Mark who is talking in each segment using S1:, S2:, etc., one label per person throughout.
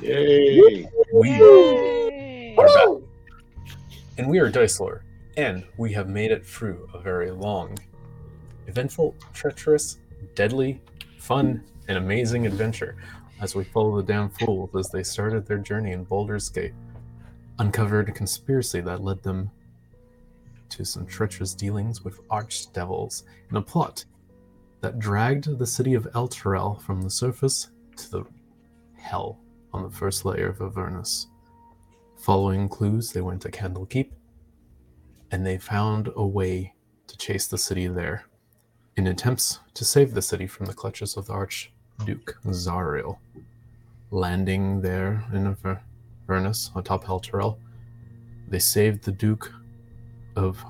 S1: Yay.
S2: We
S3: Yay.
S2: are back. And we are Dice Lore, and we have made it through a very long, eventful, treacherous, deadly, fun, and amazing adventure as we follow the damn fools as they started their journey in Baldur's Gate, uncovered a conspiracy that led them to some treacherous dealings with archdevils and a plot that dragged the city of Elturel from the surface to the hell on the first layer of Avernus. Following clues, they went to Candlekeep, and they found a way to chase the city there in attempts to save the city from the clutches of the Archduke Zariel. Landing there in Aver- Avernus atop Helterel, they saved the Duke of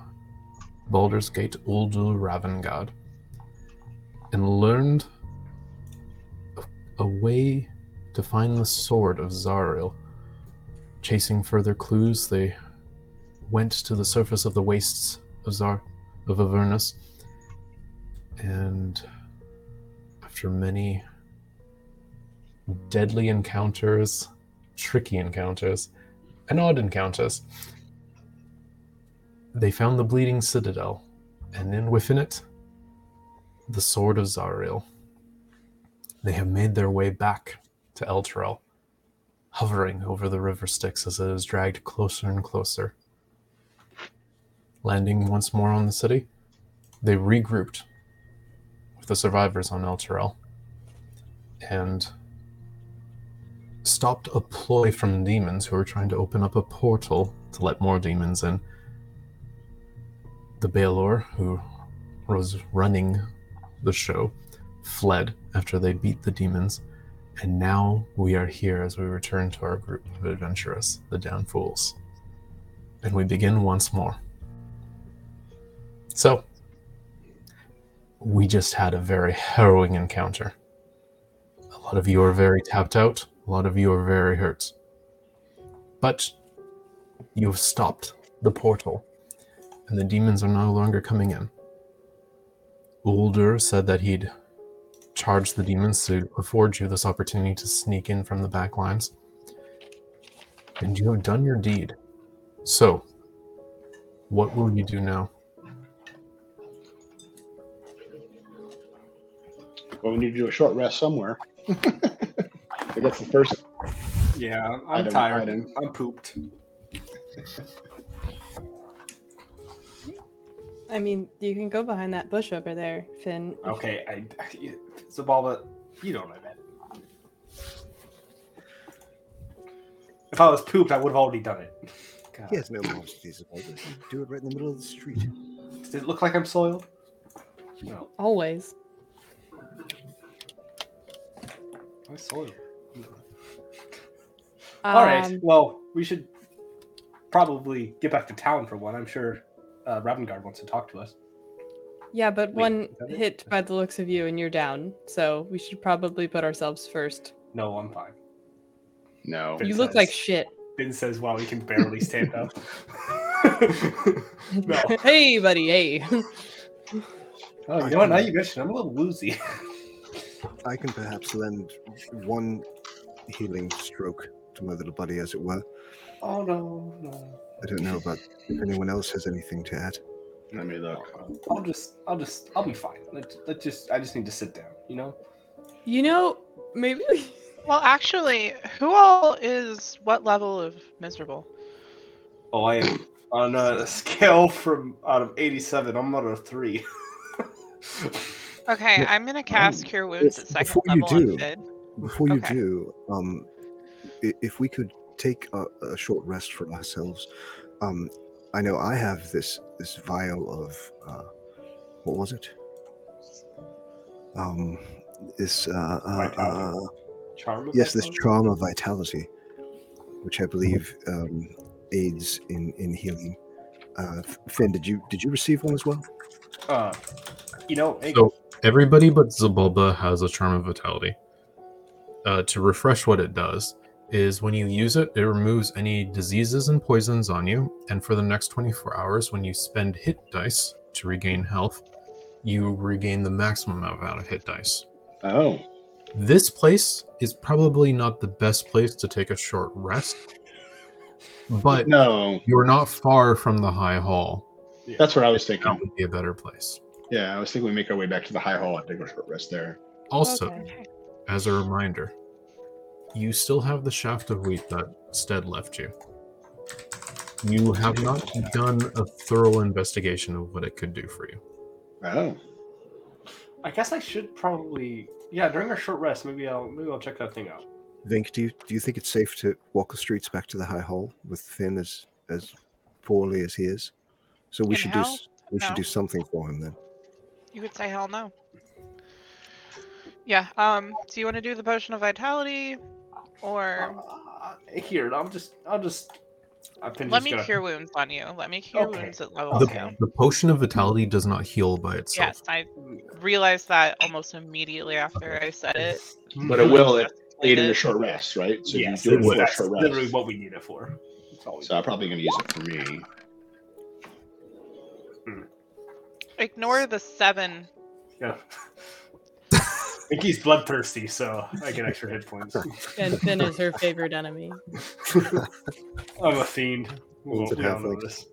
S2: Baldur's Gate, Uldul Ravengard, and learned a- a way to find the sword of Zariel. Chasing further clues, they went to the surface of the wastes of Zar of Avernus, and after many deadly encounters, tricky encounters, and odd encounters, they found the Bleeding Citadel, and then within it, the sword of Zariel. They have made their way back to Elturel, hovering over the river Styx as it is dragged closer and closer. Landing once more on the city, they regrouped with the survivors on Elturel and stopped a ploy from demons who were trying to open up a portal to let more demons in. The Baelor, who was running the show, fled after they beat the demons and now we are here as we return to our group of adventurers, the Down Fools. And we begin once more. So, we just had a very harrowing encounter. A lot of you are very tapped out, a lot of you are very hurt. But you have stopped the portal, and the demons are no longer coming in. Uldur said that he'd charge the demons to afford you this opportunity to sneak in from the back lines. And you have done your deed. So, what will you do now?
S1: Well, we need to do a short rest somewhere. I guess the first
S4: Yeah, I'm
S1: item-
S4: tired.
S1: item.
S4: I'm pooped.
S3: I mean, you can go behind that bush over there, Finn. if-
S4: Okay, I, I Zabalba, you know what I meant. If I was pooped, I would have already done it. God.
S5: He has no monsters about it. Do it right in the middle of the street.
S4: Does it look like I'm soiled? No,
S3: Always.
S4: I'm soiled. All right.
S3: Um,
S4: Well, we should probably get back to town for one. I'm sure uh, Ravengard wants to talk to us.
S3: Yeah, but
S4: Wait,
S3: one
S4: is that it?
S3: hit by the looks of you and you're down. So we should probably put ourselves first.
S4: No, I'm fine.
S1: no.
S4: Finn
S3: you look like
S4: says-
S3: shit.
S4: Finn says, "Wow, he can barely stand up." no.
S3: hey, buddy. Hey.
S4: Oh, you know what? Now you mention, it, I'm a little woozy.
S5: I can perhaps lend one healing stroke to my little buddy, as it were.
S4: Oh no, no.
S5: I don't know about if anyone else has anything to add.
S1: Let me look.
S4: I'll just, I'll just, I'll be fine. Let, let just, I just need to sit down. You know.
S3: You know, maybe we.
S6: Well, actually, who all is what level of miserable?
S4: Oh, I am on a scale from out of eighty-seven. I'm on a three.
S6: Okay,
S5: Well,
S6: I'm gonna cast Cure Wounds at second
S5: before you
S6: level. on
S5: do-
S6: Finn.
S5: Before you
S6: Okay.
S5: do, um, i- if we could take a, a short rest for ourselves, um, I know I have this this vial of uh, what was it? Um, this uh, uh, uh,
S4: Vitality. Charm. of
S5: yes, this
S4: myself?
S5: trauma vitality, which I believe um, aids in in healing. Uh, Finn, did you did you receive one as well?
S4: Uh, you know, hey,
S2: So everybody but Zabulba has a charm of vitality. Uh, to refresh, what it does is when you use it, it removes any diseases and poisons on you, and for the next 24 hours, when you spend hit dice to regain health, you regain the maximum amount of hit dice.
S1: Oh,
S2: This place is probably not the best place to take a short rest, but
S1: No,
S2: you're not far from the high hall.
S1: that's what I was
S2: That
S1: thinking.
S2: would be a better place.
S1: Yeah, I was thinking we make our way back to the high hall and take a short rest there.
S2: Also,
S6: Okay.
S2: as a reminder, you still have the shaft of wheat that Stead left you. You have not done a thorough investigation of what it could do for you.
S1: Oh,
S4: I guess I should probably yeah during our short rest maybe I'll maybe I'll check that thing out.
S5: Vink, do you do you think it's safe to walk the streets back to the High Hall with Finn as as poorly as he is? So we
S6: And
S5: should do
S6: how?
S5: s- we should
S6: No.
S5: do something for him then.
S6: You could say hell no. Yeah. Um. Do you want to do the potion of vitality, or
S4: Uh, here, I'll just I'll just I've been
S6: let
S4: just
S6: me
S4: gonna-
S6: cure wounds on you? Let me cure
S4: Okay.
S6: wounds at level
S2: The,
S4: Okay.
S6: two.
S2: the potion of vitality does not heal by itself.
S6: Yes, I realized that almost immediately after I said it.
S1: but it will if
S6: Just
S1: later
S6: it.
S1: your short rest, right? So
S4: yes,
S1: you do it for
S4: that's,
S1: a
S4: that's
S1: short
S4: literally
S1: rest.
S4: what we need it for. It's all we
S1: So I'm probably going to use it for me.
S6: Ignore the seven.
S4: Yeah. Mickey's bloodthirsty, so I get extra hit points.
S3: And Finn is her favorite enemy.
S4: I'm a fiend. Well,
S5: Means it
S4: we all
S5: has,
S4: know
S5: like-
S4: this.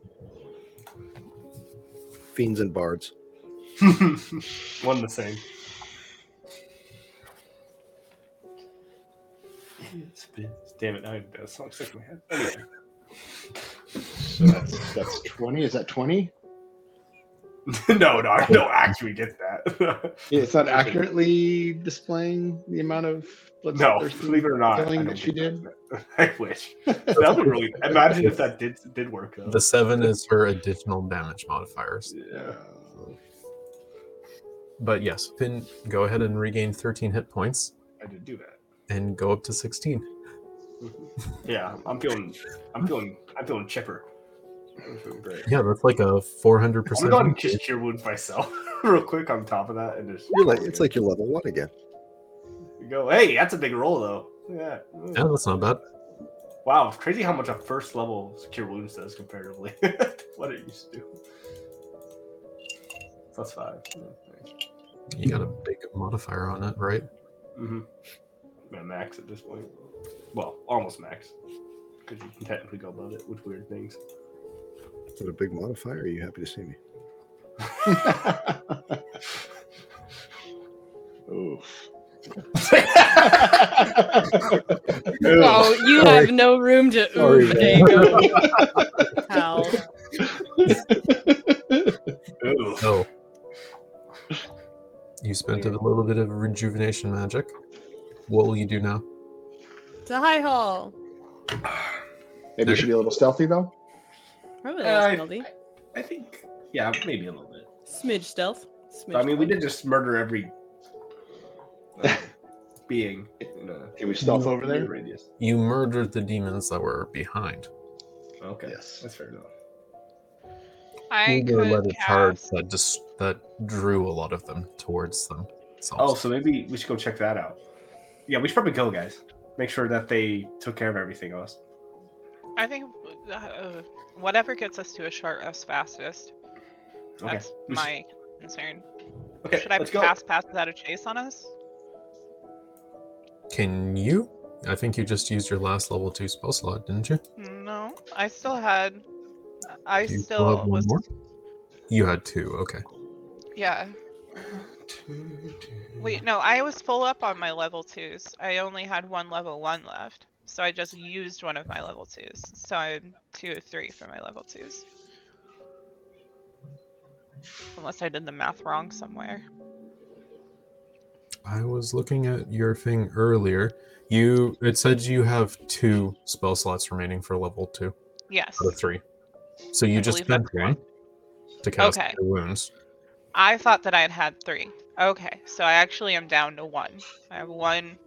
S5: Fiends and bards.
S4: One the same. It's been- Damn it, now I did a song stuck in my head. Anyway,
S1: So
S4: Mm-hmm.
S1: that's that's twenty. Is that twenty?
S4: no, no, I don't actually get that.
S1: It's not accurately displaying the amount of blood
S4: no,
S1: thirsty
S4: believe it or not. I
S1: killing
S4: don't
S1: that she
S4: think
S1: did.
S4: that- I wish. That would really imagine if that did did work though.
S2: The seven is her additional damage modifiers.
S4: Yeah.
S2: But yes, Finn, go ahead and regain 13 hit points
S4: I did do that.
S2: and go up to 16.
S4: Yeah, I'm feeling I'm feeling I'm feeling chipper. I'm feeling great.
S2: Yeah, that's like a 400%.
S4: I'm going to just cure wounds myself real quick on top of that and just
S5: You're like it's like you're level one again.
S4: You go, hey, that's a big roll though. Yeah.
S2: Yeah, that's not bad.
S4: Wow, crazy how much a first level cure wounds does comparatively to what it used to do. Plus five.
S2: You got a big modifier on it, right?
S4: Mm-hmm. Yeah, max at this point. Well, almost max. Because you can technically go above it with weird things.
S5: Is that a big modifier? Are you happy to see me?
S1: Oof.
S3: Oh, you have no room to
S5: Sorry,
S3: ooh, Dago. Hal.
S4: Ooh.
S2: Oh. You spent a little bit of rejuvenation magic. What will you do now?
S3: To High Hall.
S1: Maybe you should be a little stealthy though.
S3: Probably
S4: Yeah,
S3: less
S4: I-
S3: penalty.
S4: I think, yeah, maybe a little bit.
S3: Smidge stealth. Smidge
S4: I mean, we
S3: stealth.
S4: did just murder every uh, being in a
S1: Can we stealth over there?
S4: radius.
S2: You murdered the demons that were behind.
S4: Okay.
S1: Yes.
S4: That's fair enough.
S6: I
S2: You
S6: could
S2: led a charge
S6: cast-
S2: that just that drew a lot of them towards them.
S4: Oh, so maybe we should go check that out. Yeah, we should probably go, guys. Make sure that they took care of everything else.
S6: I think uh, whatever gets us to a short rest fastest.
S4: Okay.
S6: That's
S4: we should-
S6: my concern.
S4: okay,
S6: Should I
S4: let's go.
S6: pass pass without a chase on us?
S2: Can you? I think you just used your last level two spell slot, didn't you?
S6: No, I still had. I
S2: Do you still have
S6: still
S2: one
S6: was.
S2: more? You had two. Okay.
S6: Yeah. Wait, no, I was full up on my level twos. I only had one level one left, so I just used one of my level twos. So I'm two of three for my level twos. Unless I did the math wrong somewhere.
S2: I was looking at your thing earlier. You it said you have two spell slots remaining for level two
S6: Yes.
S2: out of three. So you
S6: I
S2: just
S6: believe
S2: spent
S6: that's
S2: one to cast
S6: Okay.
S2: your wounds.
S6: I thought that I had had three. Okay, so I actually am down to one. I have one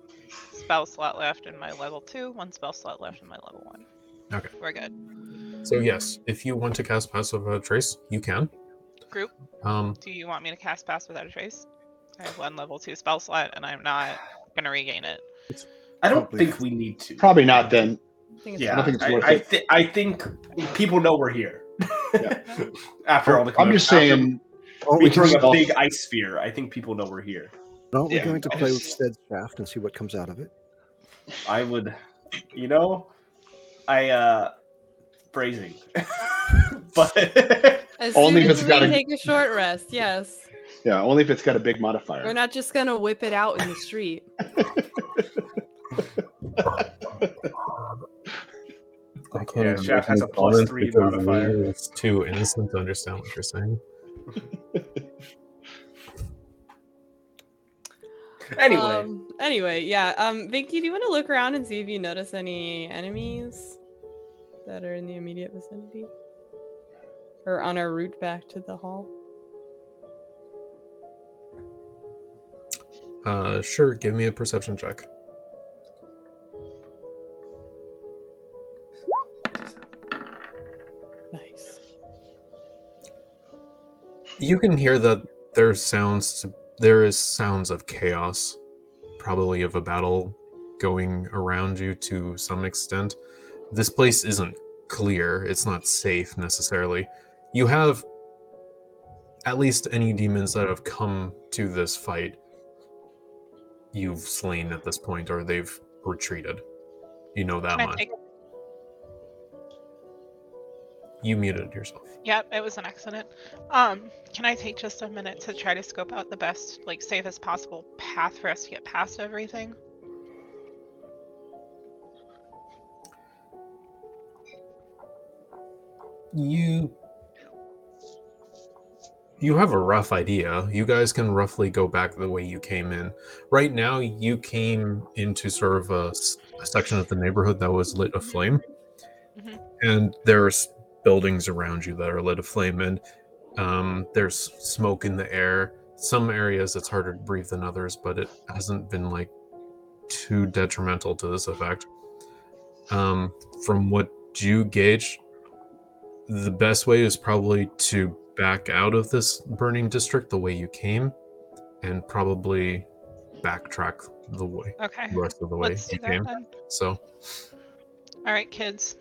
S6: spell slot left in my level two, one spell slot left in my level one.
S2: Okay.
S6: We're good.
S2: So
S6: Mm.
S2: yes, if you want to cast Pass Without a Trace, you can.
S6: Group,
S2: Um,
S6: do you want me to cast Pass Without a Trace? I have one level two spell slot, and I'm not going to regain it.
S4: I don't
S5: Probably.
S4: think we need to.
S1: Probably not then.
S3: I think it's
S4: Yeah, I,
S1: don't think it's worth
S4: I,
S1: it.
S4: thi- I think people know we're here.
S1: Yeah.
S4: After all the,
S1: I'm just
S4: after
S1: saying.
S5: Oh,
S4: we
S1: can
S4: threw a
S1: stealth.
S4: big ice sphere. I think people know we're here.
S5: Aren't
S4: Yeah,
S5: we going to
S4: I'll
S5: play with
S4: just-
S5: said shaft and see what comes out of it?
S4: I would, you know, I uh, phrasing, but
S3: As
S1: Only
S3: soon
S1: if
S3: as
S1: it's
S3: we
S1: got a-
S3: take a short rest, yes.
S1: Yeah, only if it's got a big modifier.
S3: We're not just gonna whip it out in the street.
S4: Yeah, Shaft has a plus three modifier.
S2: It's too innocent to understand what you're saying.
S4: anyway,
S3: Um, anyway, yeah. Um, Vinky, do you want to look around and see if you notice any enemies that are in the immediate vicinity, or on our route back to the hall?
S2: Uh, sure, give me a perception check.
S3: Nice.
S2: You can hear that there sounds there is sounds of chaos, probably of a battle going around you to some extent. This place isn't clear. It's not safe necessarily. You have at least any demons that have come to this fight you've slain at this point or they've retreated. You know that
S6: Can I
S2: much.
S6: take-
S2: You muted yourself.
S6: Yep, it was an accident. Um, can I take just a minute to try to scope out the best, like, safest possible path for us to get past everything?
S2: you you have a rough idea you guys can roughly go back the way you came in right now you came into sort of a, s- a section of the neighborhood that was lit aflame
S6: Mhm.
S2: and there's buildings around you that are lit aflame and um, there's smoke in the air some areas it's harder to breathe than others but it hasn't been like too detrimental to this effect um, from what you gauge the best way is probably to back out of this burning district the way you came and probably backtrack the way
S6: Okay.
S2: the rest of the way
S6: Let's do
S2: you
S6: that
S2: came
S6: then.
S2: so
S6: All right, kids.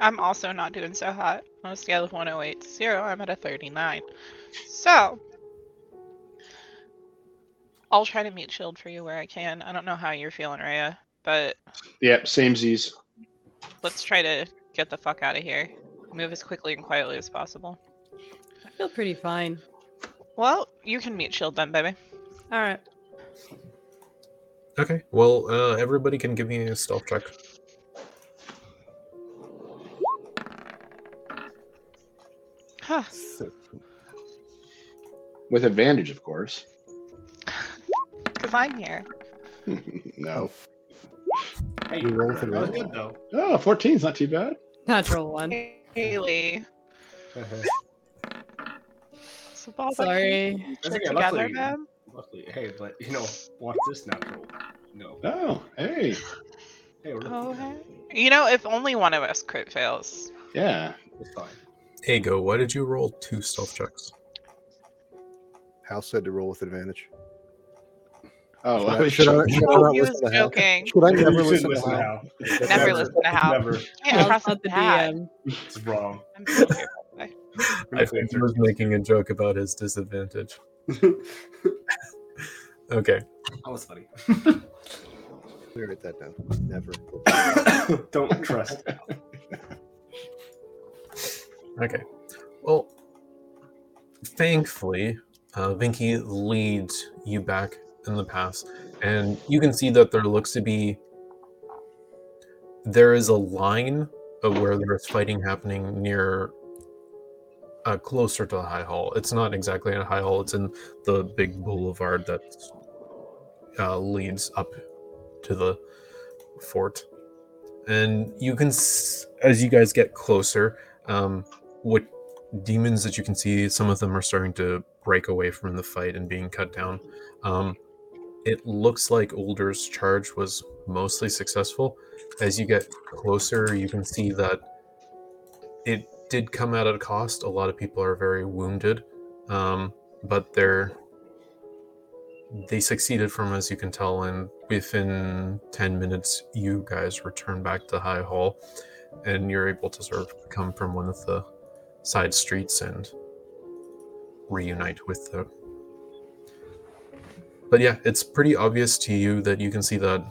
S6: I'm also not doing so hot. On a scale of 108 to 0, I'm at a 39. So, I'll try to mute shield for you where I can. I don't know how you're feeling, Raya, but
S1: Yep, same Z's.
S6: let's try to get the fuck out of here. Move as quickly and quietly as possible.
S3: I feel pretty fine.
S6: Well, you can mute shield then, baby.
S3: All right.
S2: okay well uh, everybody can give me a stealth check
S6: Huh.
S1: With advantage, of course.
S6: Because I'm here.
S1: no.
S4: hey,
S5: You roll with
S4: that was
S5: advantage.
S4: good though.
S1: Oh, 14's not too bad.
S3: Natural one.
S6: Really? So balls I can
S3: Sorry.
S4: That's
S6: put
S4: okay,
S6: together,
S4: luckily,
S6: man.
S4: luckily, hey, but you know, watch this natural. No,
S1: Oh, hey.
S4: hey, we're
S6: Okay. You know, if only one of us crit fails.
S1: Yeah.
S4: it's fine.
S2: Ago, why did you roll two stealth checks
S5: Hal said to roll with advantage.
S1: Oh,
S5: Should I-
S1: I was-
S5: should I- should I-
S6: Oh,
S5: not
S6: he
S5: listen
S6: was
S5: to Hal.
S6: joking.
S5: Should I
S4: You
S5: never
S4: should
S5: listen to
S4: listen to
S5: Hal?
S4: Hal.
S6: Never listen to Hal.
S4: Never.
S6: Can't trust
S3: How's the
S6: that.
S3: DM?
S4: It's wrong.
S6: I'm so here.
S2: i think he was making a joke about his disadvantage okay
S4: That was funny.
S5: Let me write that down. Never.
S4: Don't trust.
S2: Okay. Well, thankfully, uh, Vinky leads you back in the path, and you can see that there looks to be there is a line of where there's fighting happening near uh, closer to the high hall. It's not exactly in a high hall. It's in the big boulevard that uh, leads up to the fort, and you can s- as you guys get closer um, what demons that you can see some of them are starting to break away from the fight and being cut down um, it looks like Ulder's charge was mostly successful as you get closer you can see that it did come at a cost a lot of people are very wounded um, but they're they succeeded from as you can tell and within 10 minutes you guys return back to high hall and you're able to sort of come from one of the side streets and reunite with the But yeah, it's pretty obvious to you that you can see that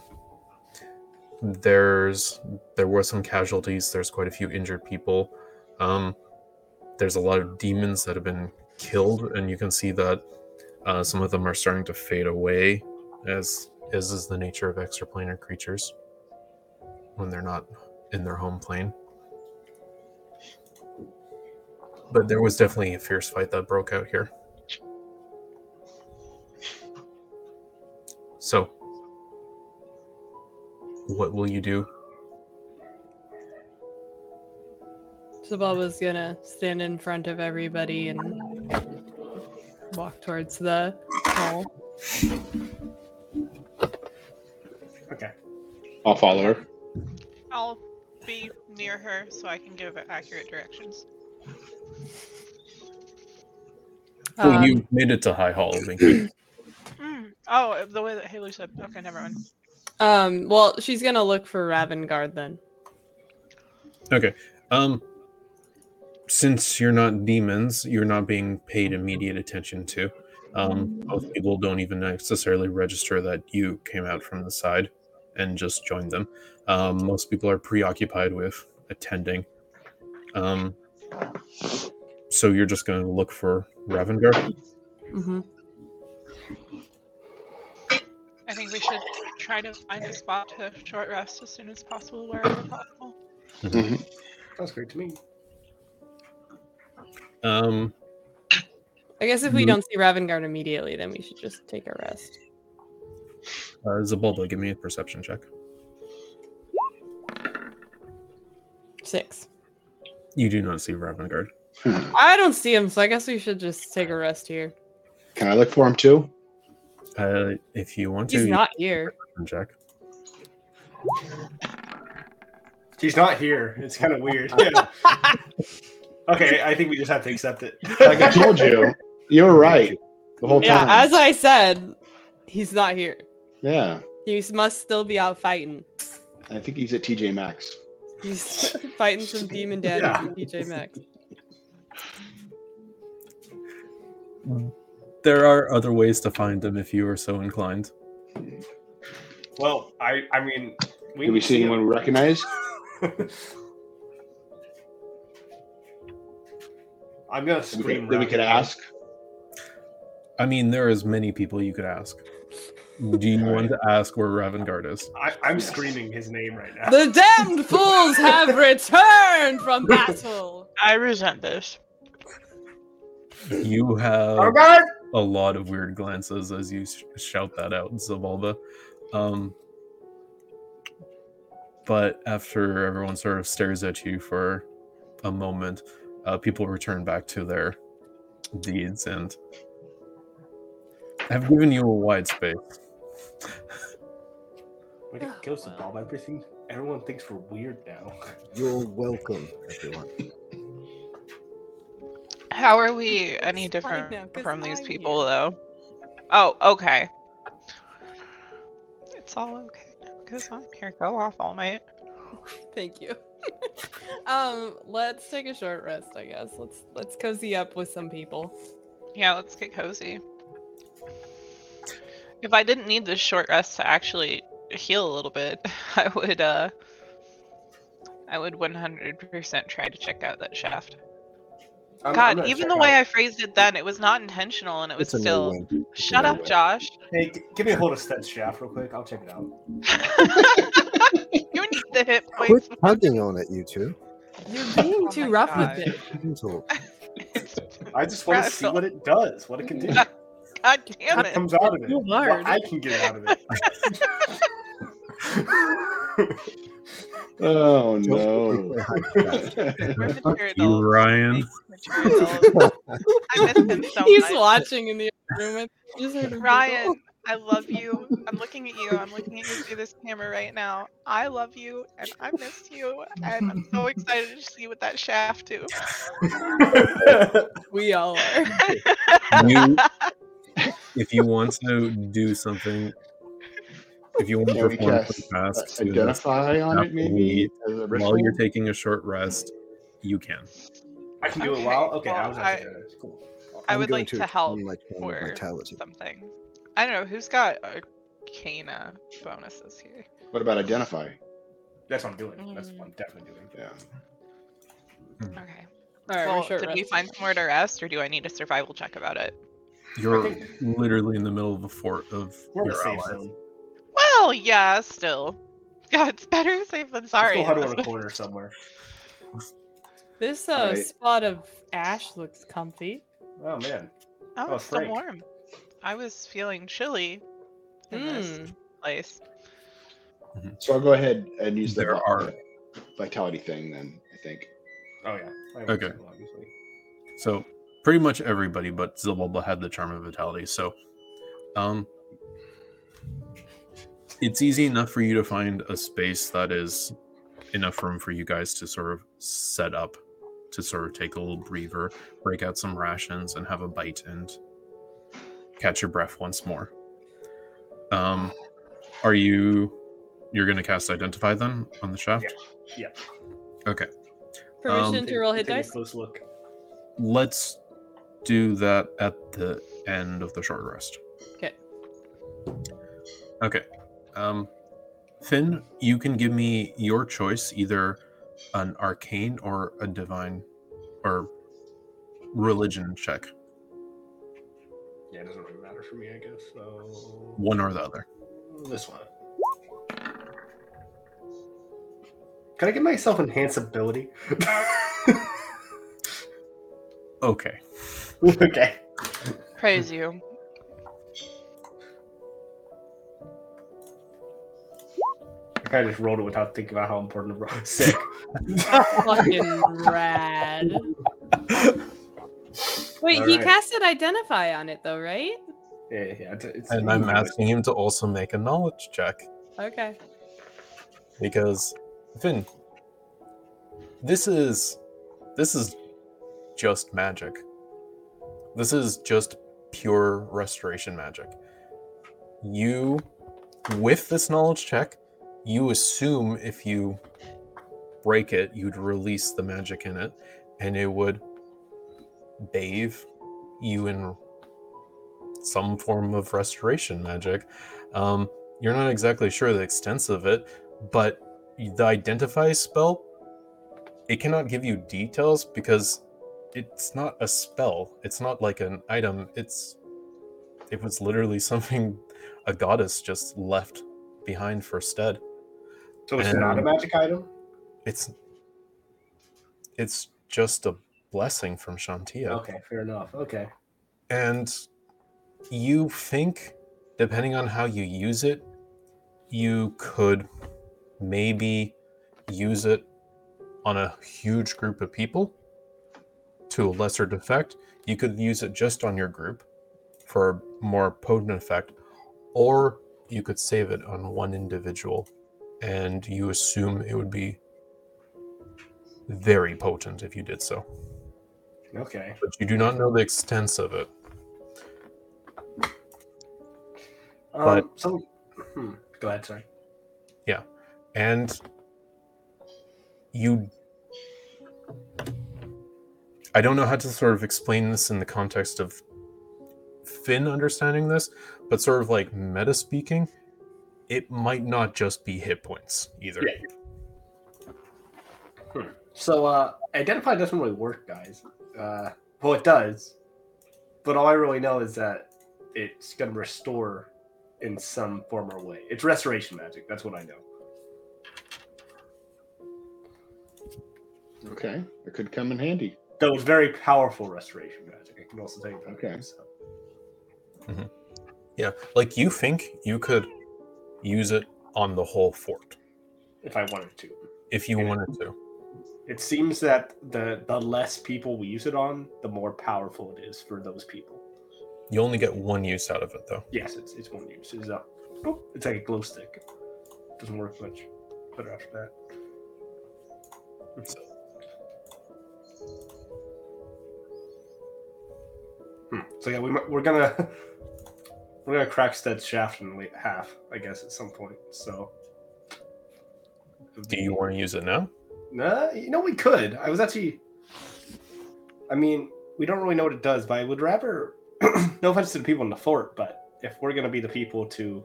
S2: there's there were some casualties. There's quite a few injured people. Um, there's a lot of demons that have been killed, and you can see that uh, some of them are starting to fade away, as as is the nature of extraplanar creatures when they're not in their home plane. But there was definitely a fierce fight that broke out here. So, what will you do?
S3: Zababa's gonna stand in front of everybody and walk towards the hall.
S4: Okay.
S1: I'll follow her.
S6: I'll be near her so I can give accurate directions.
S2: well,
S3: Um,
S2: you made it to High Hall. thank you.
S6: Mm. Oh, the way that Haley said. Okay, never mind.
S3: um, well, she's gonna look for Ravengard then.
S2: okay. Um, since you're not demons, you're not being paid immediate attention to. Um,
S3: Mm.
S2: most people don't even necessarily register that you came out from the side and just joined them. Um, most people are preoccupied with attending. Um, so you're just going to look for Ravengar.
S3: Mm-hmm.
S6: I think we should try to find a spot to short rest as soon as possible, wherever possible.
S4: Sounds great to me.
S2: Um,
S3: I guess if we
S6: Mm-hmm.
S2: Mhm.
S3: don't see Ravengard immediately, then we should just take a rest.
S2: uh, Zabulba, give me a perception check.
S3: Six.
S2: You do not see Ravengard.
S1: Hmm.
S3: I don't see him, so I guess we should just take a rest here.
S1: Can I look for him too?
S2: Uh, if you want to,
S3: He's
S2: you
S3: not here.
S2: can check.
S4: She's not here. It's kind of weird. okay, I think we just have to accept it.
S1: Like I told you, you're right the whole
S3: Yeah,
S1: time.
S3: as I said, he's not here.
S1: yeah,
S3: He must still be out fighting.
S1: I think he's at TJ Maxx.
S3: He's fighting some demon daddy
S4: Yeah.
S3: from DJ Maxx.
S2: There are other ways to find them if you are so inclined.
S4: Well, I I mean,
S1: Did we see anyone we recognize?
S4: I'm gonna
S1: That we
S4: scream.
S1: could, that we
S4: Ravengard.
S1: could ask.
S2: I mean, there is many people you could ask. Do you want to ask where Ravengard is?
S4: I, I'm screaming his name right now.
S3: The damned fools have returned from battle.
S6: I resent this.
S2: You have
S4: Ravengard!
S2: a lot of weird glances as you sh- shout that out, Zabalba. Um, but after everyone sort of stares at you for a moment, uh, people return back to their deeds and have given you a wide space.
S4: When
S6: Oh,
S4: it kills the bomb, everything everyone thinks we're weird now.
S5: You're welcome, everyone.
S6: How are we any
S3: It's
S6: different
S3: fine now, 'cause
S6: from these
S3: I'm
S6: people, though? Oh, okay. It's all okay because I'm here. Go off, all might.
S3: Thank you. um, let's take a short rest, I guess. Let's let's cozy up with some people.
S6: Yeah, let's get cozy. If I didn't need this short rest to actually heal a little bit, I would uh I would 100% try to check out that shaft.
S4: I'm- I'm
S6: God,
S4: gonna
S6: even
S4: check
S6: the way
S4: out-
S6: I phrased it then, it was not intentional and it was
S5: It's a
S6: still
S5: new one.
S6: Shut
S5: no
S6: up,
S5: way.
S6: Josh.
S4: Hey, g- give me a hold of Stead's shaft real quick. I'll check it out.
S6: you need the hit
S5: Quit
S6: points.
S5: tugging on it, you two.
S3: You're
S6: Oh
S3: being too
S6: my
S3: rough
S6: God.
S3: with it.
S5: Gentle.
S6: It's-
S4: I just want to
S6: Right,
S4: see
S6: so-
S4: what it does, what it can do,
S6: God God damn
S4: what
S6: it.
S4: comes out of it,
S3: Too
S4: what
S3: hard.
S4: I can get out of it.
S1: Oh
S5: Don't
S1: no.
S5: play hide and seek.
S6: We're
S1: That's
S6: mature
S2: You,
S6: adults.
S2: Ryan.
S6: We're mature adults. I miss him so
S3: He's
S6: much.
S3: watching in the other room. I just heard him
S6: Ryan,
S3: giggle.
S6: I love you. I'm looking at you. I'm looking at you through this camera right now. I love you and I miss you. And I'm so excited to see what that shaft do.
S3: we all are.
S2: You, if you want to do something, if you want to
S1: Can we
S2: perform
S1: cast
S2: tasks to this,
S1: identify on it, maybe as a
S2: while
S1: ritual?
S2: you're taking a short rest, you can.
S4: I can do
S6: Okay,
S4: it while okay. I
S6: well,
S4: was
S6: I-
S4: actually gonna- cool.
S6: I
S5: I'm
S6: would
S5: going
S6: like to help
S5: explain my kind of
S6: for
S5: vitality.
S6: something. I don't know who's got arcana bonuses here.
S1: What about identify?
S4: That's what I'm doing. That's
S6: Mm.
S4: what I'm definitely doing.
S1: Yeah.
S6: Okay.
S3: All right,
S6: well,
S3: we're short
S6: did we
S3: rest.
S6: find somewhere to rest, or do I need a survival check about it?
S2: You're literally in the middle of a fort of
S4: We're in a
S2: your
S4: safe
S2: allies.
S4: zone.
S6: Well, yeah, still. Yeah, it's better safe than
S4: Let's
S6: sorry.
S4: go
S6: at
S4: huddle
S6: this
S4: in a corner somewhere.
S3: This
S1: All
S3: uh,
S1: right.
S3: spot of ash looks comfy.
S4: Oh man.
S6: Oh,
S4: Oh,
S6: it's still
S4: Frank.
S6: warm. I was feeling chilly in this
S3: Mm.
S6: place.
S1: So I'll go ahead and use the
S2: There
S1: vi-
S2: are-
S1: vitality thing then, I think.
S4: Oh yeah. I went
S2: Okay.
S4: to, Obviously.
S2: So pretty much everybody but Zilbubba had the charm of vitality. So um it's easy enough for you to find a space that is enough room for you guys to sort of set up to sort of take a little breather, break out some rations and have a bite and catch your breath once more. Um are you you're going to cast identify then on the shaft?
S4: Yeah.
S3: Permission
S2: Um,
S3: to roll hit
S4: Take a
S3: dice.
S4: Close look.
S2: let's do that at the end of the short rest.
S3: 'Kay.
S2: Okay. Um, Finn, you can give me your choice, either an arcane or a divine or religion check,
S4: Yeah, it doesn't really matter for me, I guess. So
S2: one or the other.
S4: This one. Can I give myself enhance ability?
S2: Okay.
S4: okay.
S1: Hmm.
S6: Praise you.
S4: I kind of just rolled it without thinking about how important the roll sick.
S3: Fucking rad. Wait, he
S4: Alright.
S3: casted identify on it though, right?
S4: Yeah, yeah. It's, it's
S2: And I'm asking him to also make a knowledge check
S3: Okay.
S2: because Finn, this is this is just magic. This is just pure restoration magic. You, with this knowledge check, you assume if you break it, you'd release the magic in it, and it would bathe you in some form of restoration magic. Um, you're not exactly sure the extent of it, but the identify spell it cannot give you details because it's not a spell it's not like an item it's it was literally something a goddess just left behind for stead
S4: So it's not a
S2: Um,
S4: magic item.
S2: it's it's just a blessing from shantia
S4: Okay, fair enough. Okay.
S2: and you think depending on how you use it you could maybe use it on a huge group of people to a lesser effect you could use it just on your group for a more potent effect or you could save it on one individual and you assume it would be very potent if you did so
S4: Okay.
S2: but you do not know the extents of it
S4: Um,
S2: But-
S4: so, hmm. go ahead. Sorry.
S2: and you i don't know how to sort of explain this in the context of finn understanding this but sort of like meta speaking it might not just be hit points either
S4: Yeah. So, uh, identify doesn't really work, guys. Uh, well, it does, but all I really know is that it's going to restore in some form or way. It's restoration magic. That's what I know.
S1: Okay. It could come in handy.
S4: Though it's very powerful restoration magic. I can also tell you that.
S1: Okay.
S4: So.
S2: yeah like you think you could use it on the whole fort
S4: If I wanted to,
S2: if you
S4: Yeah.
S2: wanted to
S4: it seems that the the less people we use it on, the more powerful it is for those people.
S2: you only get one use out of it though
S4: Yes, it's it's one use. It's a, oh, it's like a glow stick. Doesn't work much better after that. Hmm. So yeah, we might, we're gonna we're gonna crack Stead's shaft in late half, I guess, at some point. So.
S2: do you want to use it now
S4: Nah, you know we could. I was actually. I mean, we don't really know what it does, but I would rather. no offense to the people in the fort, but if we're gonna be the people to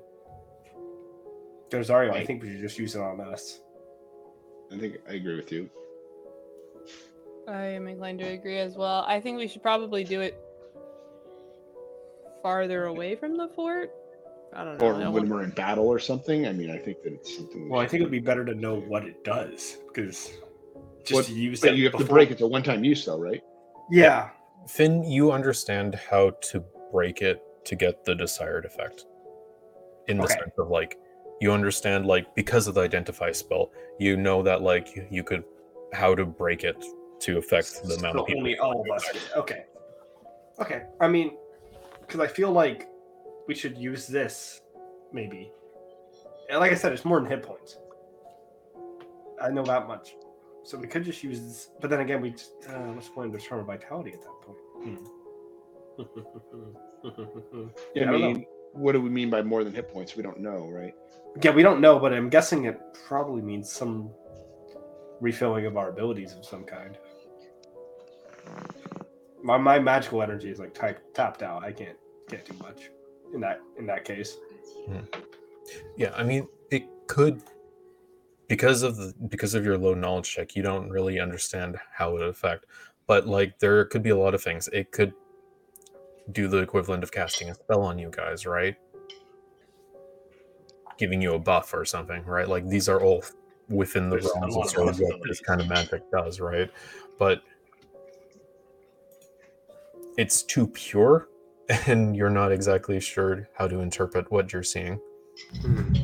S4: Dozario, I think we should just use it on us.
S1: I think I agree with you.
S3: I am inclined to agree as well. I think we should probably do it farther away from the fort. I don't know.
S1: Or
S3: I
S1: when
S3: want-
S1: we're in battle or something. I mean, I think that it's something. we
S4: Well, I
S1: should
S4: think
S1: do.
S4: it'd be better to know what it does because just
S1: What-
S4: to use
S1: But
S4: it
S1: you have to
S4: before-
S1: break. It's a one-time use, though, right?
S4: Yeah,
S2: Finn, you understand how to break it to get the desired effect. In the
S4: Okay.
S2: sense of like, you understand like because of the identify spell, you know that like you, you could how to break it to affect the amount
S4: So
S2: of people.
S4: only
S2: you want
S4: all of
S2: to
S4: us.
S2: affect.
S4: get- Okay. Okay. I mean, because I feel like we should use this, maybe. And like I said, it's more than hit points. I know that much. So we could just use this. But then again, we just, uh, what's the point of determine vitality at that point? Hmm. Yeah, I
S1: I
S4: don't know.
S1: mean, what do we mean by more than hit points? We don't know, right?
S4: yeah, we don't know, but I'm guessing it probably means some refilling of our abilities of some kind. My, my magical energy is like type, tapped out. I can't can't do much in that in that case.
S2: Yeah, I mean it could because of the because of your low knowledge check, you don't really understand how it would affect. But like there could be a lot of things. It could do the equivalent of casting a spell on you guys, right? Giving you a buff or something, right? Like these are all within the
S4: There's a
S2: realms
S4: lot
S2: of
S4: of
S2: sort of what this
S4: possibilities.
S2: kind of magic does, right? But it's too pure and you're not exactly sure how to interpret what you're seeing.
S4: Hmm.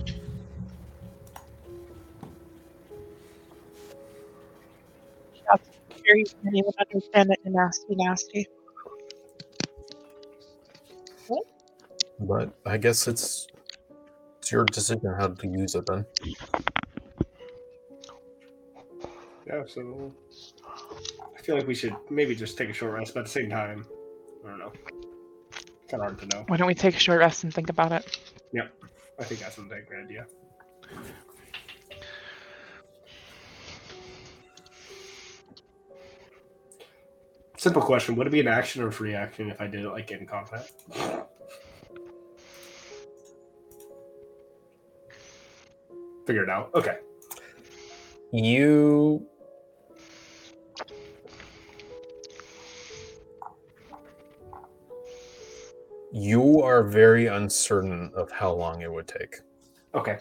S7: sure you can't even understand it. You're nasty, nasty.
S2: But I guess it's it's your decision how to use it then.
S4: Yeah, so I feel like we should maybe just take a short rest, but at the same time, I don't know. Kind of hard to know.
S6: Why don't we take a short rest and think about it?
S4: I think that's a great idea. Simple question: Would it be an action or a free action if I did it like in combat? Figure it out. Okay.
S2: You You are very uncertain of how long it would take.
S4: Okay.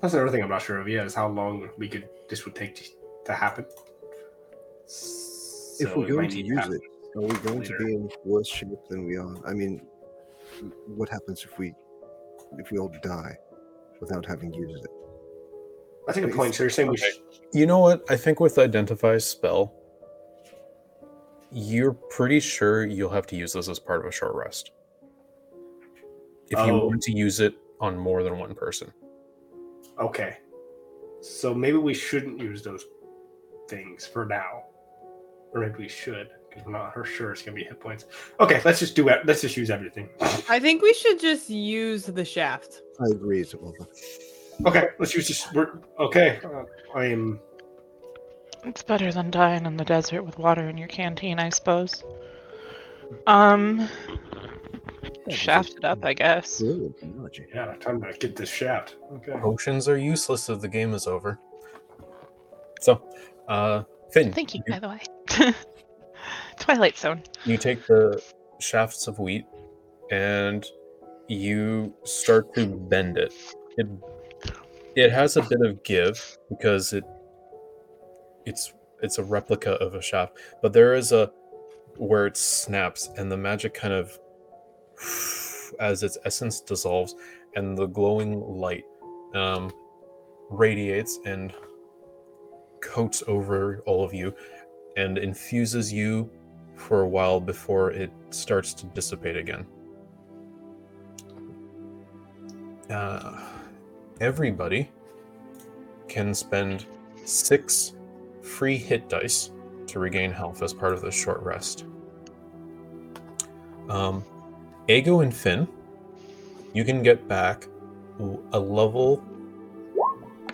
S4: That's another thing I'm not sure of. Yeah, is how long we could this would take to, to happen.
S5: if
S4: So
S5: we're
S4: might
S5: going to
S4: need
S5: use
S4: happen
S5: it, are we going
S4: later.
S5: to be in worse shape than we are? I mean, what happens if we if we all die without having used it?
S4: I think a point. So you're saying we
S2: Okay.
S4: should
S2: You know what? I think with identify spell, you're pretty sure you'll have to use this as part of a short rest. If you
S4: Oh.
S2: want to use it on more than one person.
S4: Okay. So maybe we shouldn't use those things for now. Or maybe we should, because we're not sure it's gonna be hit points. Okay, let's just do it. Let's just use everything.
S3: I think we should just use the shaft.
S5: I agree, Isabella.
S4: Okay, let's use this. We're, okay, uh, I am.
S6: It's better than dying in the desert with water in your canteen, I suppose. Um, shaft it up, I guess.
S5: Brilliant analogy.
S4: Yeah, time to get this shaft. Okay.
S2: Potions are useless if the game is over. So, uh, Finn,
S6: Thank you, by the way. Twilight Zone.
S2: you take the shafts of wheat and you start to bend it. It it has a bit of give because it it's it's a replica of a shaft, but there is a where it snaps and the magic kind of as its essence dissolves and the glowing light um, radiates and coats over all of you and infuses you for a while before it starts to dissipate again. Uh, everybody can spend six free hit dice to regain health as part of the short rest. Um, Ego and Finn, you can get back a level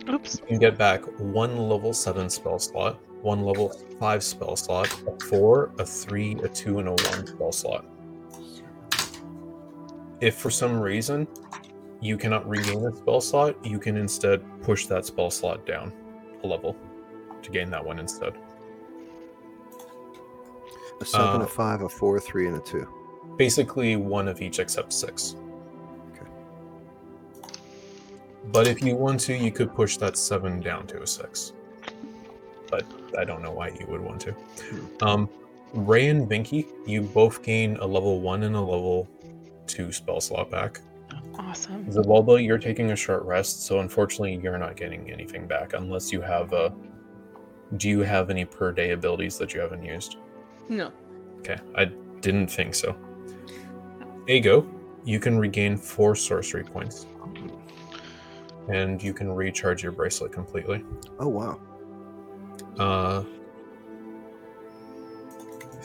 S6: Oops.
S2: you can get back one level 7 spell slot, one level five spell slot, a four, a three, a two, and a one spell slot. If for some reason you cannot regain a spell slot, you can instead push that spell slot down a level to gain that one instead.
S5: A seven,
S2: Uh,
S5: a five, a four, a three, and a two.
S2: basically one of each except six.
S5: Okay.
S2: But if you want to, you could push that seven down to a six. But I don't know why you would want to. Um, Ray and Binky, you both gain a level one and a level two spell slot back.
S6: Awesome.
S2: Zabalba, you're taking a short rest, so unfortunately, you're not getting anything back unless you have a. Do you have any per day abilities that you haven't used?
S3: No.
S2: Okay, I didn't think so. Ago, you can regain four sorcery points. And you can recharge your bracelet completely.
S5: Oh wow.
S2: Uh,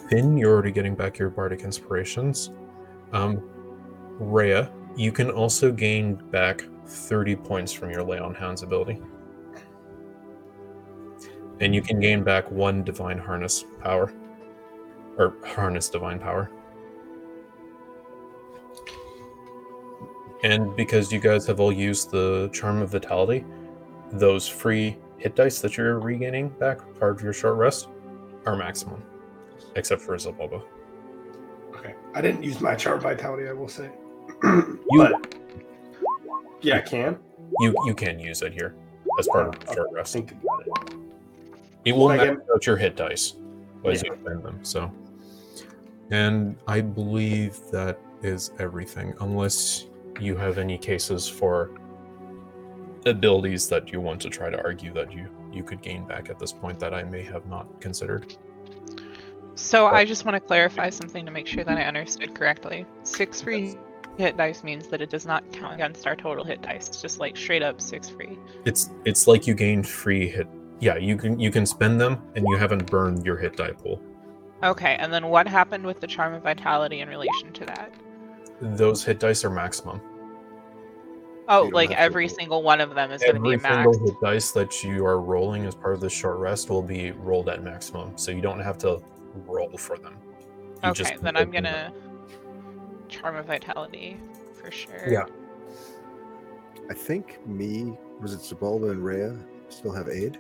S2: Finn, you're already getting back your bardic inspirations. Um, Rhea, you can also gain back 30 points from your Lay on Hounds ability. And you can gain back one divine harness power. Or harness divine power. And because you guys have all used the Charm of Vitality, those free hit dice that you're regaining back part of your short rest are maximum, except for Zaboba.
S4: Okay. I didn't use my charm vitality, I will say.
S2: You
S4: but yeah, I can.
S2: you you can use it here as part of your short rest.
S4: Think about it.
S2: It will
S4: Like,
S2: max
S4: um,
S2: out your hit dice as you spend them. So, and I believe that is everything, unless you have any cases for abilities that you want to try to argue that you you could gain back at this point that I may have not considered.
S6: So I just want to clarify something to make sure that I understood correctly. Six free hit dice means that it does not count against our total hit dice. It's just like straight up six free.
S2: It's it's like you gain free hit. Yeah, you can you can spend them, and you haven't burned your hit die pool.
S6: Okay, and then what happened with the charm of vitality in relation to that?
S2: Those hit dice are maximum.
S6: Oh,
S5: You don't
S6: like
S5: have to
S6: every
S5: roll.
S6: single one of them is going to be
S2: Every single
S6: max.
S2: hit dice that you are rolling as part of this short rest will be rolled at maximum, so you don't have to roll for them. You
S6: Okay,
S2: just
S6: then I'm
S2: open them.
S6: gonna charm of vitality for sure.
S2: Yeah.
S5: I think me was it Zabalba and Rhea still have aid.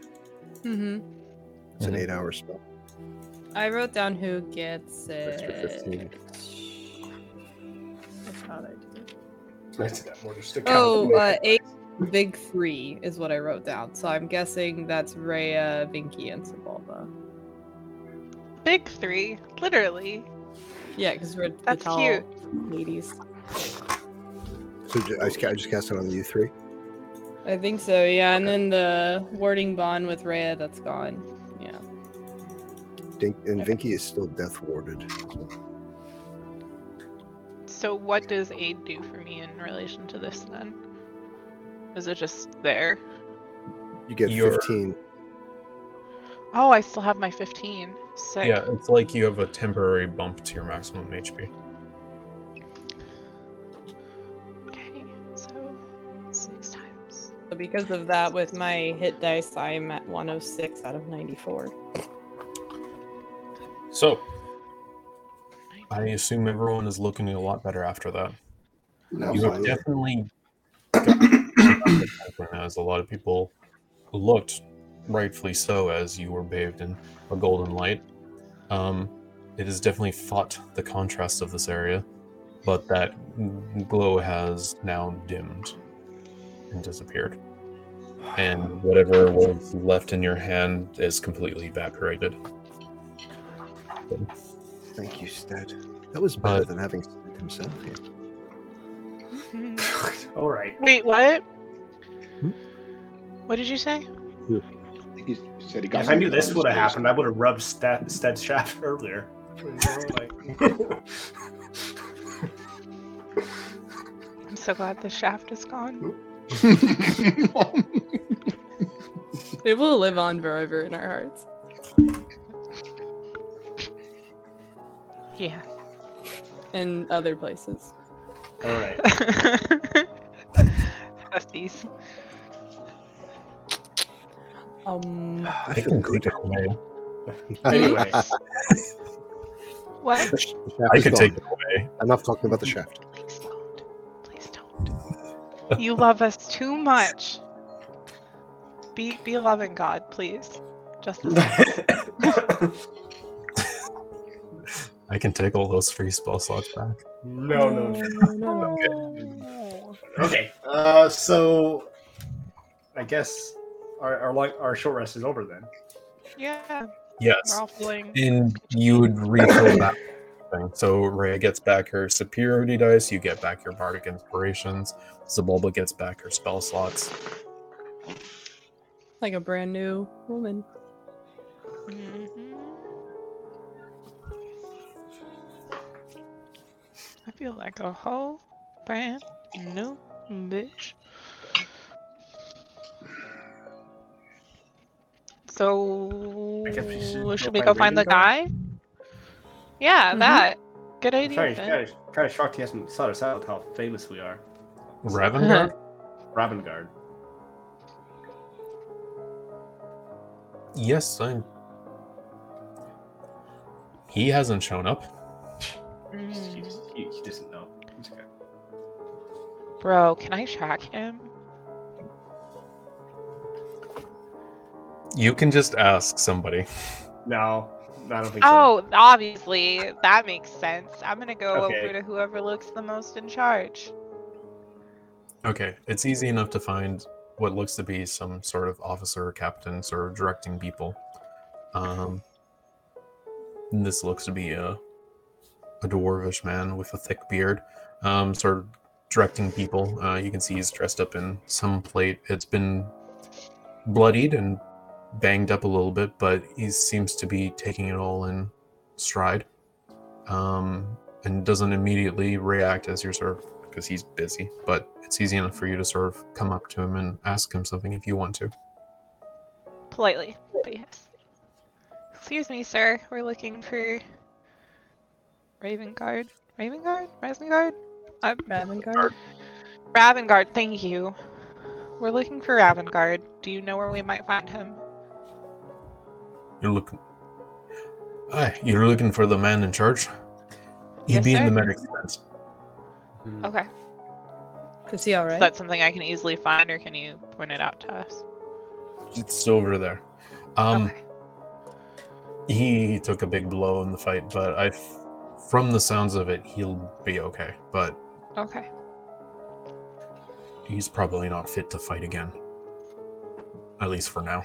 S3: Mm-hmm.
S5: It's an
S2: Mhm.
S5: eight-hour spell.
S3: I wrote down who gets it.
S5: Extra 15.
S3: I thought I did.
S4: I said that more just to
S3: Oh,
S4: calculate.
S3: uh, eight big three is what I wrote down. So I'm guessing that's Rhea, Vinky, and Sabalba.
S6: Big three, literally.
S3: Yeah, because we're the
S6: That's
S3: tall
S6: cute.
S3: ladies.
S5: So ju- I just, ca- I just cast it on you three.
S3: I think so. Yeah, and then the warding bond with Rhea that's gone. Yeah.
S5: Dink, and
S3: Okay.
S5: Vinky is still death warded.
S6: So what does aid do for me in relation to this then? Is it just there?
S5: You get
S2: Your-
S5: fifteen.
S6: Oh, I still have my 15. Sick.
S2: Yeah, it's like you have a temporary bump to your maximum HP.
S6: Okay, so six times.
S3: So because of that, with my hit dice, I'm at 106 out of 94.
S2: So I assume everyone is looking a lot better after that.
S4: No,
S2: You have
S5: Absolutely.
S2: definitely as a lot of people looked rightfully so as you were bathed in a golden light um, it has definitely fought the contrast of this area but that glow has now dimmed and disappeared and whatever was left in your hand is completely evaporated
S5: Thank you, Stead. That was better
S2: But-
S5: than having Stead himself here.
S6: Hmm.
S4: all right.
S6: Wait, what?
S5: Hmm?
S6: What did you say?
S1: I think he said he got
S4: If I knew
S1: something
S4: this
S1: on
S4: would have
S1: his
S4: happened, I would have rubbed Stead, Stead's shaft earlier. You know,
S6: I'm so glad the shaft is
S2: Hmm?
S6: gone.
S1: face.
S3: It will live on forever in our hearts.
S6: Yeah.
S3: And other places.
S4: like- all right.
S6: Testes.
S3: Um,
S5: I feel good.
S2: Now.
S4: Anyway,
S6: What?
S5: The sh- the shaft
S2: I
S5: is
S2: could
S5: gone.
S2: take it away.
S5: Enough talking about the shaft.
S6: Please don't. Please don't. You love us too much. Be be loving God, please. Just as much.
S2: I can take all those free spell slots back.
S4: no, no, no.
S3: no, no, no.
S4: Okay. Uh, so I guess our our, long, our short rest is over then.
S6: Yeah, we're
S2: Yes.
S6: all feeling.
S2: And you would refill that thing. So Rhea gets back her superiority dice, you get back your bardic inspirations, Zabulba gets back her spell slots.
S3: Like a brand new woman.
S6: Mm-hmm. I feel like a whole brand new bitch. So
S4: I guess we should go
S6: we
S4: find
S6: go find the guy?
S4: Raven
S6: Yeah,
S3: Mhm.
S6: that. Good
S4: I'm
S6: idea.
S4: kind
S6: Finn.
S4: of, kind of shocked he hasn't sought us out with how famous we are.
S2: Ravengard?
S4: Ravengard.
S2: yes, I'm. He hasn't shown up.
S6: Mm.
S4: He, just, he, he doesn't know. It's okay.
S6: Bro, can I track him?
S2: You can just ask somebody.
S4: No, I don't think so.
S6: Oh, obviously. That makes sense. I'm gonna go
S4: Okay.
S6: over to whoever looks the most in charge.
S2: Okay, it's easy enough to find what looks to be some sort of officer or captain, sort of directing people. Um, and this looks to be a, a dwarvish man with a thick beard, um, sort of directing people. Uh, you can see he's dressed up in some plate. It's been bloodied and banged up a little bit, but he seems to be taking it all in stride um, and doesn't immediately react as you're sort of because he's busy, but it's easy enough for you to sort of come up to him and ask him something if you want to.
S6: Politely, but yes. Excuse me, sir. We're looking for Raven Guard. Raven Guard? Rising Guard? Uh,
S3: Ravengard?
S6: Raven Guard, thank you. We're looking for Raven Guard. Do you know where we might find him?
S2: You're looking. Hi, you're looking for the man in charge? He'd
S6: Yes,
S2: be
S6: sir.
S2: in the medics' tent.
S4: Hmm.
S6: Okay.
S3: Is he
S6: Is
S3: alright?
S6: that something I can easily find, or can you point it out to us?
S2: It's over there. Um,
S6: okay.
S2: He took a big blow in the fight, but I. f- From the sounds of it, he'll be okay, but
S6: Okay.
S2: he's probably not fit to fight again. At least for now.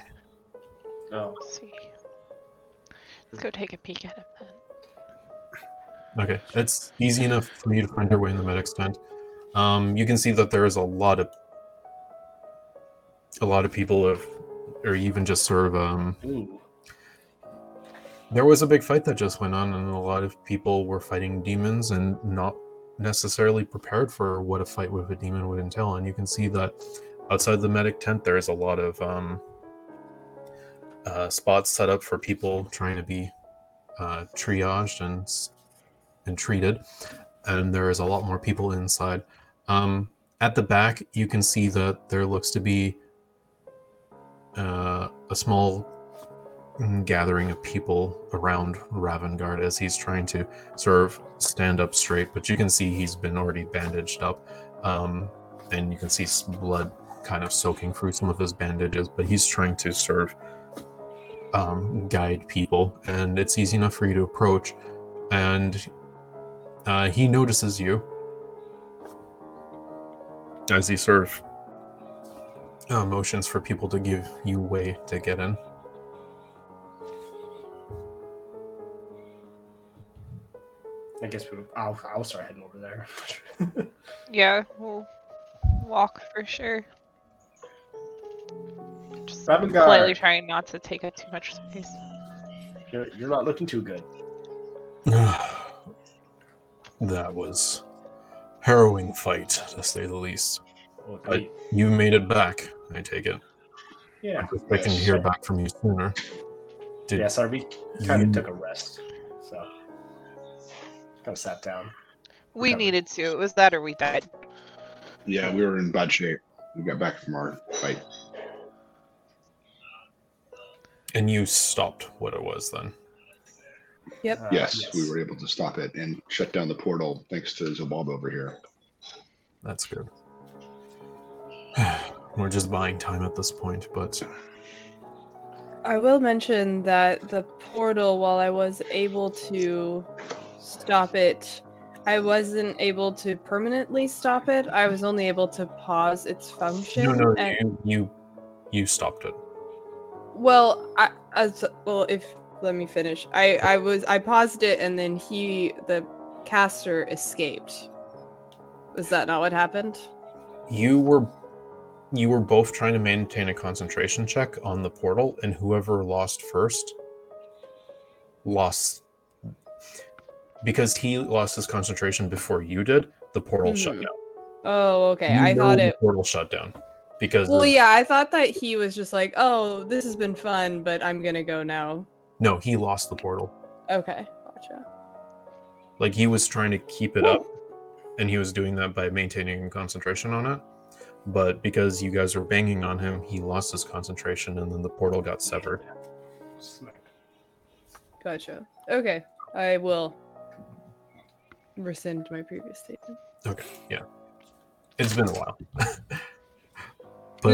S4: Oh.
S6: Let's see. Let's go take a peek at him then.
S2: Okay, it's easy enough for you to find your way in the medic's tent. Um, you can see that there is a lot of a lot of people of, or even just sort of um.
S4: Ooh.
S2: There was a big fight that just went on, and a lot of people were fighting demons and not necessarily prepared for what a fight with a demon would entail. And you can see that outside the medic tent, there is a lot of um, uh, spots set up for people trying to be uh, triaged and s- and treated, and there is a lot more people inside. Um, at the back, you can see that there looks to be uh, a small mm, gathering of people around Ravengard as he's trying to sort of stand up straight, but you can see he's been already bandaged up. Um, and you can see s- blood kind of soaking through some of his bandages, but he's trying to sort of um, guide people. And it's easy enough for you to approach. And uh, he notices you as he sort of uh, motions for people to give you way to get in.
S4: I guess we. I'll, I'll start heading over there.
S6: Yeah, we'll walk for sure. Just
S4: Ravengar.
S6: politely trying not to take up too much space.
S4: You're, you're not looking too good.
S2: that was harrowing fight to say the least
S4: Well,
S2: But- you made it back i take it
S4: yeah.
S2: i'm expecting to hear back from you sooner did
S4: Yes, our beat kind
S2: you
S4: of took a rest, so kind of sat down.
S6: We
S4: Whatever.
S6: needed to. It was that or we died.
S1: Yeah, we were in
S4: Uh,
S1: bad shape. We got back from our fight.
S2: And you stopped what it was then.
S3: Yep.
S4: Uh,
S1: yes, we were able to stop it and shut down the portal thanks to Zobald over here.
S2: That's good. We're just buying time at this point, but
S3: I will mention that the portal, while I was able to stop it, I wasn't able to permanently stop it. I was only able to pause its function.
S2: no, no,
S3: and-
S2: you, you you stopped it.
S3: Well, I as well if let me finish. I I was I paused it and then he the caster escaped. Is that not what happened?
S2: You were you were both trying to maintain a concentration check on the portal, and whoever lost first lost because he lost his concentration before you did. The portal shut
S3: Mhm.
S2: down.
S3: Oh, okay.
S2: You
S3: I
S2: know
S3: thought
S2: the
S3: it
S2: portal shut down because
S3: Well,
S2: of-
S3: yeah, I thought that he was just like, "Oh, this has been fun, but I'm going to go now."
S2: no, he lost the portal.
S3: Okay. Gotcha.
S2: Like he was trying to keep it up, and he was doing that by maintaining concentration on it. But because you guys were banging on him, he lost his concentration, and then the portal got severed.
S3: Gotcha. Okay. I will rescind my previous statement.
S2: It's been a while.
S3: No,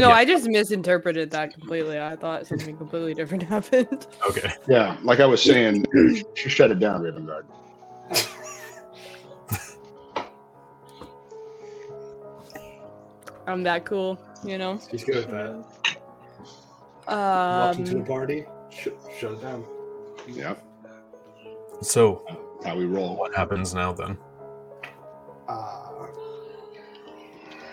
S2: but yeah,
S3: I just misinterpreted that completely. I thought something completely different happened.
S2: okay.
S1: Yeah, like I was saying, she shut it down, Raven Guard.
S3: I'm that cool, you know.
S4: She's good at that. Walked into a
S3: Um,
S4: party, sh- shut it down.
S1: Yep,
S2: So
S1: how we roll.
S2: what happens now then?
S4: Uh,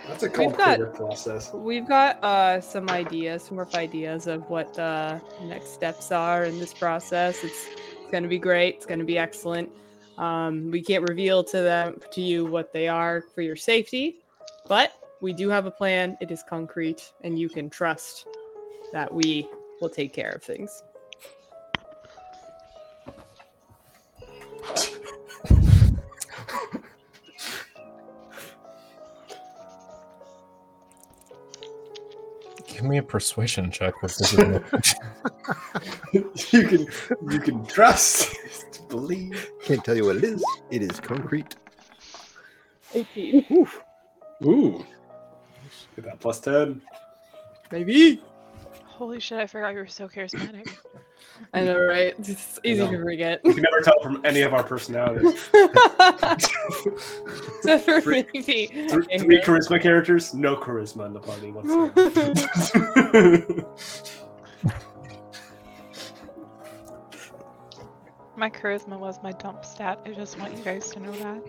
S4: that's a complicated process.
S3: we've got uh, some ideas, some rough ideas of what the next steps are in this process. It's, it's going to be great. It's going to be excellent. Um, we can't reveal to them to you what they are for your safety, but we do have a plan. It is concrete, and you can trust that we will take care of things.
S2: Give me a persuasion check with this.
S4: you can you can trust, believe.
S5: Can't tell you what it is. It is concrete.
S3: 18.
S1: Ooh,
S4: Get that plus ten.
S3: Maybe.
S6: Holy shit, I forgot you were so charismatic.
S3: I know, right? It's easy to forget.
S4: You can never tell from any of our personalities.
S3: Except for
S4: Three-
S3: maybe.
S4: Three, three charisma characters, no charisma in the party whatsoever.
S6: My charisma was my dump stat. I just want you guys to know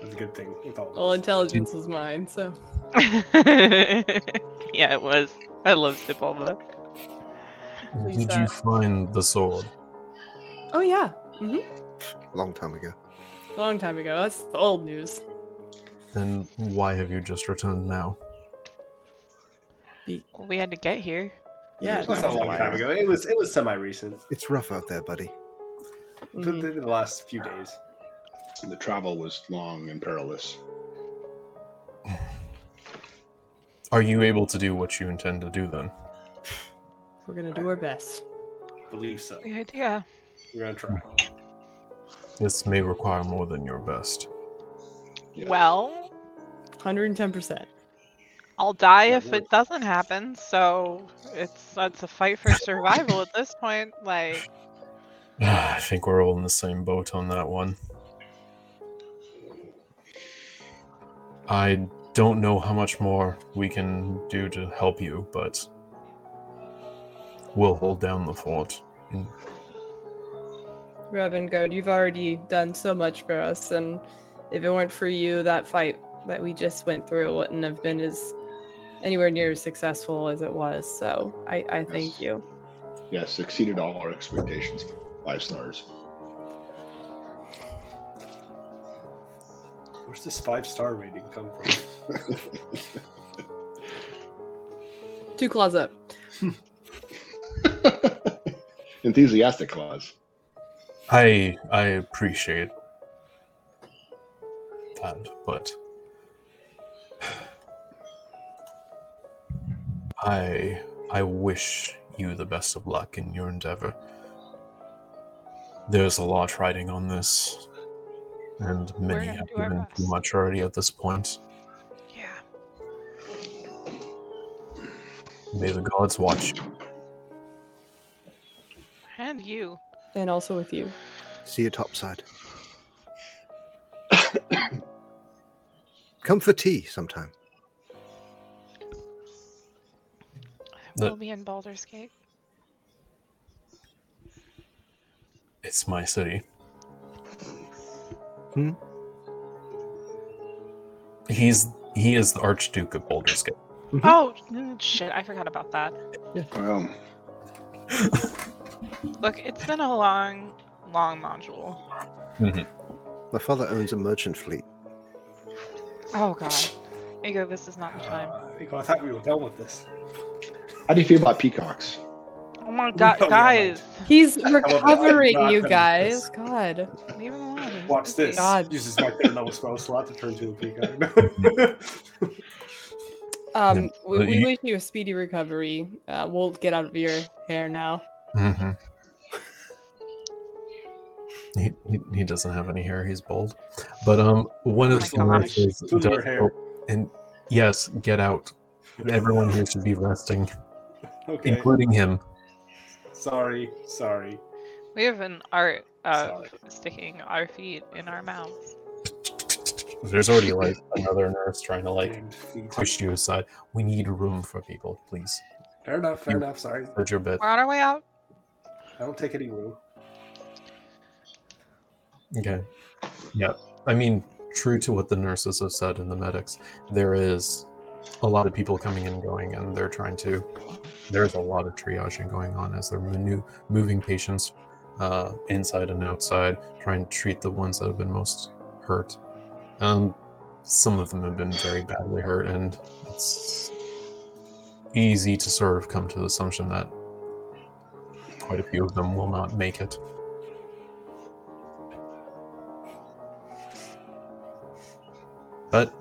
S4: That's a good thing. With all of
S3: Well,
S4: us.
S3: intelligence was mine, so.
S6: that. yeah, it was. I love Sepulva.
S3: Please
S2: Did you
S3: that.
S2: find the sword?
S3: Oh yeah,
S5: Long time ago.
S3: long time ago. That's the old news.
S2: Then why have you just returned now?
S6: We had to get here.
S3: Yeah.
S4: That's not a long time ago. It was it was semi recent.
S5: It's rough out there, buddy.
S3: Mm-hmm.
S4: The, the- the last few days.
S1: the travel was long and perilous.
S2: Are you able to do what you intend to do then?
S3: We're gonna do our best.
S4: Believe so.
S6: Good idea.
S4: We're gonna try.
S2: This may require more than your best.
S1: Yeah.
S6: Well,
S3: 110. percent
S6: I'll die
S1: Yeah,
S6: if
S1: really.
S6: it doesn't happen, so it's that's a fight for survival at this point. Like
S2: I think we're all in the same boat on that one. I don't know how much more we can do to help you, but we'll hold down the fort.
S3: Revengard, you've already done so much for us, and if it weren't for you, that fight that we just went through wouldn't have been as anywhere near as successful as it was. So I, I thank you.
S1: Yes, exceeded all our expectations. Five stars.
S4: Where's this five star rating come from?
S3: Two claws up.
S1: Enthusiastic clause.
S2: I I appreciate that, but I I wish you the best of luck in your endeavor. There's a lot riding on this, and many
S6: gonna
S2: have
S6: do our
S2: given too
S6: best.
S2: much already at this point.
S6: Yeah.
S2: May the gods watch you.
S6: And you.
S3: and also with you.
S5: See you topside. Come for tea sometime.
S2: The-
S6: We'll be in Baldur's Gate.
S2: It's my city.
S5: Hmm?
S2: He's he is the Archduke of Baldur's Gate.
S6: Oh, mm, shit. I forgot about that.
S1: Um,
S6: Look, it's been a long, long module.
S5: My father owns a merchant fleet.
S6: Oh, God. Ego, this is not the time.
S4: Uh, Ego, I thought we were done with this.
S1: how do you feel about peacocks?
S6: Oh, my God.
S4: Oh, yeah.
S6: Guys.
S3: He's
S4: I- I love that.
S3: recovering,
S4: I'm
S3: you
S4: not
S3: guys.
S4: gonna-
S3: God.
S6: Leave him alone. he's
S4: Watch
S6: busy.
S4: this.
S3: God.
S4: Uses my third level spell slot to turn to a peacock.
S3: Um, we,
S2: but
S3: we
S2: you-
S3: wish you a speedy recovery. Uh, we'll get out of your hair now.
S2: hmm He, he, he doesn't have any hair. He's bald. But um, one of
S6: my
S2: the
S6: gosh.
S2: nurses
S4: Lose your
S2: does
S4: hair.
S2: help, oh, and yes, get out. Everyone here should be resting,
S4: okay.
S2: including him.
S4: Sorry. Sorry.
S6: We have an art of
S4: Sorry.
S6: sticking our feet in our mouths.
S2: There's already like another nurse trying to like
S4: Damned feet.
S2: push you aside. We need room for people, please.
S4: Fair enough. Fair
S2: you-
S4: enough. Sorry.
S2: Urge your bit.
S6: We're on our way out.
S4: I don't take any room.
S2: Okay. Yeah. I mean, true to what the nurses have said and the medics, there is a lot of people coming and going, and they're trying to. There's a lot of triaging going on as they're manu- moving patients uh, inside and outside, trying to treat the ones that have been most hurt. Um, some of them have been very badly hurt, and it's easy to sort of come to the assumption that quite a few of them will not make it. But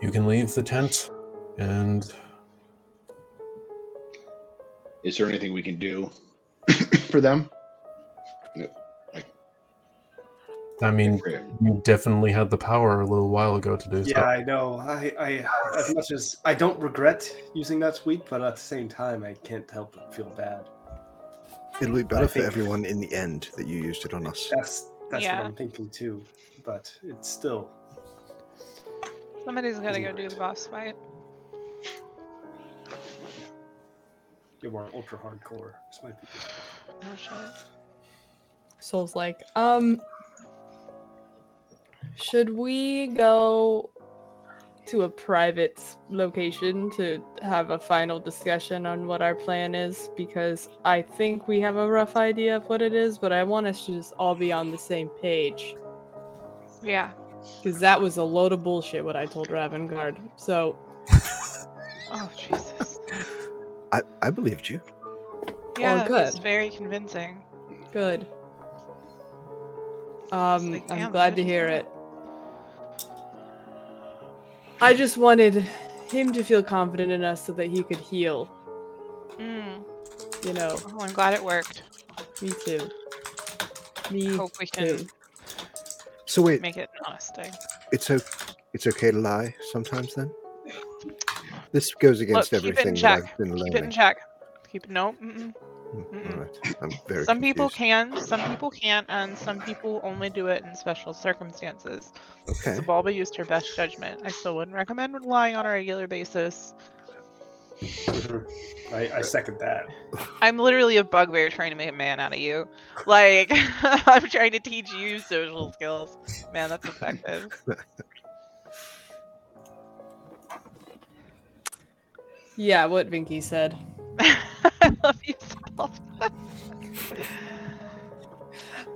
S2: you can leave the tent and
S1: Is there anything we can do for them?
S2: I mean
S1: For you.
S2: you definitely had the power a little while ago to do
S4: Yeah, I know. I, I, as much as I don't regret using that sweep, but at the same time, I can't help but feel bad.
S5: It'll be better for
S4: think-
S5: everyone in the end that you used it on us.
S4: That's that's
S6: Yeah.
S4: what I'm thinking too. But it's still
S6: Somebody's gotta go
S4: Alright.
S6: do the boss fight.
S4: you were ultra hardcore. This might be good.
S6: Oh, shit.
S3: Soul's like, um, should we go to a private s- location to have a final discussion on what our plan is? Because I think we have a rough idea of what it is, but I want us to just all be on the same page.
S6: Yeah.
S3: Because that was a load of bullshit what I told Ravengard. So
S6: Oh, Jesus.
S5: I, I believed you.
S6: Yeah, it's
S3: good.
S6: very convincing.
S3: good. Um,
S6: like,
S3: I'm
S6: damn,
S3: glad
S6: I
S3: to
S6: didn't
S3: hear
S6: know.
S3: it. I just wanted him to feel confident in us so that he could heal.
S6: Mm.
S3: You know,
S6: Oh, I'm glad it worked.
S3: me too. Me
S6: Hope we can
S3: too.
S5: So wait,
S6: make it an honest day.
S5: it's o- it's okay to lie sometimes then? This goes against
S6: keep it in
S5: everything that
S6: check.
S5: I've been
S6: Keep it in
S5: learning.
S6: check. Keep no. Mm-mm.
S5: Mm,
S6: Mm-mm.
S5: All right. I'm very
S6: Some people
S5: confused.
S6: can, some people can't, and some people only do it in special circumstances.
S5: Okay.
S6: So Bulba used her best judgment. I still wouldn't recommend relying on a regular basis.
S4: Mhm. I, I second that.
S6: I'm literally a bugbear trying to make a man out of you. Like, I'm trying to teach you social skills. Man, that's effective.
S3: Yeah, what Vinky said.
S6: I love you, Salt.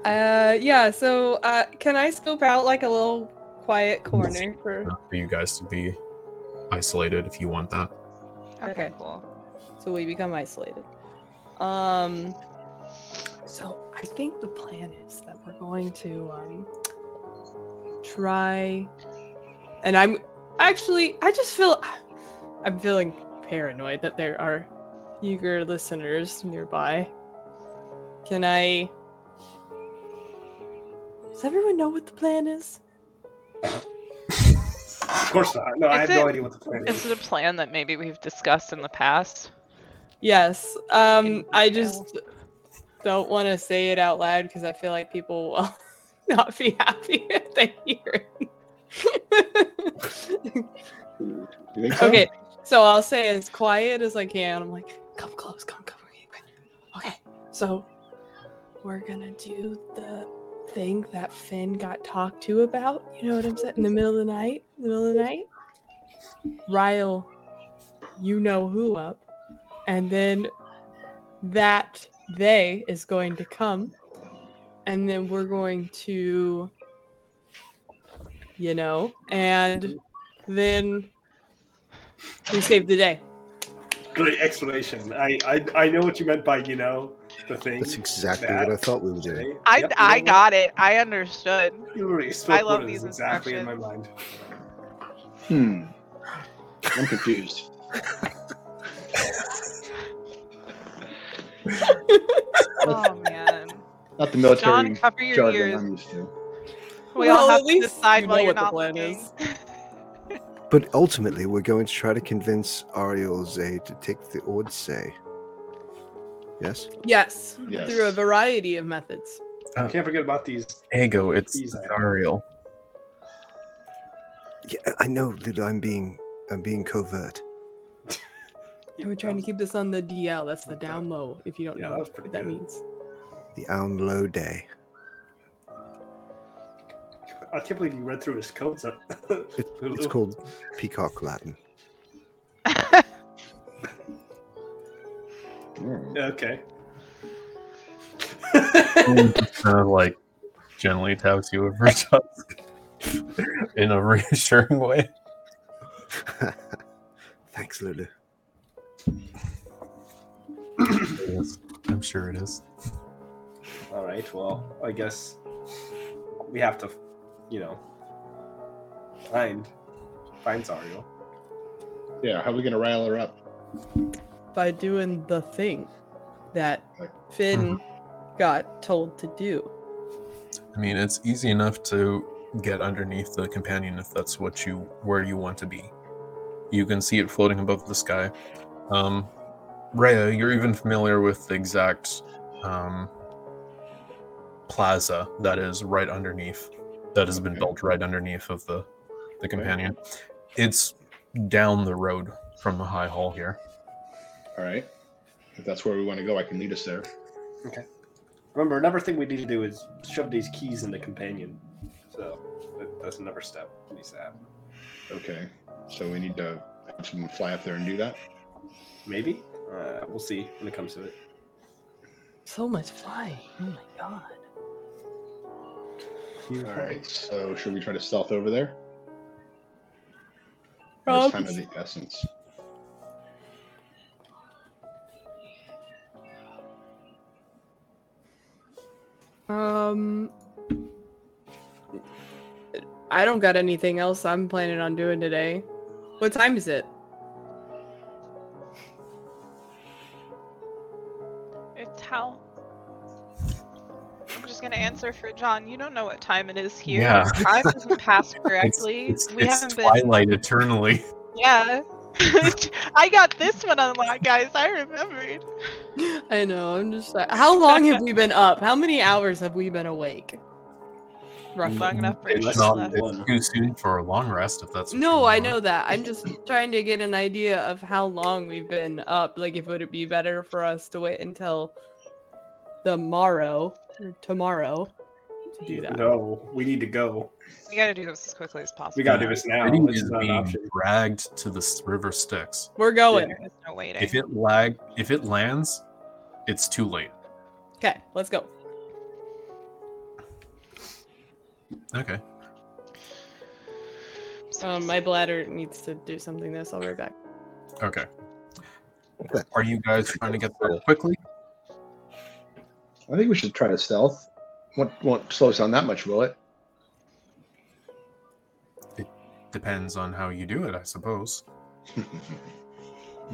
S3: Uh, yeah. So, uh, can I scope out like a little quiet corner for?
S2: for you guys to be isolated if you want that.
S3: Okay.
S6: Okay, cool.
S3: so we become isolated. Um, so I think the plan is that we're going to um, try, and I'm actually I just feel I'm feeling paranoid that there are eager listeners nearby. Can I? Does everyone know what the plan is?
S4: Of course not. No, I
S6: Is
S4: have no
S6: it-
S4: idea what the plan
S6: Is
S4: is.
S6: it a plan that maybe we've discussed in the past?
S3: Yes. Um,
S6: Can
S3: I
S6: tell.
S3: just don't want to say it out loud because I feel like people will not be happy if they hear it.
S1: You think so?
S3: okay, so I'll say as quiet as I can. I'm like, come close, come, come. okay, Okay, so we're gonna do the thing that Finn got talked to about. You know what I'm saying? In the middle of the night, in the middle of the night. Ryle, you know who up, and then that they is going to come, and then we're going to, you know, and then we saved the day.
S4: Great explanation. I, I I know what you meant by you know the thing.
S5: That's exactly
S4: that,
S5: what I thought we were doing.
S4: today.
S6: I
S4: Yep, you
S6: I
S4: know
S6: got it. I understood.
S4: what? You already spoke
S6: love
S4: what it is
S6: these
S4: exactly in my mind.
S1: Hmm. I'm confused.
S6: Oh man.
S1: Not the military
S6: John, cover your
S1: jargon
S6: ears.
S1: I'm used to.
S6: We
S3: Well,
S6: all
S3: at
S6: have to
S3: least
S6: decide
S3: you
S6: while
S3: know
S6: you're
S3: what the
S6: not
S3: plan
S6: looking.
S3: is.
S5: But ultimately, we're going to try to convince Ariel Zay to take the Ordsay. Yes?
S3: Yes,
S1: Yes.
S3: through a variety of methods.
S4: Can't forget about these. uh,
S2: Ego, it's
S4: He's-
S2: Ariel.
S5: Yeah, I know that I'm being I'm being covert.
S3: And we're trying to keep this on the DL. That's the down low. If you don't
S4: Yeah,
S3: know
S4: that was pretty
S3: what that
S4: good.
S3: means.
S5: The Aun Low Day.
S4: I can't believe you read through his codes.
S5: It- it's called Peacock Latin.
S1: Hmm.
S4: Okay.
S2: kind of like gently taps you over tusk in a reassuring way.
S5: Thanks, Lulu.
S2: I'm sure it is.
S4: All right. Well, I guess we have to, you know, find find Zario.
S1: Yeah, how are we gonna rile her up?
S3: By doing the thing that
S1: Like-
S3: Finn
S4: Mm-hmm.
S3: got told to do.
S2: I mean, it's easy enough to get underneath the companion if that's what you where you want to be. You can see it floating above the sky. Um, Rhea, you're even familiar with the exact um, plaza that is right underneath, that has been
S1: Okay.
S2: built right underneath of the the companion. It's down the road from the high hall here.
S1: All right. If that's where we want to go, I can lead us there.
S4: Remember, another thing we need to do is shove these keys in the companion. So that- that's another step. we Need to have.
S1: Okay. So we need to have someone fly up there and do that.
S4: Maybe. Uh, we'll see when it comes to it.
S3: So much flying. Oh my god.
S1: All right. So should we try to stealth over there?
S3: Um,
S1: It's time of the essence.
S3: Um, I don't got anything else I'm planning on doing today. What time is it?
S6: It's how. I'm just gonna answer for John. You don't know what time it is here.
S2: Yeah.
S6: Time doesn't pass
S2: It's,
S6: correctly.
S2: it's,
S6: we
S2: it's
S6: haven't been.
S2: twilight eternally.
S6: Yeah. I got this one unlocked, guys. I remembered.
S3: I know. I'm just. How long have we been up? How many hours have we been awake? Roughly.
S6: Long enough for
S2: It's
S6: each
S2: not
S6: left.
S2: it's too soon for a long rest if that's what
S3: No,
S2: you
S3: I
S2: want.
S3: know that. I'm just trying to get an idea of how long we've been up. Like, if would it be better for us to wait until the morrow or tomorrow to do that?
S4: No, we need to go.
S6: We gotta do this as quickly as possible.
S4: We gotta do this now.
S2: Freddy
S4: This
S2: is
S4: is not an
S2: being
S4: option.
S2: dragged to the s- river Styx.
S3: We're going.
S6: There's no waiting.
S2: If it lag, if it lands, it's too late.
S3: Okay, let's go.
S2: Okay.
S6: So
S3: Um, my bladder needs to do something. This I'll be right back.
S2: Okay.
S5: Okay.
S2: Are you guys trying to get there quickly?
S1: I think we should try to stealth. Won't, won't slow us down that much, will it?
S2: Depends on how you do it, I suppose.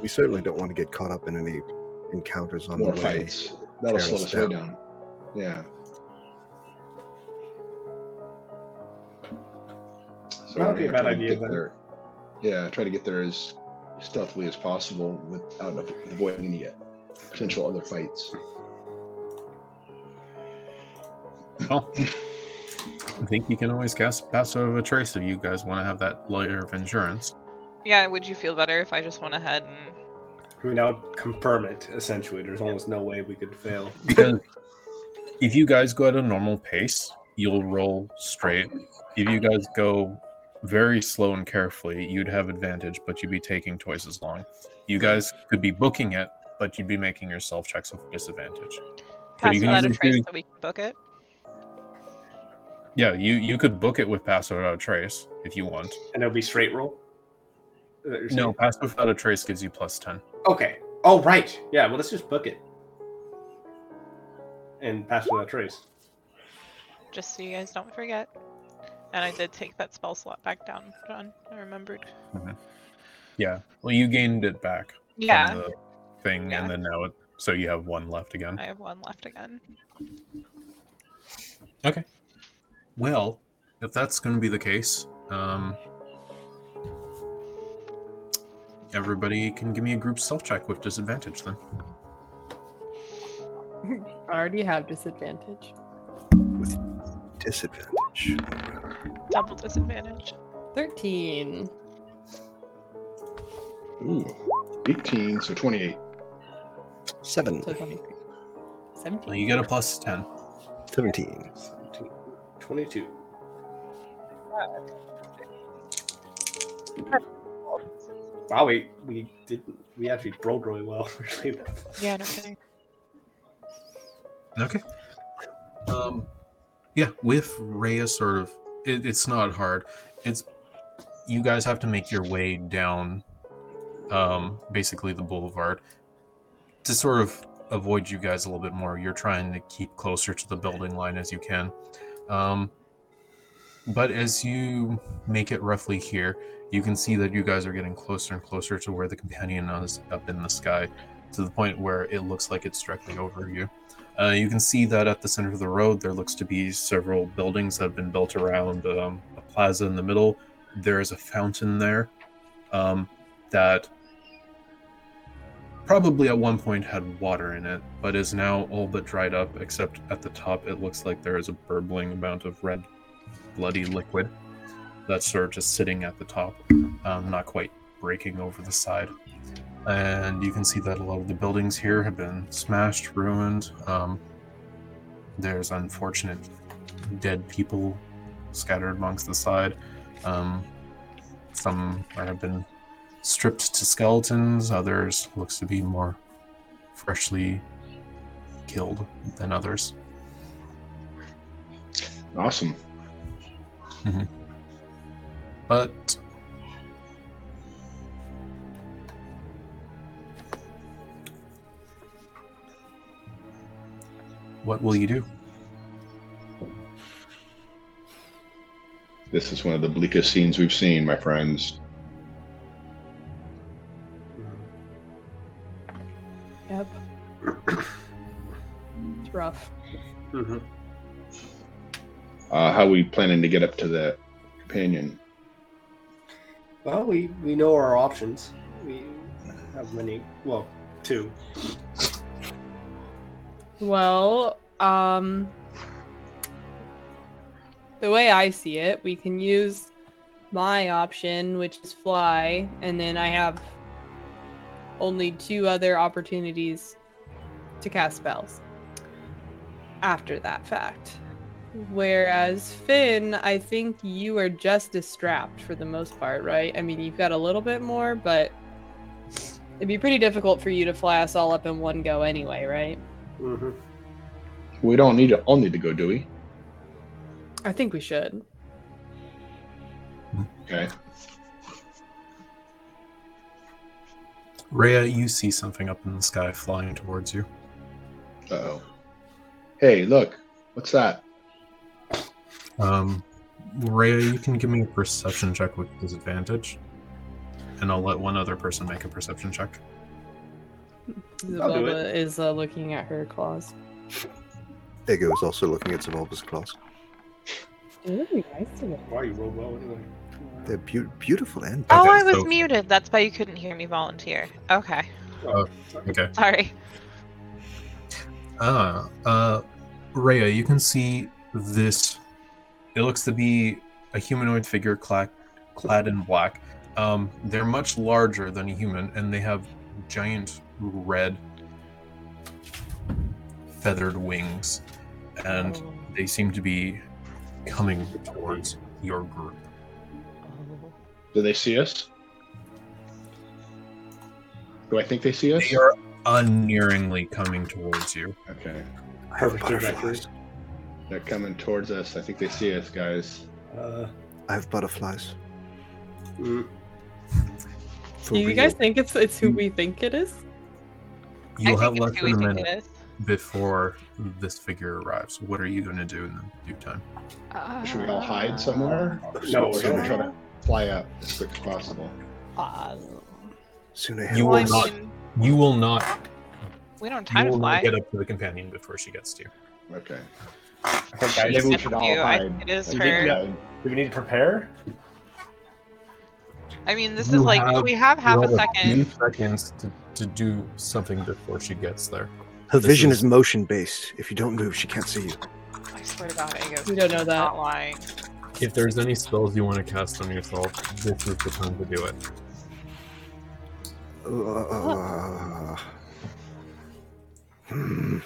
S5: we certainly don't want to get caught up in any encounters on
S1: More
S5: the way.
S1: fights. That'll
S5: Tear
S1: slow us
S5: us
S1: way down. Yeah. So
S4: That'd
S1: we're
S4: be a
S1: gonna
S4: bad
S1: try to
S4: idea,
S1: get
S4: then.
S1: there- Yeah, try to get there as stealthily as possible without av- avoiding any potential other fights.
S2: Well, I think you can always cast pass over a trace if you guys want to have that layer of insurance.
S6: Yeah, would you feel better if I just went ahead and
S4: I mean, I would confirm it, essentially. There's almost no way we could fail.
S2: Because if you guys go at a normal pace, you'll roll straight. If you guys go very slow and carefully, you'd have advantage, but you'd be taking twice as long. You guys could be booking it, but you'd be making yourself checks with disadvantage. So
S6: pass
S2: you can
S6: without a
S2: either
S6: trace
S2: do-
S6: so we can book it?
S2: Yeah, you you could book it with pass without a trace if you want.
S4: And it'll be straight roll? Is that what you're
S2: No,
S4: saying?
S2: pass without a trace gives you plus ten.
S4: Okay. Oh, right. Yeah, well, let's just book it. And pass without trace.
S6: Just so you guys don't forget. And I did take that spell slot back down, John. I remembered.
S2: Yeah. Well, you gained it back. from
S6: Yeah,
S2: the thing,
S6: Yeah.
S2: and then now it. So you have one left again.
S6: I have one left again.
S2: Well, if that's going to be the case, um, everybody can give me a group self check with disadvantage. Then
S3: I already have disadvantage.
S5: Disadvantage.
S6: Double disadvantage.
S3: 13.
S1: Ooh, 18, so 28.
S5: Seven.
S3: So 23. 17.
S2: Well, you get a plus ten.
S5: Seventeen.
S4: 17, 22. Wow, we, we did we actually rolled really well. Really.
S6: Yeah, no kidding.
S2: Okay. Um, yeah, with Rhea, sort of, it, it's not hard. It's you guys have to make your way down, um, basically the boulevard to sort of avoid you guys a little bit more. You're trying to keep closer to the building line as you can. Um, but as you make it roughly here, you can see that you guys are getting closer and closer to where the companion is up in the sky, to the point where it looks like it's directly over you. Uh, you can see that at the center of the road, there looks to be several buildings that have been built around um, a plaza in the middle. There is a fountain there um, that probably at one point had water in it, but is now all but dried up, except at the top, it looks like there is a burbling amount of red, bloody liquid that's sort of just sitting at the top, um, not quite breaking over the side and you can see that a lot of the buildings here have been smashed, ruined. Um, there's unfortunate dead people scattered amongst the side. Um, some have been stripped to skeletons. Others looks to be more freshly killed than others.
S1: Awesome.
S2: But what will you do?
S1: This is one of the bleakest scenes we've seen, my friends.
S3: Yep. It's rough.
S4: Mm-hmm.
S1: Uh, how are we planning to get up to the companion?
S4: Well, we, we know our options. We have many. Well, two.
S3: Well, um, the way I see it, we can use my option, which is fly, and then I have only two other opportunities to cast spells after that fact. Whereas Finn, I think you are just as strapped for the most part, right? I mean, you've got a little bit more, but it'd be pretty difficult for you to fly us all up in one go anyway, right?
S4: Mm-hmm.
S1: We don't need to all need to go, do we?
S3: I think we should.
S1: Okay.
S2: Rhea, you see something up in the sky flying towards you.
S1: Uh oh. Hey, look. What's that?
S2: Um, Rhea, you can give me a perception check with disadvantage. and I'll let one other person make a perception check.
S3: Zabulba is uh, looking at her claws.
S5: Ego is also looking at Zavolva's claws.
S3: It would be nice to look.
S4: Why you roll well anyway?
S5: They're beau- beautiful and
S3: Ah!
S6: Oh,
S2: Okay,
S6: I was
S2: so-
S6: muted. That's why you couldn't hear me volunteer. Okay.
S2: Okay.
S6: Sorry.
S2: Ah, uh, Rhea, you can see this. It looks to be a humanoid figure clad, clad in black. Um, they're much larger than a human, and they have giant red feathered wings, and they seem to be coming towards your group.
S1: Do they see us? Do I think they see us?
S2: They are unnearingly coming towards you.
S1: Okay.
S5: I have
S4: Perfect, you're back,
S5: butterflies.
S1: They're coming towards us. I think they see us, guys.
S4: Uh,
S5: I have butterflies.
S4: mm,
S5: For
S3: Do you
S5: real.
S3: guys think it's it's who we think it is?
S2: You'll
S6: I
S2: have
S6: think
S2: less
S6: it's who we
S2: than a
S6: think
S2: minute
S6: it is.
S2: before this figure arrives. What are you going to do in the due time?
S1: Uh, Should we all
S6: Uh,
S1: hide somewhere?
S4: No,
S1: we're gonna
S4: no.
S1: try to fly up as quick as possible.
S5: Soon I
S2: You
S5: have
S2: will
S6: uh, Well, I
S5: wings.
S2: not-
S6: mean,
S2: You will not
S6: we don't
S2: You
S6: have time to
S2: will not
S6: fly.
S2: get up to the companion before she gets to you.
S1: Okay.
S4: okay,
S1: Maybe
S4: guys.
S1: we should all
S6: you. I-
S1: hide.
S6: it is
S1: We did
S6: her.
S1: hide.
S4: Do we need to prepare?
S6: I mean, this
S2: You
S6: is like
S2: have-
S6: we have half a
S2: You'll have few
S6: second.
S2: seconds to, to do something before she gets there.
S5: Her
S2: This
S5: vision
S2: is-
S5: is motion based. If you don't move, she can't see you.
S6: I swear to God, Ego.
S3: We don't know that.
S6: Not lying.
S2: If there's any spells you want to cast on yourself, this is the time to do it.
S5: Oh, Uh, hmm.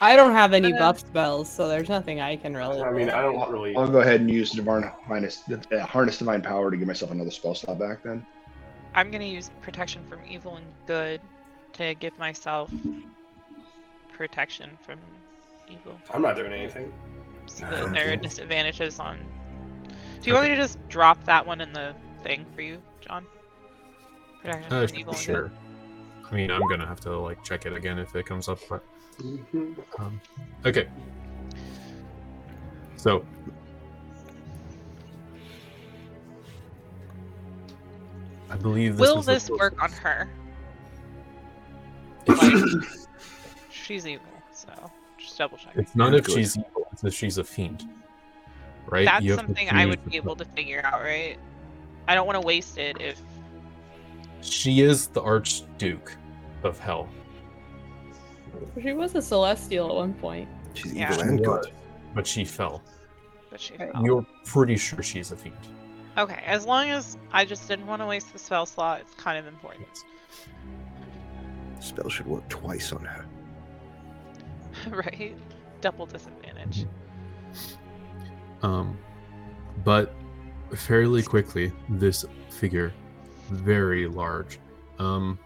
S3: I don't have any
S6: Uh,
S3: buff spells, so there's nothing I can really.
S4: I mean, I don't really.
S1: I'll go ahead and use divine harness, uh, harness divine power to give myself another spell slot back. Then
S6: I'm gonna use protection from evil and good to give myself protection from evil.
S4: I'm not doing anything.
S6: So that there are disadvantages on. Do you want
S2: Okay.
S6: me to just drop that one in the thing for you, John? Protection
S2: Uh,
S6: from evil. and
S2: sure. I mean, I'm gonna have to like check it again if it comes up, but
S4: Mm-hmm.
S2: um, okay. So I believe
S6: good.
S2: this
S6: Will
S2: is the
S6: this work on
S2: closest.
S6: her?
S2: If she-
S6: Like, she's evil, so just double check.
S2: It's not if
S5: Good.
S2: she's evil, it's if she's a fiend. Right?
S6: That's
S2: You have to
S6: something I
S2: choose
S6: would
S2: the-
S6: be able to figure out, right? I don't want to waste it if
S2: She is the Archduke of Hell.
S3: She was a celestial at one point.
S5: She's
S6: Yeah.
S5: evil
S2: She
S5: and
S2: was,
S5: good.
S2: But she fell.
S6: but she
S3: Right.
S6: fell.
S2: You're pretty sure she's a fiend.
S6: Okay, as long as I just didn't want to waste the spell slot, it's kind of important.
S2: Yes.
S5: Spell should work twice on her.
S6: right? Double disadvantage.
S2: Um, but fairly quickly, this figure, very large, um,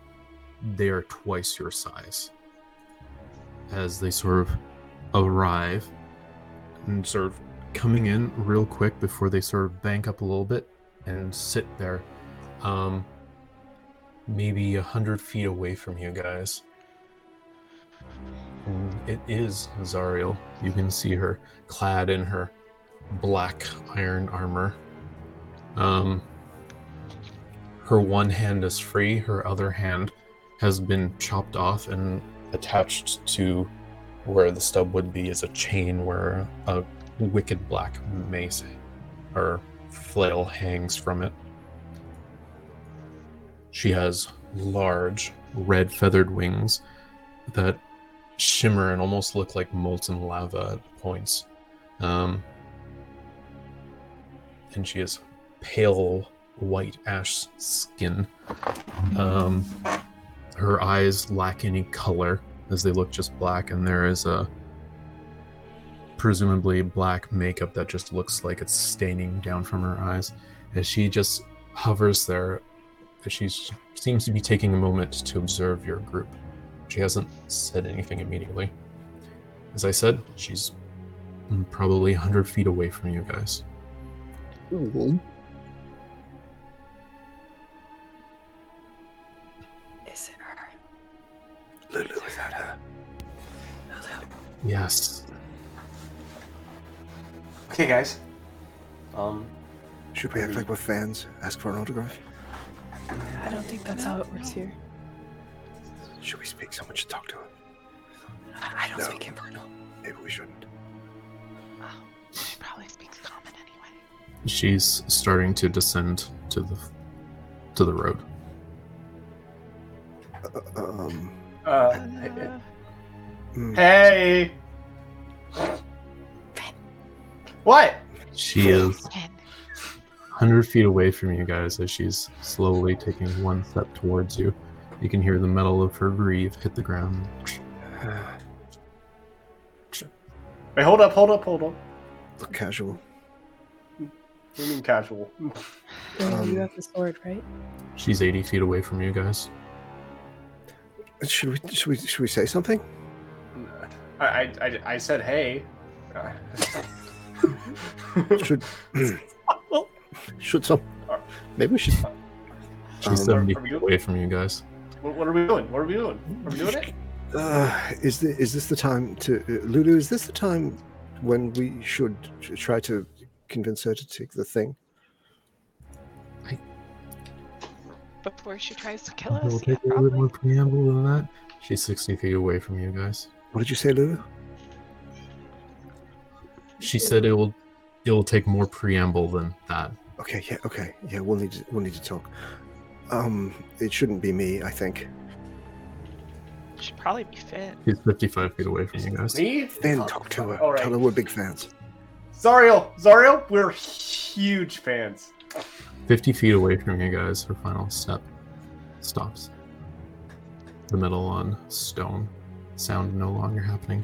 S2: they are twice your size. As they sort of arrive and sort of coming in real quick before they sort of bank up a little bit and sit there, um, maybe a hundred feet away from you guys. And it is Zariel. You can see her clad in her black iron armor. Um, her one hand is free, her other hand has been chopped off and attached to where the stub would be as a chain where a wicked black mace or flail hangs from it. She has large red feathered wings that shimmer and almost look like molten lava at points. Um, and she has pale white ash skin. Um, her eyes lack any color as they look just black, and there is a presumably black makeup that just looks like it's staining down from her eyes as she just hovers there. She seems to be taking a moment to observe your group. She hasn't said anything immediately. As I said, she's probably 100 feet away from you guys.
S3: Is it her?
S5: Lulu, is that her?
S2: Yes.
S4: Okay, Um, guys. Um,
S5: Should we act like we're fans? Ask for an autograph?
S3: I don't think that's how it works here.
S5: Should we speak? Someone should talk to him.
S6: I don't
S5: No.
S6: speak infernal.
S5: Maybe we shouldn't.
S6: Oh, she probably speaks common anyway.
S2: She's starting to descend to the to the road.
S5: Uh, um.
S4: Uh,
S6: Uh,
S5: hmm.
S4: hey. What?
S2: She is
S6: Ken.
S2: 100 feet away from you guys as she's slowly taking one step towards you. You can hear the metal of her breathe hit the ground.
S4: Wait, hold up, hold up, hold up.
S5: Look casual.
S4: We mean casual.
S5: Um,
S3: you have the sword, right?
S2: She's 80 feet away from you guys.
S5: Should we? Should we? Should we say something?
S4: I, I, I, I said hey. Uh,
S5: Should. should some? Maybe we should.
S2: She's
S5: Um,
S2: 70
S4: are we
S2: feet
S4: good?
S2: away from you guys.
S4: what, what are we doing? What are we doing? Are we doing it?
S5: Uh, is the, is this the time to uh, Lulu? Is this the time when we should t- try to convince her to take the thing?
S6: Before she tries to kill
S2: I will
S6: us.
S2: take
S6: yeah,
S2: a little
S6: probably.
S2: more preamble than that. She's 60 feet away from you guys.
S5: What did you say, Lulu?
S2: She said it will it will take more preamble than that.
S5: Okay, yeah, okay, yeah. We'll need to, we'll need to talk. Um, it shouldn't be me. I think.
S6: She'd probably be fit.
S2: She's 55 feet away from you guys.
S4: Me? Uh,
S5: Then talk to her.
S4: All right.
S5: Tell her we're big fans.
S4: Zariel, Zariel, we're huge fans.
S2: 50 feet away from you guys, her final step stops. The metal on stone. Sound no longer happening.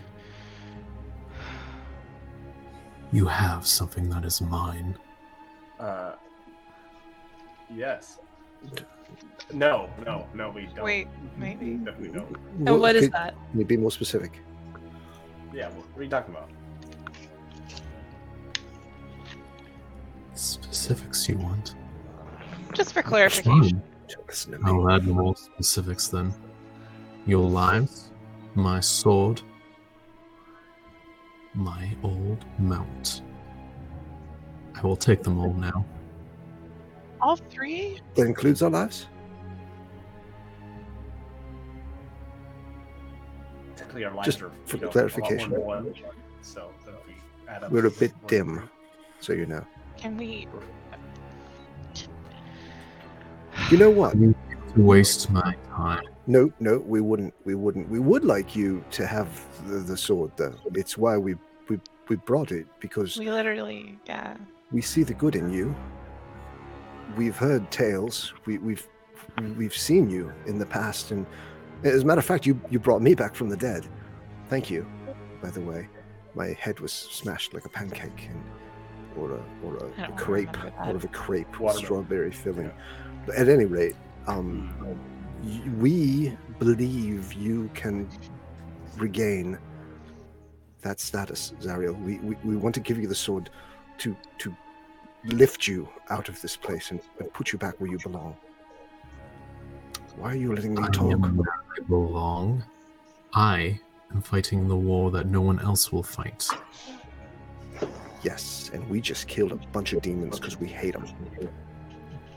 S2: You have something that is mine.
S4: Uh, yes. No, no, no, we don't.
S6: Wait, maybe.
S4: No, we don't.
S3: And what is
S5: Could-
S3: that?
S5: Can you be more specific?
S4: Yeah, what are you talking about?
S2: Specifics you want.
S6: Just for clarification.
S5: Don't listen to me.
S2: I'll add more specifics then. Your lives, my sword, my old mount. I will take them all now.
S6: All three?
S5: That includes our lives.
S4: Technically, our lives
S5: Just
S4: are
S5: for
S4: you know,
S5: clarification.
S4: a lot more than one, so if we add up-
S5: We're a bit dim, so you know.
S6: Can we.
S5: You know what?
S2: To waste my time.
S5: No, no, we wouldn't. We wouldn't. We would like you to have the, the sword, though. It's why we we we brought it because
S6: We literally, yeah.
S5: we see the good in you. We've heard tales. We, we've we've seen you in the past, and as a matter of fact, you you brought me back from the dead. Thank you, by the way. My head was smashed like a pancake, and or a or
S6: I
S5: a
S6: don't
S5: crepe,
S6: remember that.
S5: out of a crepe, with
S4: Watermelon.
S5: strawberry filling. But at any rate, um, y- we believe you can regain that status, Zariel. We, we we want to give you the sword to to lift you out of this place and, and put you back where you belong. Why are you letting me
S2: I
S5: talk?
S2: am where I belong. I am fighting the war that no one else will fight.
S5: Yes, and we just killed a bunch of demons because we hate them.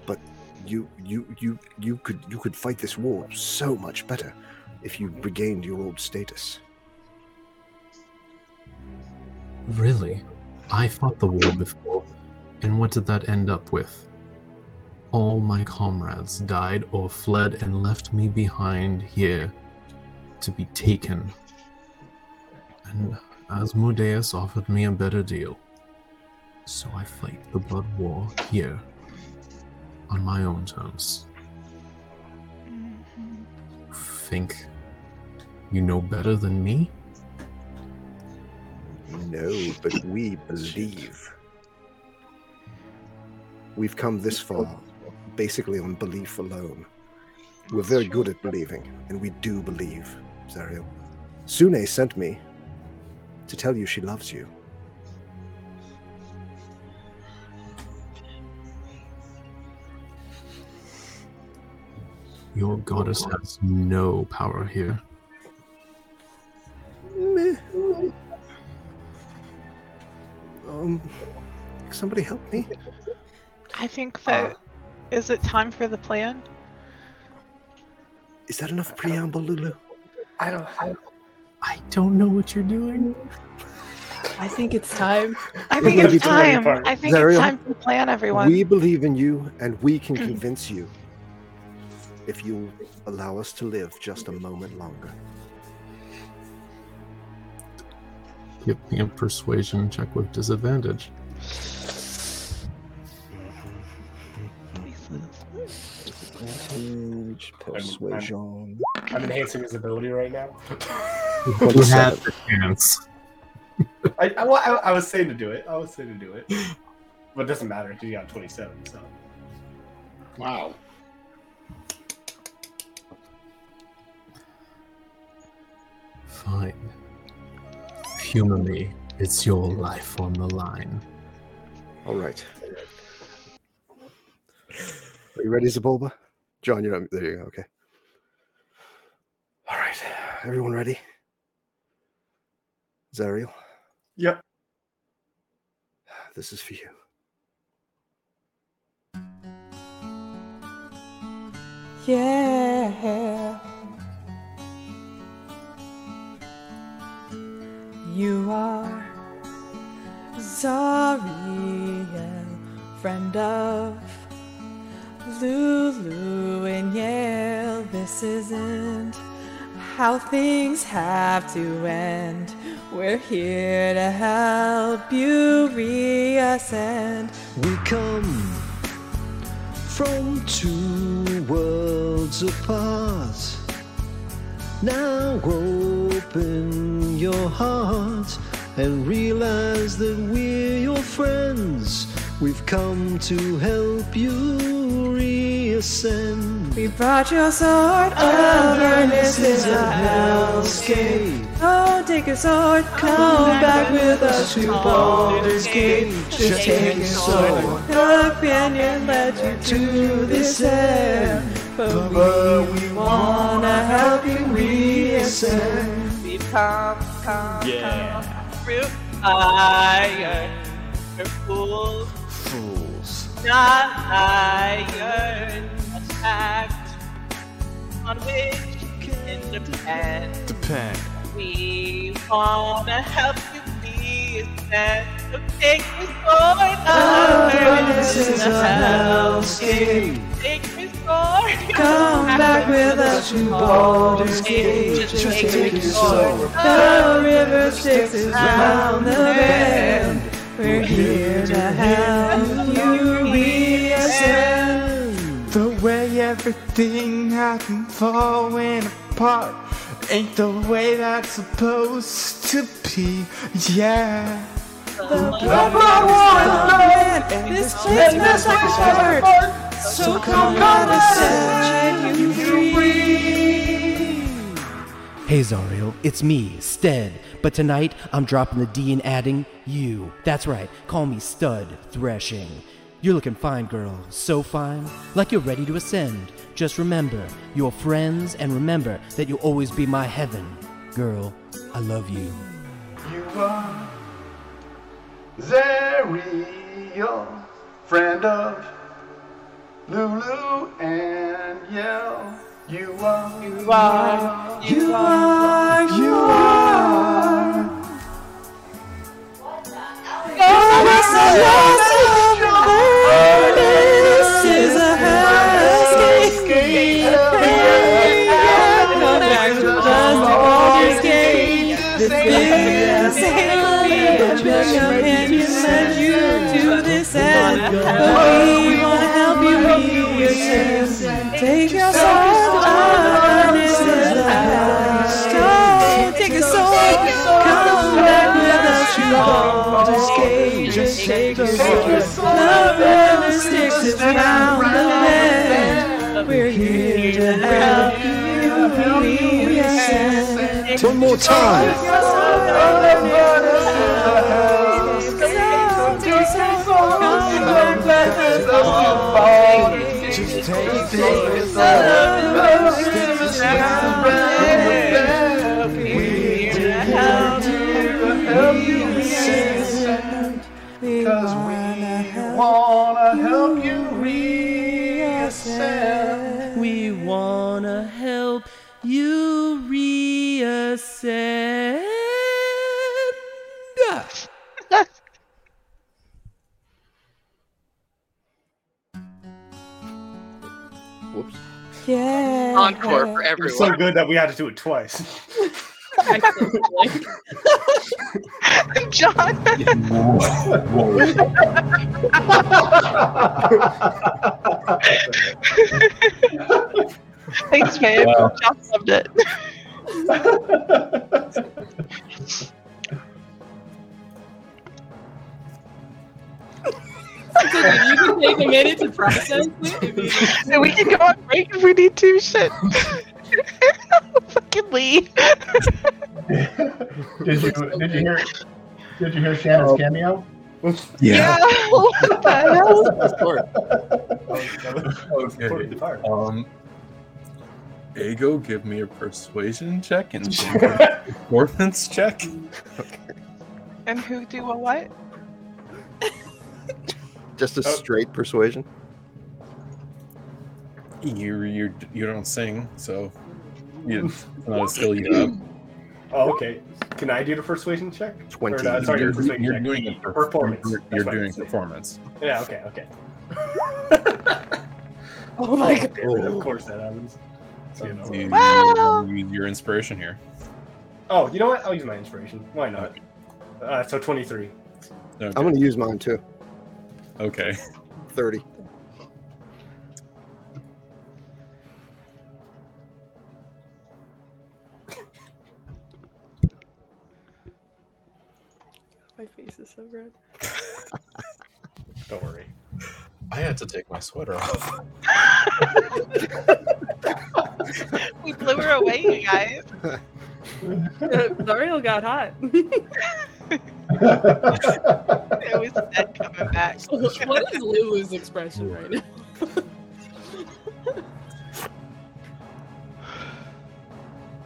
S5: But you, you, you, you could, you could fight this war so much better if you regained your old status.
S2: Really? I fought the war before, and what did that end up with? All my comrades died or fled and left me behind here to be taken. And Asmodeus offered me a better deal. So I fight the blood war here on my own terms.
S6: Mhm.
S2: Think you know better than me?
S5: No, but we believe. We've come this far, basically on belief alone. We're very good at believing, and we do believe, Zariel. Sune sent me to tell you she loves you.
S2: Your goddess has no power here.
S5: Meh. Um, somebody help me. Uh,
S6: I think that. Is it time for the plan?
S5: Is that enough preamble, Lulu?
S4: I don't.
S2: I don't know what you're doing.
S3: I think it's time.
S6: I
S5: We're
S6: think
S5: gonna
S6: it's
S5: be playing
S6: time.
S4: apart.
S6: I think it's
S5: Zariel,
S6: time to plan, everyone.
S5: We believe in you, and we can convince you if you allow us to live just a moment longer.
S2: Give me a persuasion check with disadvantage.
S4: persuasion. I'm enhancing his ability right now.
S2: you have the chance.
S4: I, I, well, I, I was saying to do it. I was saying to do it. But it doesn't matter because you got 27. So
S1: Wow.
S2: Fine. Humor me. It's your life on the line.
S5: All right. Are you ready, Zabulba? John, you're on. There you go. Okay. All right. Everyone ready? Zariel?
S4: Yep.
S5: This is for you.
S8: Yeah. You are Zariel, friend of Lulu and Yale. This isn't how things have to end. We're here to help you reascend.
S9: We come from two worlds apart. Now open your heart and realize that we're your friends. We've come to help you reascend.
S8: We brought your sword over. This is a hellscape. Oh, take your sword. Come back with us to Baldur's Gate. Just take your sword. The canyon led you to this end. But we wanna help you reascend.
S6: We come, come,
S4: Yeah.
S6: come through fire. We're fools,
S9: Fools.
S6: not iron. Attacked on which can depend.
S9: Depend.
S6: We wanna help you be a set. So take me for
S9: This is a hellscape.
S6: Take me for
S8: Come back with us to Baldur's Gate.
S6: Just take me for
S8: The river Styx is round the bend. We're here to help you reascend.
S10: The way everything I've been falling apart ain't the way that's supposed to be. Yeah.
S8: This place must be hard. So come on, let you free.
S11: Hey Zario, it's me, Sted. But tonight, I'm dropping the D and adding you. That's right, call me Stud Threshing. You're looking fine, girl. So fine. Like you're ready to ascend. Just remember, you're friends, and remember that you'll always be my heaven. Girl, I love you.
S10: You are Zariel, friend of Lulu and Yell. You are. You are.
S8: You are, you are. This is a hellscape. Come back to Baldur's Gate. This is a hellscape. And you led you to this end. But we want to help you be yourself. Take your soul on this is a hellscape. Take your soul. Come back with us to Baldur's Gate. Just take your soul. Love really sticks is round the bend. We're here to help you reascend.
S5: One more time.
S8: Because we wanna help you reascend.
S11: We wanna help
S12: encore for
S4: It was so
S12: everyone.
S4: good that we had to do it twice.
S12: John.
S6: Thanks, babe.
S12: Wow.
S6: John loved it.
S3: you can take a minute to process
S6: So we can go on break if we need to. Shit. Fucking leave.
S13: Did you did you hear did you hear Shannon's cameo?
S6: Yeah. what the hell?
S2: Okay. Um, Ego, give me a persuasion check and performance check.
S6: And who do a what?
S5: Just a straight persuasion.
S2: You you you don't sing, so you, it's not a skill you have.
S4: Oh, okay. Can I do the persuasion check? Or
S2: 20.
S4: no, sorry,
S2: You're-
S4: the persuasion
S2: you're
S4: check.
S2: doing a perf-
S4: performance.
S2: you're-
S4: That's
S2: you're
S4: what I
S2: doing
S4: said.
S2: performance.
S4: Yeah. Okay. Okay.
S3: oh my
S4: God. Of course that happens. So, you know.
S2: You, you need your inspiration here.
S4: Oh, you know what? I'll use my inspiration. Why not? Uh, so twenty-three.
S5: I'm going to use mine too.
S2: Okay.
S5: 30.
S3: My face is so red.
S4: Don't worry.
S2: I had to take my sweater off.
S6: We blew her away, you guys.
S3: Zariel got hot.
S6: It was that coming back.
S3: Oh what is Lulu's expression right now?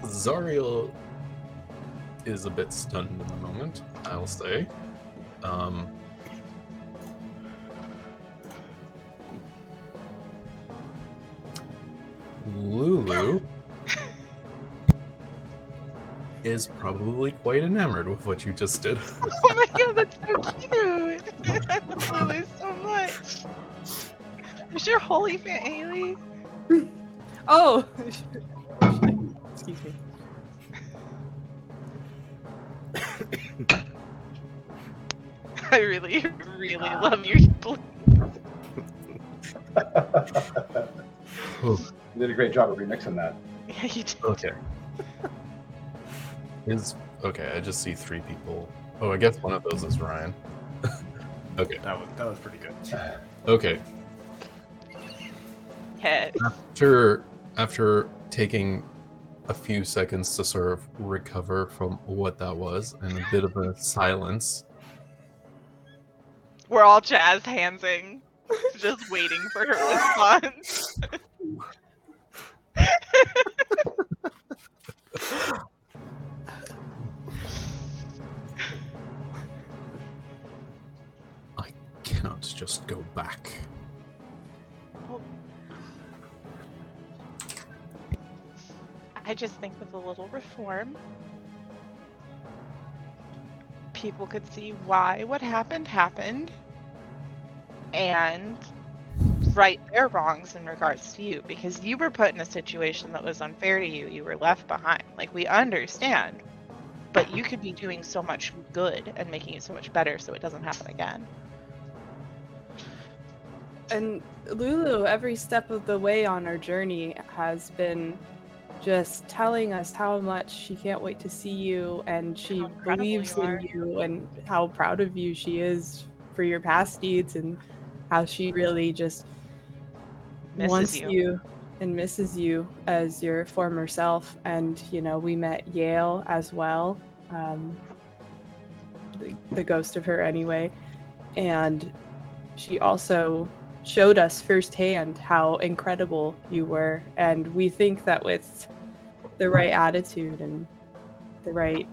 S2: Zariel is a bit stunned in the moment, I'll say. Um, Lulu is probably quite enamored with what you just did.
S6: Oh my god, that's so cute. I love Lulu so much. Is your holy fan Ailey?
S3: Oh. Excuse me.
S6: I really, really love your blue.
S2: you
S13: did a great job of remixing that.
S6: Yeah, you did.
S2: Okay. Is okay. I just see three people. Oh, I guess one of those is Ryan. okay.
S4: That was that was pretty good.
S2: Okay.
S6: Yeah.
S2: After after taking a few seconds to sort of recover from what that was and a bit of a silence,
S6: We're all jazz handsing, just waiting for her response.
S2: cannot just go back.
S6: I just think with a little reform, people could see why what happened happened and right their wrongs in regards to you because you were put in a situation that was unfair to you. You were left behind. Like, we understand, but you could be doing so much good and making it so much better so it doesn't happen again.
S3: And Lulu, every step of the way on our journey has been just telling us how much she can't wait to see you and she believes in you and how proud of you she is for your past deeds and how she really just
S6: Misses
S3: wants
S6: you.
S3: you and misses you as your former self. And, you know, we met Yale as well, um, the, the ghost of her anyway. And she also showed us firsthand how incredible you were. And we think that with the right attitude and the right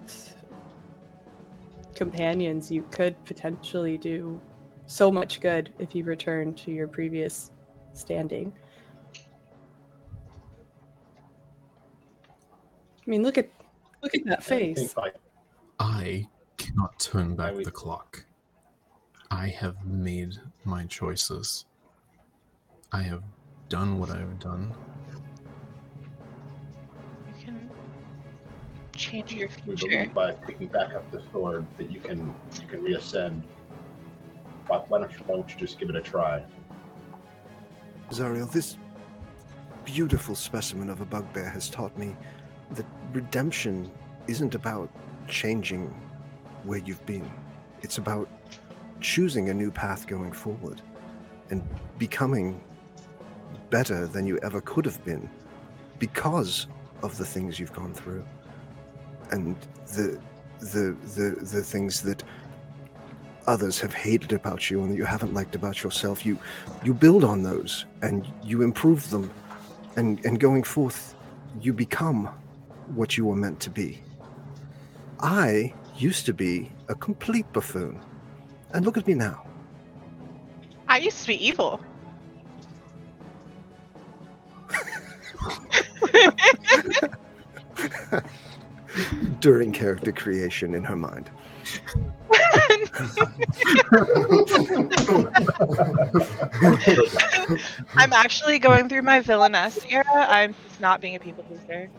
S3: companions, you could potentially do so much good if you return to your previous standing. I mean, look at look at that face.
S2: I cannot turn back the clock. I have made my choices. I have done what I have done.
S6: change your
S13: We
S6: future.
S13: believe by picking back up the sword that you can you can reascend. But why don't you, why don't you just give it a try?
S5: Zariel, this beautiful specimen of a bugbear has taught me that redemption isn't about changing where you've been. It's about choosing a new path going forward and becoming better than you ever could have been because of the things you've gone through and the the the, the things that others have hated about you and that you haven't liked about yourself you you build on those and you improve them and and going forth you become what you were meant to be i used to be a complete buffoon and look at me now
S6: I used to be evil.
S5: during character creation in her mind
S6: I'm actually going through my villainess era. I'm just not being a people pleaser.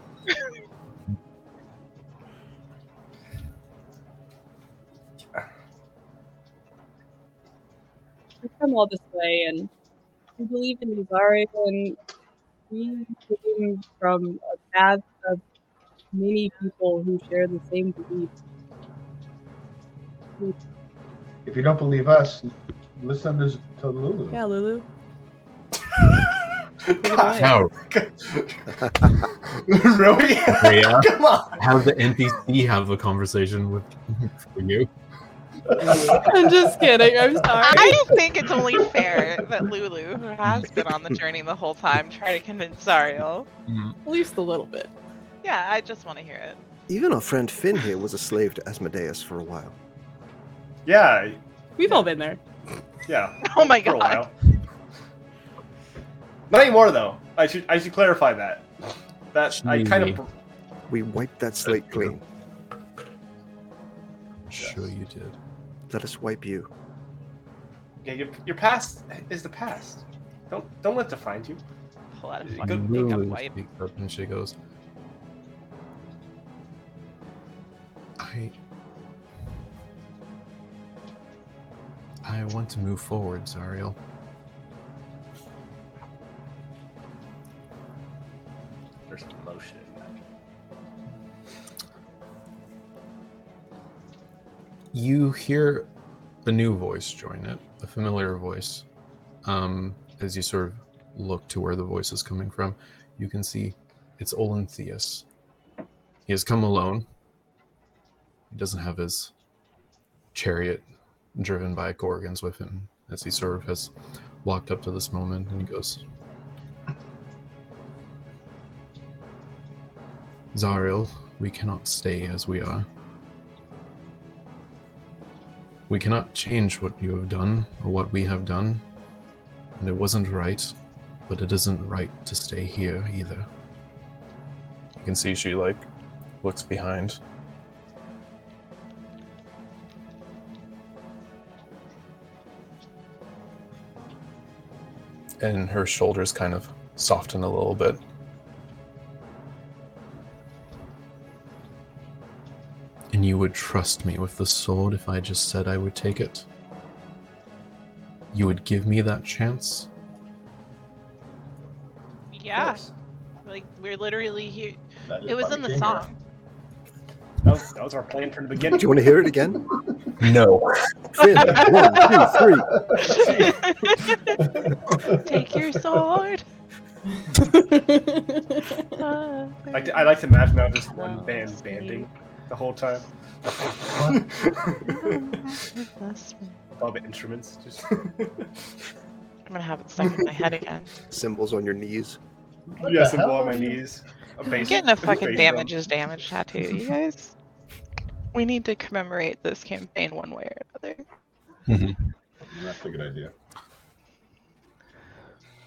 S3: We've come all this way, and we believe in Nazari, and we came from a path of many people who share the same belief.
S13: If you don't believe us, listen to, to Lulu.
S3: Yeah, Lulu.
S2: How?
S4: really?
S2: Rhea,
S4: Come on.
S2: have the NPC have a conversation with for you.
S3: I'm just kidding. I'm sorry.
S6: I think it's only fair that Lulu, who has been on the journey the whole time, try to convince Ariel.
S3: At least a little bit.
S6: Yeah, I just want to hear it.
S5: even our friend finn here was a slave to asmodeus for a while
S4: Yeah.
S3: We've all been there.
S4: Yeah.
S6: Oh my
S4: For a while. Not anymore though. I should I should clarify that. That I kind of
S5: we wiped that slate clean
S2: sure you did
S5: let us wipe you
S4: yeah, your, your past is the past. Don't don't let it define you.
S6: Pull out a
S4: Good-
S6: fucking makeup
S2: Lulu
S6: wipe.
S2: speaks up and she goes, I, I want to move forward, Zariel.
S4: There's emotion in that.
S2: you hear a new voice join it, a familiar voice. Um, as you sort of look to where the voice is coming from, you can see it's Olenthius. He has come alone. He doesn't have his chariot driven by Gorgons with him, as he sort of has walked up to this moment and he goes, Zariel, we cannot stay as we are. We cannot change what you have done or what we have done. And it wasn't right, but it isn't right to stay here either. You can see she, like, looks behind. And her shoulders kind of soften a little bit. And you would trust me with the sword if I just said I would take it? You would give me that chance?
S6: Yeah. Like, we're literally here.
S4: That is
S6: It was
S4: why
S6: in
S4: we
S6: the
S4: came here.
S6: song.
S4: That was, that was our plan from the
S5: do
S4: beginning.
S5: you want to hear it again
S2: No.
S5: finn one two three
S6: Take your sword. Uh,
S4: I, d- I like to imagine that was just
S6: Oh,
S4: one band banding the whole time. Above instruments, just
S6: I'm gonna have it stuck in my head again.
S5: symbols on your knees
S4: yes, and blow on my knees. A
S6: I'm
S4: bass,
S6: getting a
S4: bass
S6: fucking
S4: drum.
S6: damage is damage tattoo. You guys, we need to commemorate this campaign one way or another.
S13: That's a good idea.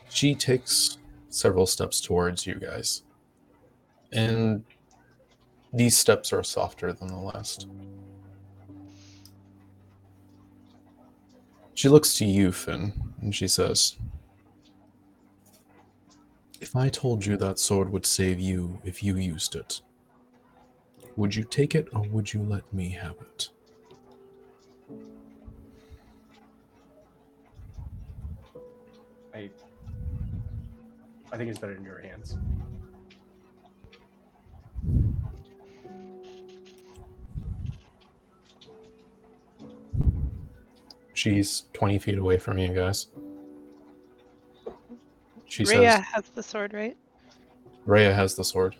S2: She takes several steps towards you guys. And these steps are softer than the last. She looks to you, Finn, and she says, If I told you that sword would save you if you used it, Would you take it or would you let me have it?
S4: I, I think it's better in your hands.
S2: She's 20 feet away from you guys. She
S6: Rhea
S2: says,
S6: has the sword, right?
S2: Rhea has the sword.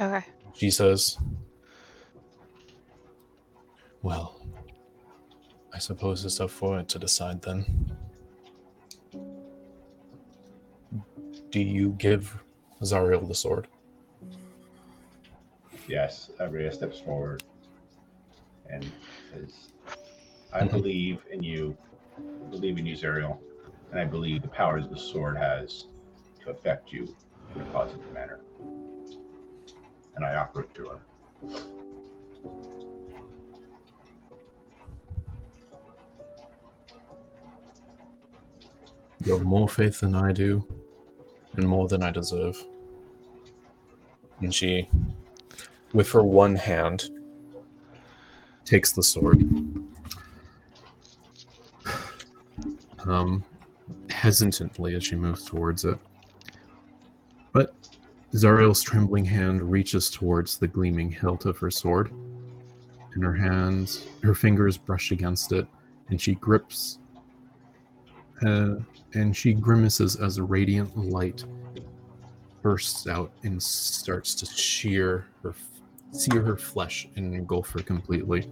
S6: Okay.
S2: She says, Well, I suppose it's up for it to decide then. Do you give Zariel the sword?
S13: Yes, Rhea steps forward and says, I believe in you. I believe in you, Zerial. And I believe the powers the sword has to affect you in a positive manner. And I offer it to her.
S2: You have more faith than I do, and more than I deserve. And she, with her one hand, takes the sword. Um, hesitantly as she moves towards it. But Zariel's trembling hand reaches towards the gleaming hilt of her sword, and her hands, her fingers brush against it, and she grips uh, and she grimaces as a radiant light bursts out and starts to shear her, sear her flesh and engulf her completely.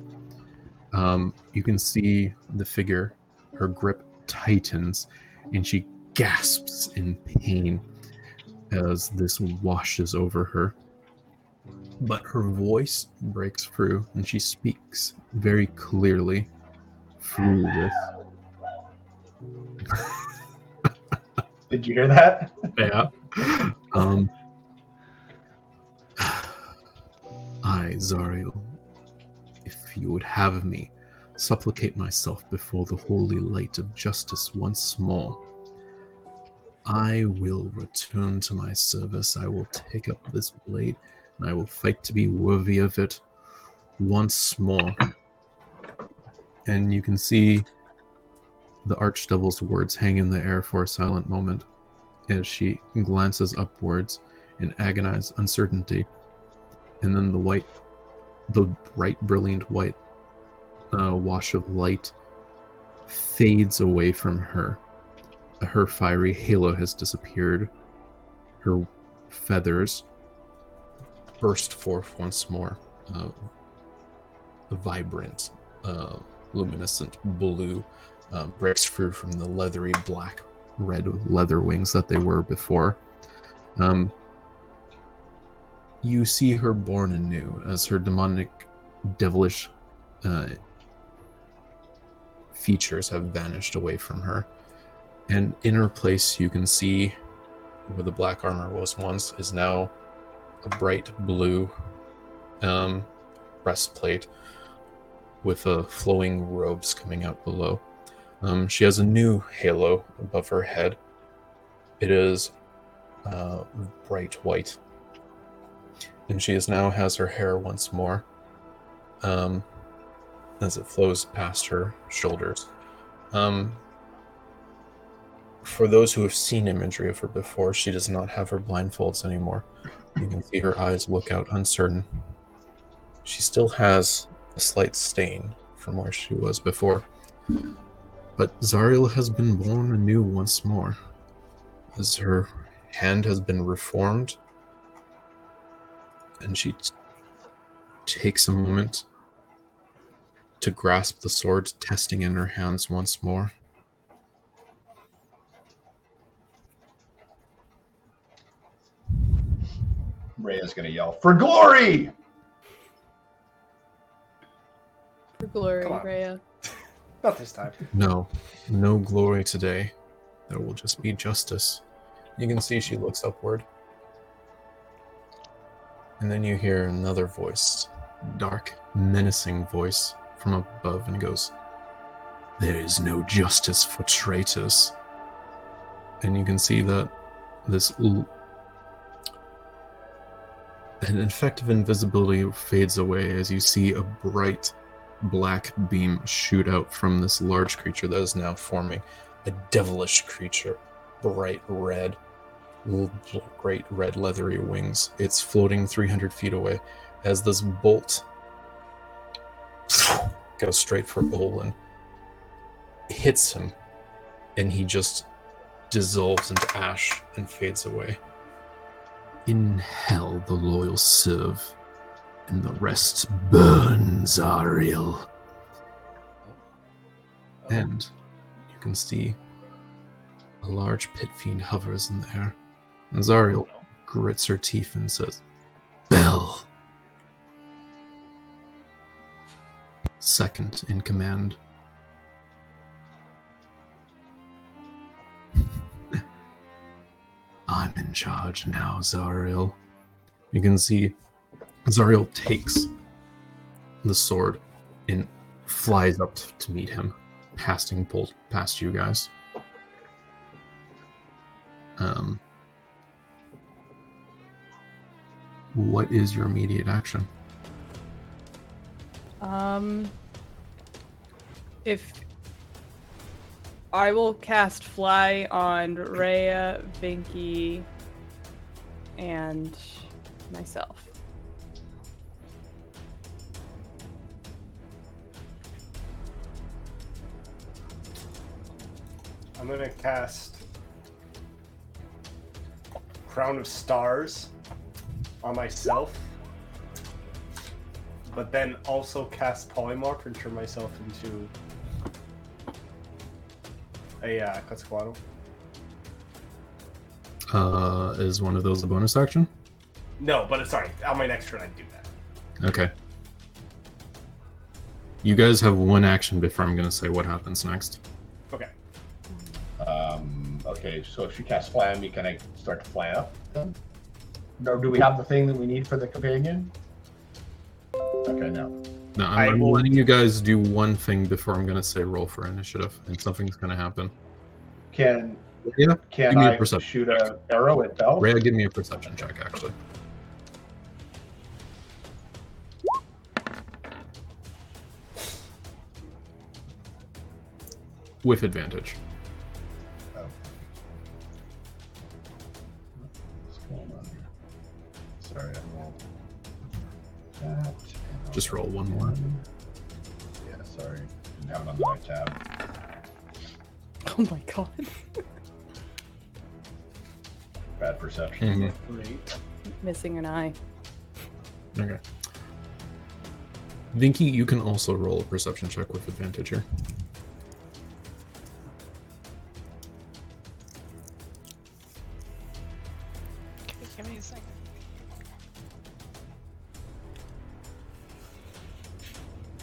S2: Um, you can see the figure, her grip tightens, and she gasps in pain as this washes over her. But her voice breaks through, and she speaks very clearly through this.
S13: Did you hear that?
S2: Yeah. Um, I, Zariel, if you would have me, supplicate myself before the holy light of justice once more. I will return to my service. I will take up this blade, and I will fight to be worthy of it once more. And you can see the archdevil's words hang in the air for a silent moment as she glances upwards in agonized uncertainty. And then the white, the bright, brilliant white uh, wash of light fades away from her. Her fiery halo has disappeared. Her feathers burst forth once more, uh, vibrant, uh, luminescent blue uh, breaks through from the leathery black red leather wings that they were before. Um, you see her born anew as her demonic, devilish uh, features have vanished away from her. And in her place, you can see where the black armor was once is now a bright blue um, breastplate with uh, flowing robes coming out below. Um, she has a new halo above her head. It is uh, bright white. And she is now has her hair once more um, as it flows past her shoulders. Um, for those who have seen imagery of her before, she does not have her blindfolds anymore. You can see her eyes look out uncertain. She still has a slight stain from where she was before. But Zariel has been born anew once more, as her hand has been reformed, and she t- takes a moment to grasp the sword, testing in her hands once more.
S13: Rhea's gonna yell, For glory!
S3: For glory,
S4: Come on.
S3: Rhea.
S4: Not this time.
S2: No, no glory today. There will just be justice. You can see she looks upward. And then you hear another voice, dark, menacing voice from above, and it goes, There is no justice for traitors. And you can see that this l- An effect of invisibility fades away as you see a bright black beam shoot out from this large creature that is now forming a devilish creature, bright red, l- great red leathery wings. It's floating 300 feet away as this bolt goes straight for Olin, hits him, and he just dissolves into ash and fades away. In hell, the loyal serve, and the rest burns, Ariel. And you can see a large pit fiend hovers in the air. And Zariel grits her teeth and says, Bell. Second in command. I'm in charge now, Zariel. You can see Zariel takes the sword and flies up to meet him, passing bolt past you guys. Um, what is your immediate action?
S3: Um, if I will cast fly on Rhea, Vinky, and myself.
S4: I'm gonna cast Crown of Stars on myself, but then also cast Polymorph and turn myself into a uh, Quetzalcoatl.
S2: Uh, is one of those a bonus action?
S4: No, but uh, sorry, on my next turn I do that.
S2: Okay. You guys have one action before I'm going to say what happens next.
S4: Okay.
S13: Um, okay, so if she casts fly on me, can I start to fly up? Or do we have the thing that we need for the companion? Okay, no.
S2: No,
S13: I
S2: I'm, I'm
S13: will-
S2: letting you guys do one thing before I'm going to say roll for initiative, and something's going to happen.
S13: Can
S2: Yeah,
S13: can
S2: give me a
S13: I
S2: perception
S13: shoot a arrow at Bell?
S2: Rhea, give me a perception check, actually. With advantage.
S13: What's going on here? Sorry, I rolled that.
S2: Just roll one more.
S13: Yeah, sorry. Didn't have it on the right tab.
S3: Oh my god.
S13: Bad perception.
S4: Great.
S3: Missing an eye.
S2: Okay. Vinky, you can also roll a perception check with advantage here.
S6: Give me a second.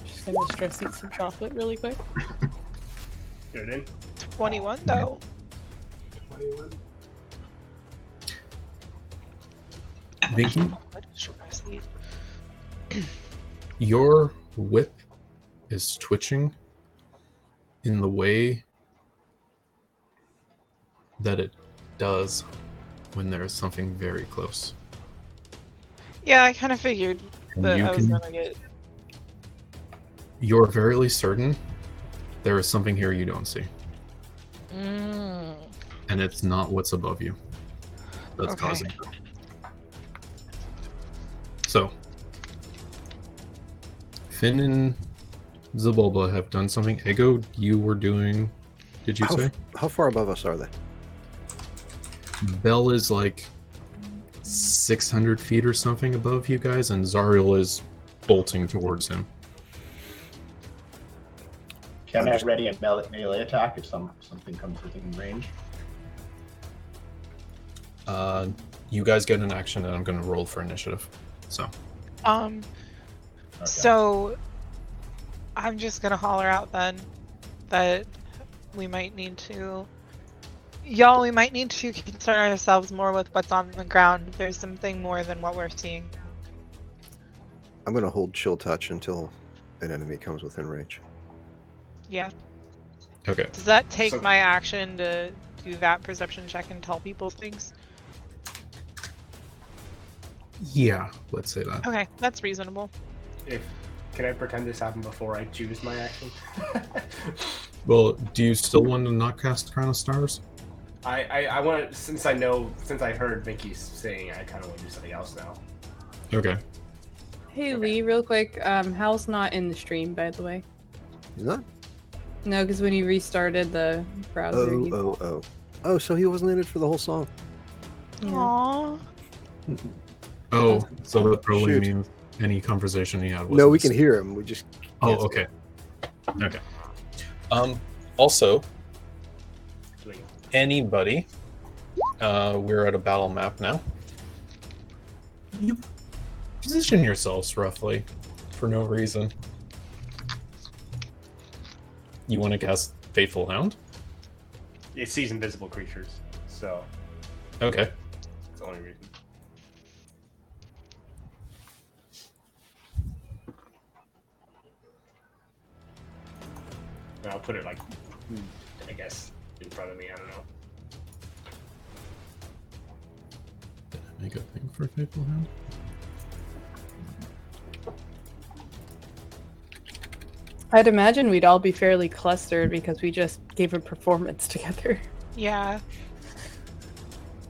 S3: Just gonna stress eat some chocolate really quick.
S4: Get it in.
S6: 21 though.
S2: Vinky,
S6: What is your best need?
S2: Your whip is twitching in the way that it does when there is something very close.
S6: Yeah, I kind of figured
S2: And
S6: that
S2: you
S6: I was
S2: can-
S6: gonna get.
S2: You're verily certain there is something here you don't see,
S6: Mm.
S2: and it's not what's above you that's
S6: Okay.
S2: causing it. So, Finn and Zabulba have done something. Ego, you were doing. Did you
S5: How,
S2: say?
S5: how far above us are they?
S2: Bell is like 600 feet or something above you guys, and Zariel is bolting towards him.
S13: Can I ready a melee, melee attack if some something comes within range?
S2: Uh, you guys get an action, and I'm going to roll for initiative. So,
S6: Um. So, I'm just gonna holler out then that we might need to, y'all. We might need to concern ourselves more with what's on the ground. There's something more than what we're seeing.
S5: I'm gonna hold chill touch until an enemy comes within range.
S6: Yeah.
S2: okay.
S6: Does that take
S5: So-
S6: my action to do that perception check and tell people things?
S2: Yeah, let's say that.
S6: Okay, that's reasonable.
S4: If can I pretend this happened before I choose my action?
S2: Well, do you still want to not cast Crown of Stars?
S4: I, I, I want to, since I know, since I heard Mickey saying, I kind of want to do something else now.
S2: Okay.
S3: Hey Lee, real quick, um, Hal's not in the stream, by the way.
S5: Is that?
S3: No, because when he restarted the browser,
S5: Oh,
S3: he-
S5: oh, oh. Oh, so he wasn't in it for the whole song.
S6: Aww.
S2: Oh, so that probably means any conversation he had was.
S5: no, we can hear him. We just.
S2: Oh, okay. Okay. Um, also, anybody, uh, we're at a battle map now. You position yourselves roughly for no reason. You want to cast Faithful Hound?
S4: It sees invisible creatures, so
S2: Okay.
S4: it's the only reason. And I'll put it like, I guess, in front of me. I don't know.
S2: Make a thing for Faithful Hound?
S3: I'd imagine we'd all be fairly clustered because we just gave a performance together.
S6: Yeah.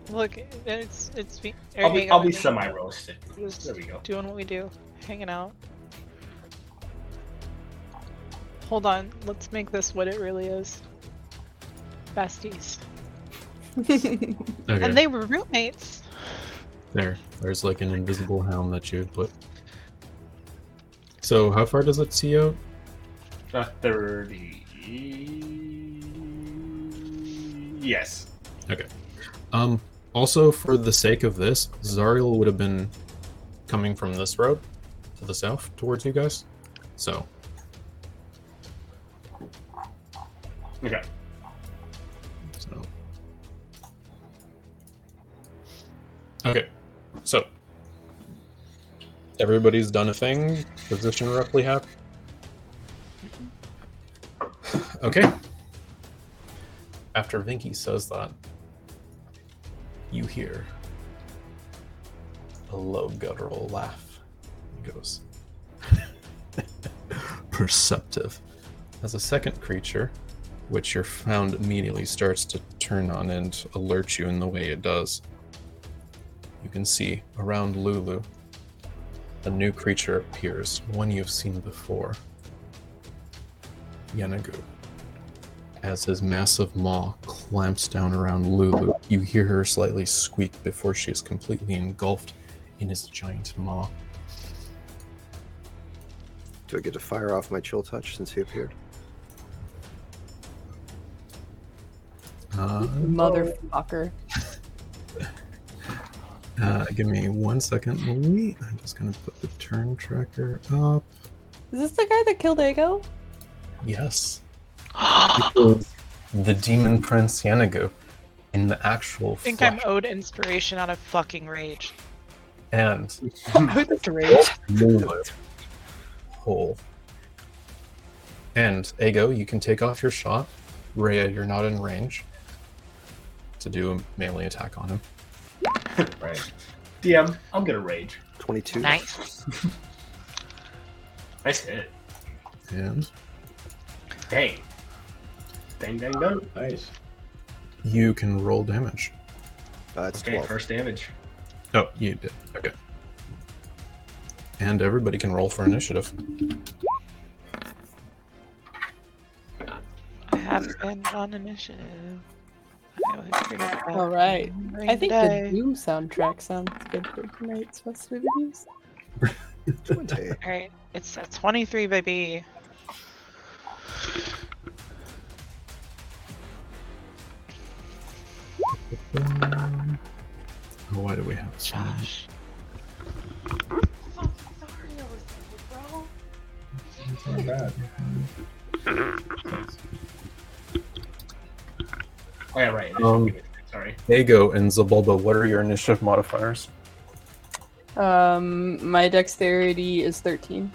S6: Look, it's it's me.
S4: I'll
S6: hanging
S4: be, I'll
S6: out
S4: be
S6: with Nick.
S4: semi-roasted.
S6: Just
S4: There we go.
S6: Doing what we do, hanging out. Hold on, let's make this what it really is. Besties.
S2: Okay.
S6: And they were roommates.
S2: There. There's like an invisible hound that you would put. So, how far does it see out?
S4: Uh, Thirty. Yes.
S2: Okay. Um, also, for the sake of this, Zariel would have been coming from this road to the south towards you guys. So,
S4: Okay.
S2: so. Okay. So, everybody's done a thing. Position roughly half. Okay. After Vinky says that, you hear a low guttural laugh. He goes, Perceptive. As a second creature, which your found immediately starts to turn on and alert you in the way it does, you can see around Lulu a new creature appears, one you've seen before. Yenagu. As his massive maw clamps down around Lulu, you hear her slightly squeak before she is completely engulfed in his giant maw.
S5: Do I get to fire off my chill touch since he appeared?
S2: Uh,
S3: Motherfucker.
S2: uh, give me one second, Lee. I'm just gonna put the turn tracker up.
S3: Is this the guy that killed Ego?
S2: Yes. the demon prince Yanagu in the actual
S6: I think
S2: flesh.
S6: I'm owed inspiration out of fucking rage.
S2: and
S6: rage.
S2: Lulu whole. And Ego, you can take off your shot. Rhea, you're not in range to do a melee attack on him.
S4: Right. DM, I'm gonna rage.
S5: 22.
S6: Nice.
S4: nice hit.
S2: And
S4: Dang. Dang, dang, dang.
S14: Nice.
S2: you can roll damage.
S5: That's
S4: okay, first damage.
S2: Oh, you did. Okay. And everybody can roll for initiative.
S6: I haven't been on initiative. I was pretty bad.
S3: All right. I think
S6: Day.
S3: the Doom soundtrack sounds good for tonight's festivities.
S6: All right, it's a 23, baby.
S2: Um, oh, why do we have so many?
S14: It's not bad.
S4: Oh yeah, right.
S2: Um,
S4: Sorry.
S2: Ego and Zabulba, what are your initiative modifiers?
S3: Um, my dexterity is 13.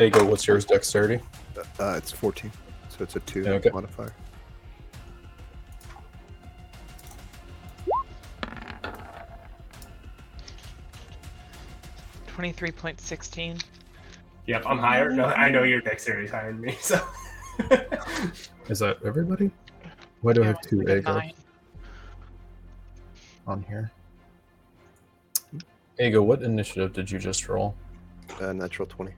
S2: Ego, what's yours? Dexterity.
S5: Uh, it's 14. So it's a 2
S2: Okay.
S5: modifier.
S6: 23.16.
S4: Yep, I'm higher. No, I know your dexterity's higher than me, so
S2: Is that everybody? Why do I have two egg
S6: nine.
S2: on here? Ego, what initiative did you just roll?
S5: Uh, natural 20.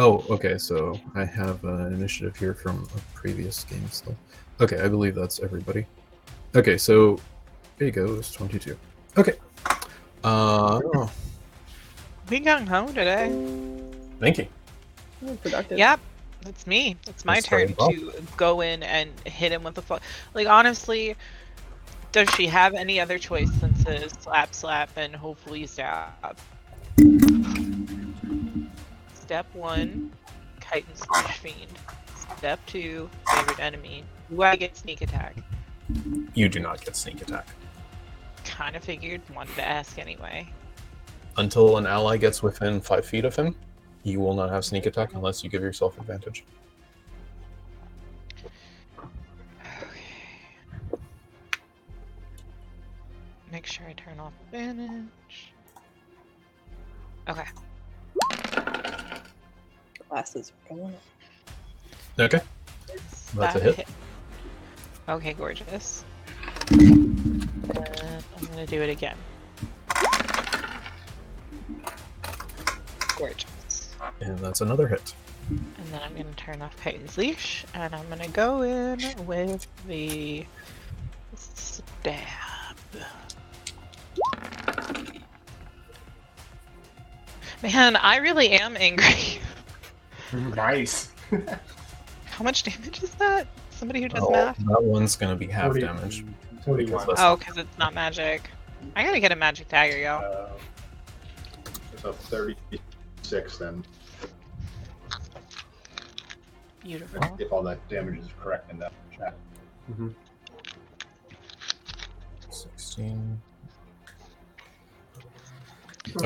S2: Oh, okay. So I have uh, an initiative here from a previous game still. Okay, I believe that's everybody. Okay, so Ego is 22. Okay. Uh,
S6: We got home today.
S2: thank you.
S3: Productive.
S6: Yep, it's me. It's my
S2: That's
S6: turn
S2: starting well.
S6: to go in and hit him with a fl- like. Honestly, does she have any other choice than to slap, slap, and hopefully stab? Step one, chitin slash fiend. Step two, favorite enemy. Do I get sneak attack?
S15: You do not get sneak attack.
S6: Kind of figured. Wanted to ask anyway.
S2: Until an ally gets within five feet of him, you will not have sneak attack unless you give yourself advantage.
S6: Make sure I turn off advantage. Okay.
S3: Glasses are going up.
S2: Okay. That's a
S6: That
S2: hit.
S6: Okay, gorgeous. And I'm gonna do it again. Gorgeous.
S2: And that's another hit.
S6: And then I'm gonna turn off Peyton's leash, and I'm gonna go in with the stab. Man, I really am angry.
S4: nice.
S6: How much damage is that? Somebody who does
S2: Oh,
S6: math?
S2: that one's going to be half
S4: Forty-
S2: damage.
S4: forty-one.
S2: because that's-
S6: Oh, because it's not magic. I gotta get a magic dagger, y'all.
S13: So 36 then,
S6: Beautiful.
S13: if all that damage is correct in that check.
S2: 16.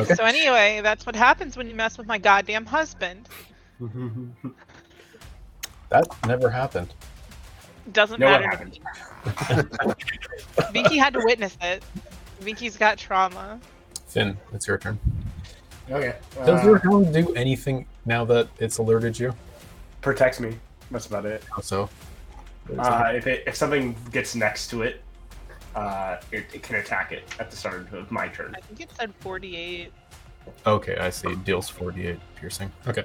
S6: So anyway, that's what happens when you mess with my goddamn husband.
S2: That never happened.
S6: Doesn't
S2: No, it
S6: matter. Vinky had to witness it. Vinky's got trauma.
S2: Finn, it's your turn.
S4: Okay.
S2: Does
S4: uh,
S2: your hound do anything now that it's alerted you?
S4: protects me. That's about it.
S2: How so?
S4: Uh, if it, if something gets next to it, uh, it, it can attack it at the start of my turn.
S6: I think it said 48.
S2: Okay, I see. Deals 48 piercing. Okay.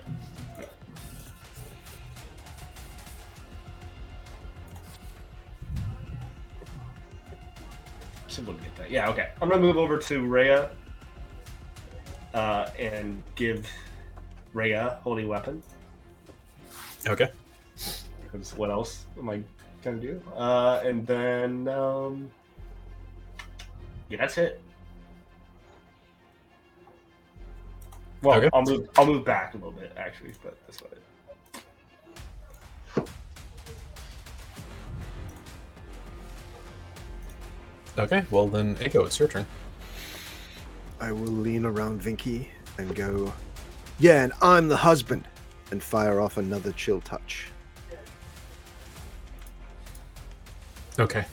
S4: Should be able to get that. Yeah. Okay. I'm gonna move over to Rhea. Uh, and give Rhea holy weapon.
S2: Okay.
S4: Because what else am I gonna do? Uh, and then um, yeah, that's it. Well,
S2: Okay.
S4: I'll move. I'll move back a little bit actually, but that's about it.
S2: Okay, well then, Ego, it's your turn.
S5: I will lean around Vinky and go, Yeah, and I'm the husband, and fire off another chill touch.
S2: Okay.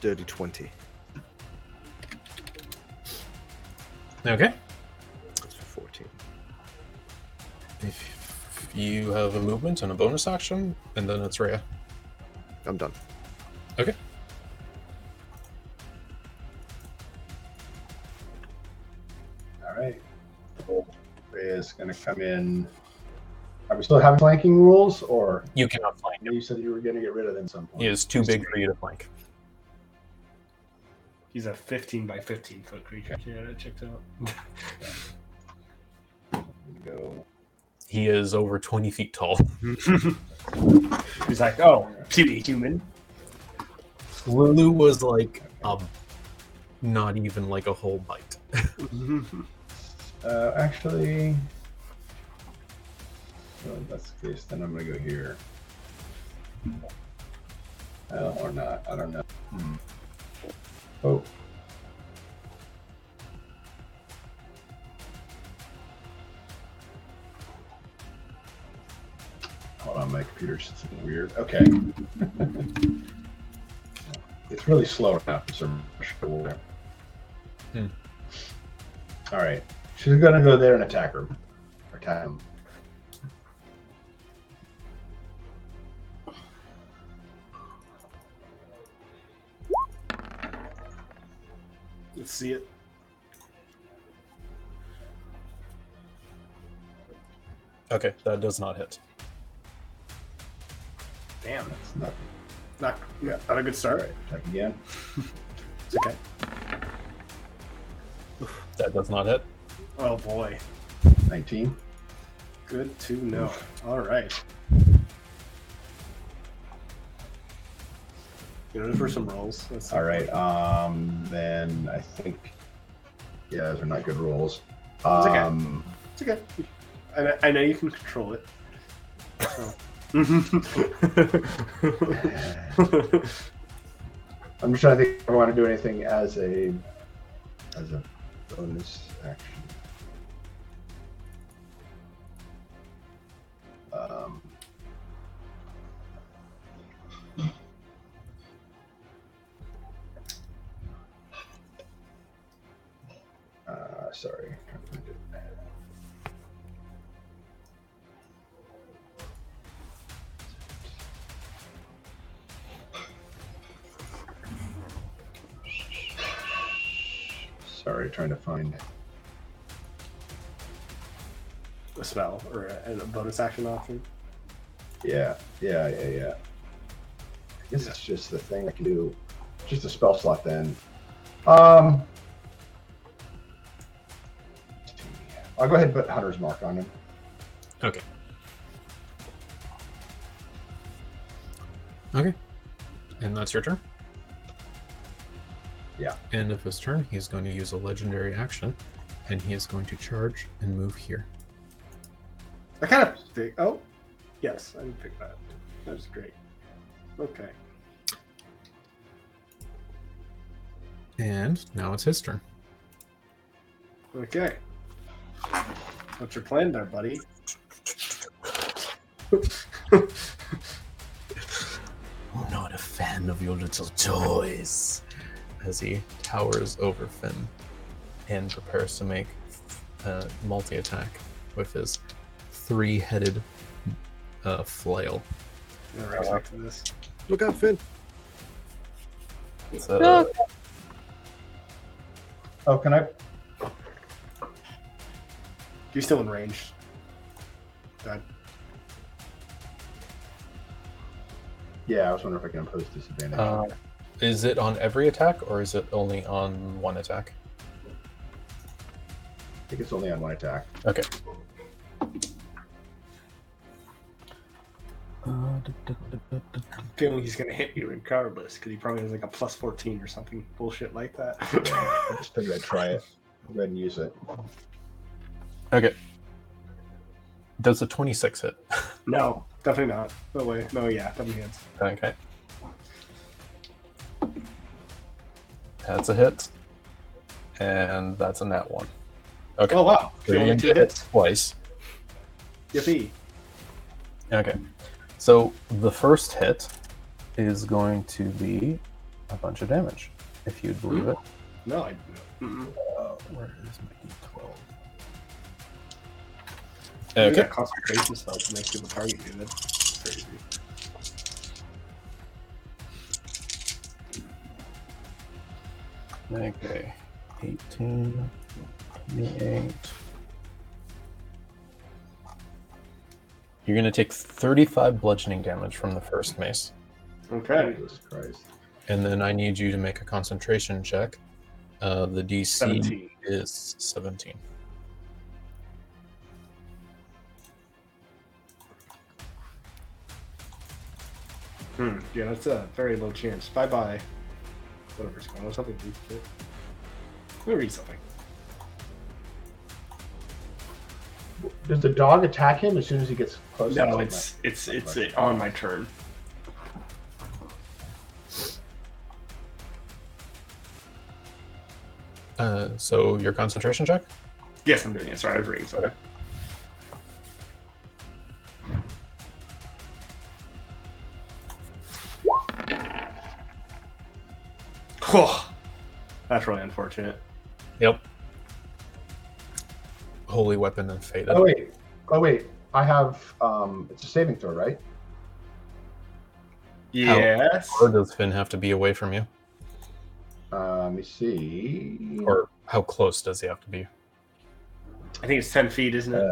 S5: Dirty 20.
S2: Okay.
S5: That's for 14.
S2: If you have a movement and a bonus action, and then it's Rhea.
S5: I'm done.
S2: Okay.
S13: All right. Rhea's going to come in. Are we still having flanking rules, or
S2: you cannot flank?
S13: You said you were going to get rid of them at some point.
S2: He is too big for you to flank.
S4: He's a 15 by 15 foot creature. Yeah, that checked out.
S13: Go.
S2: He is over 20 feet tall.
S4: He's like, oh, cutie human.
S2: Lulu was like um, not even like a whole bite.
S13: Uh, actually, well, if that's the case. Then I'm going to go here. Uh, or not. I don't know. Hmm. Oh. Hold on, my computer's something weird. Okay. it's really slow now for some reason.
S2: Hmm.
S13: All right. She's gonna go there and attack her. Attack him.
S4: Let's see it.
S2: Okay, that does not hit.
S4: Damn, that's not not, yeah, not a good start.
S13: Attack again.
S4: It's okay.
S2: That does not hit.
S4: Oh boy.
S13: 19.
S4: Good to know. All right. Get ready for some rolls. Let's see.
S13: All right. Um. Then I think. Yeah, those are not good rolls. Um,
S4: It's okay. I, know- I know you can control it. So.
S13: I'm just trying to think if I want to do anything as a as a bonus action. Um, uh, sorry, trying to find it. Sorry, trying to find
S4: a spell or a, a bonus action option.
S13: Yeah, yeah, yeah, yeah. I guess it's just the thing I can do. Just a spell slot then. Um, I'll go ahead and put Hunter's Mark on him.
S2: Okay. Okay. And that's your turn.
S13: Yeah.
S12: End of his turn, he's going to use a legendary action, and he is going to charge and move here.
S4: I kind of think. Oh, yes, I didn't pick that. That was great. Okay.
S12: And now it's his turn.
S4: Okay. What's your plan there, buddy?
S2: I'm not a fan of your little toys. As he towers over Finn and prepares to make a multi attack with his three headed uh, flail.
S4: All right, back to this.
S5: Look out, Finn.
S2: So,
S13: Oh, can I?
S4: You're still in range. Dad.
S13: Yeah, I was wondering if I can impose disadvantage.
S2: uh, is it on every attack or is it only on one attack?
S13: I think it's only on one attack.
S2: Okay.
S4: Feeling he's gonna hit you regardless because he probably has like a plus fourteen or something bullshit like that.
S13: I just figured I'd try it. I'll go ahead and use it.
S2: Okay. Does a 26 hit?
S4: no, definitely not. No way. No, yeah, definitely hits.
S2: Okay. That's a hit. And that's a nat one. Okay.
S4: Oh, wow.
S2: So
S4: You
S2: you're
S4: only
S2: gonna
S4: two
S2: get hit twice.
S4: Yippee!
S2: Okay. So the first hit is going to be a bunch of damage, if you'd believe it.
S4: No, I. Mm-mm.
S2: Oh, where is my E d12?
S4: Maybe
S2: Okay.
S4: That concentration spell to make people target you. That's crazy.
S2: Okay. 18, 28. You're going to take 35 bludgeoning damage from the first mace.
S4: Okay.
S13: Jesus Christ.
S12: And then I need you to make a concentration check. Uh, the DC
S4: 17.
S12: is 17.
S4: Hmm. Yeah, that's a very low chance. Bye bye. Whatever's going on. Something read it. Let me read something.
S13: Does the dog attack him as soon as he gets close?
S4: No, it's it's it's uh, on my turn.
S12: Uh, so your concentration check?
S4: Yes, I'm doing it. Sorry, I was reading something. That's really unfortunate.
S2: Yep. holy weapon and faded.
S13: Oh wait, oh wait. I have. Um, it's a saving throw, right?
S2: How far does Finn have to be away from you?
S13: Uh, let me see.
S2: Or how close does he have to be?
S4: I think it's ten feet, isn't it?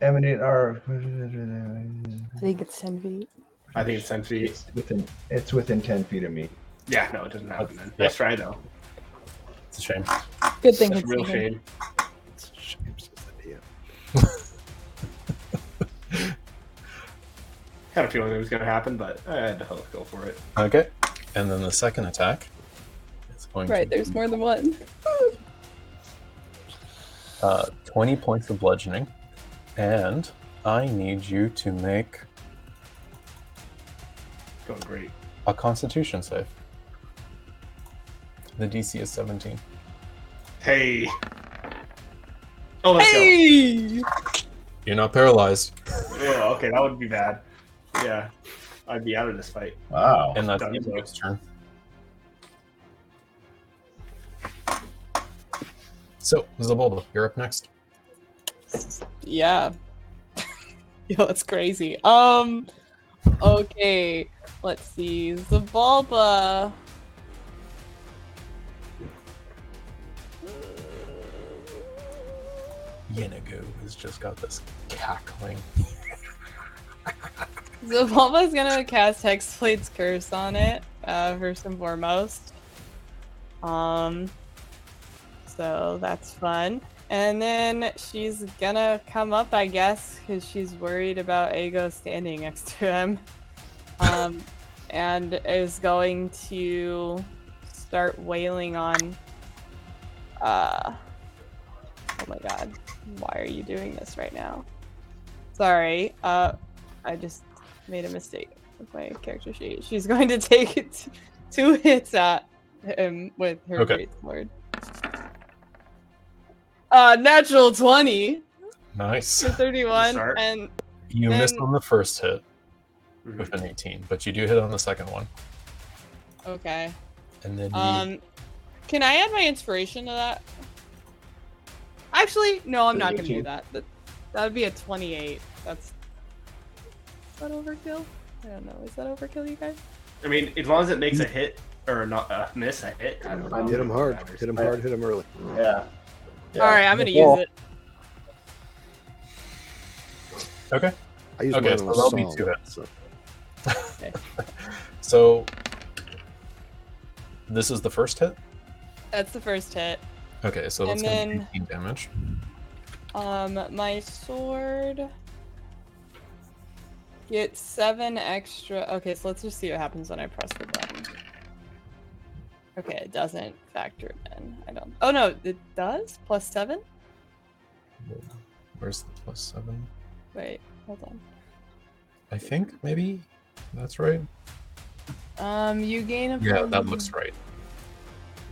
S13: emanate our.
S3: I think it's 10 feet.
S4: I think it's ten feet. It's
S13: within. It's within ten feet of me.
S4: Yeah, no, it doesn't happen. Then. That's right, though.
S2: It's a shame.
S3: Good thing
S4: That's
S3: it's
S4: real shame.
S3: even.
S4: Had a feeling it was going to happen, but I had to go for it.
S2: Okay. And then the second attack is going
S3: Right,
S2: to
S3: there's more than one.
S2: uh, 20 points of bludgeoning. And I need you to make
S4: Going great.
S2: a constitution save. The DC is 17.
S4: Hey. Oh, let's
S3: hey!
S2: You're not paralyzed.
S4: go. Oh, okay, that would be bad. Yeah, I'd be out of this fight.
S13: Wow.
S2: And that's
S4: Done.
S2: Andrew's turn. So, Zabulba, you're up next.
S3: Yeah. Yo, that's crazy. Um okay, let's see. Zabalba.
S2: Yenagoo has just got this cackling.
S3: Zabalba's gonna cast Hexblade's Curse on it, uh, first and foremost. Um so that's fun. And then she's gonna come up, I guess, because she's worried about Ago standing next to him. Um, and is going to start wailing on. Uh, oh my god, why are you doing this right now? Sorry, uh, I just made a mistake with my character sheet. She's going to take it two hits at him with her
S2: Okay.
S3: great sword. Uh, natural 20
S2: Nice.
S3: to 31.
S2: Start.
S3: And
S2: You missed
S3: Then-
S2: on the first hit
S4: Mm-hmm.
S2: with an 18, but you do hit on the second one.
S3: okay.
S2: And then you,
S3: Um, can I add my inspiration to that? Actually, no, I'm not gonna do
S2: 18.
S3: that. That that would be a 28. That's is that overkill. I don't know. Is that overkill, you guys?
S4: I mean, as long as it makes a hit or not a miss, a hit. Mm. I don't know.
S5: Hit him hard. Hit him hard. Hit him early.
S13: Yeah.
S3: All right, I'm gonna
S5: Well,
S3: use it.
S2: Okay.
S5: I used
S2: okay,
S5: mine
S2: so
S5: on a
S2: that'll be
S5: song,
S2: two hits.
S3: Okay.
S2: so this is the first hit.
S3: That's the first hit.
S2: Okay, so that's
S3: And
S2: going to be
S3: then-
S2: 18 damage.
S3: Um, my sword gets seven extra. Okay, so let's just see what happens when I press the button. Okay, it doesn't factor it in. I don't. Oh no, it does. Plus seven.
S2: Where's the plus seven?
S3: Wait, hold on.
S2: I think maybe that's right.
S3: Um, you gain a.
S2: Yeah, that
S3: bonus.
S2: looks right.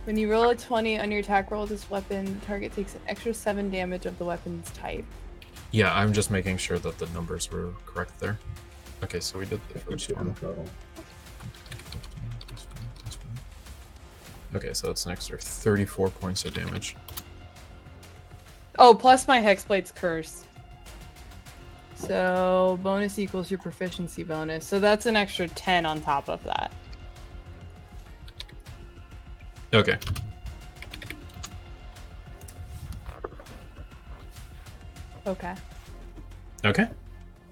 S3: When you roll a twenty on your attack roll with this weapon, the target takes an extra seven damage of the weapon's type.
S2: Yeah, I'm just making sure that the numbers were correct there. Okay, so we did the first one. Okay, so that's an extra 34 points of damage.
S3: Oh, plus my Hexblade's curse. So bonus equals your proficiency bonus. So that's an extra 10 on top of that.
S2: Okay.
S3: Okay.
S2: Okay.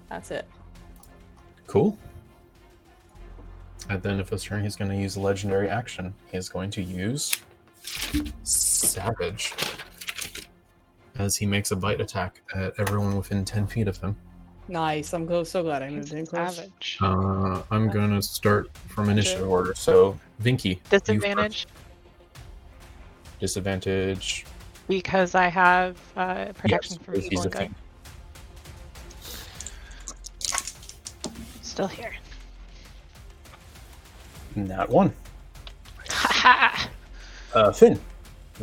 S3: That's it.
S2: Cool. At the end of his turn, he's going to use a legendary action. He is going to use Savage as he makes a bite attack at everyone within 10 feet of him.
S3: Nice. I'm go- so glad I moved in close.
S2: Uh, I'm going to start from initiative order. So, Vinky.
S6: Disadvantage
S2: You, disadvantage.
S6: because I have uh, protection
S2: Yes,
S6: from
S2: because
S6: evil
S2: he's
S6: and
S2: a
S6: good. Still here.
S2: Not one. uh, Finn.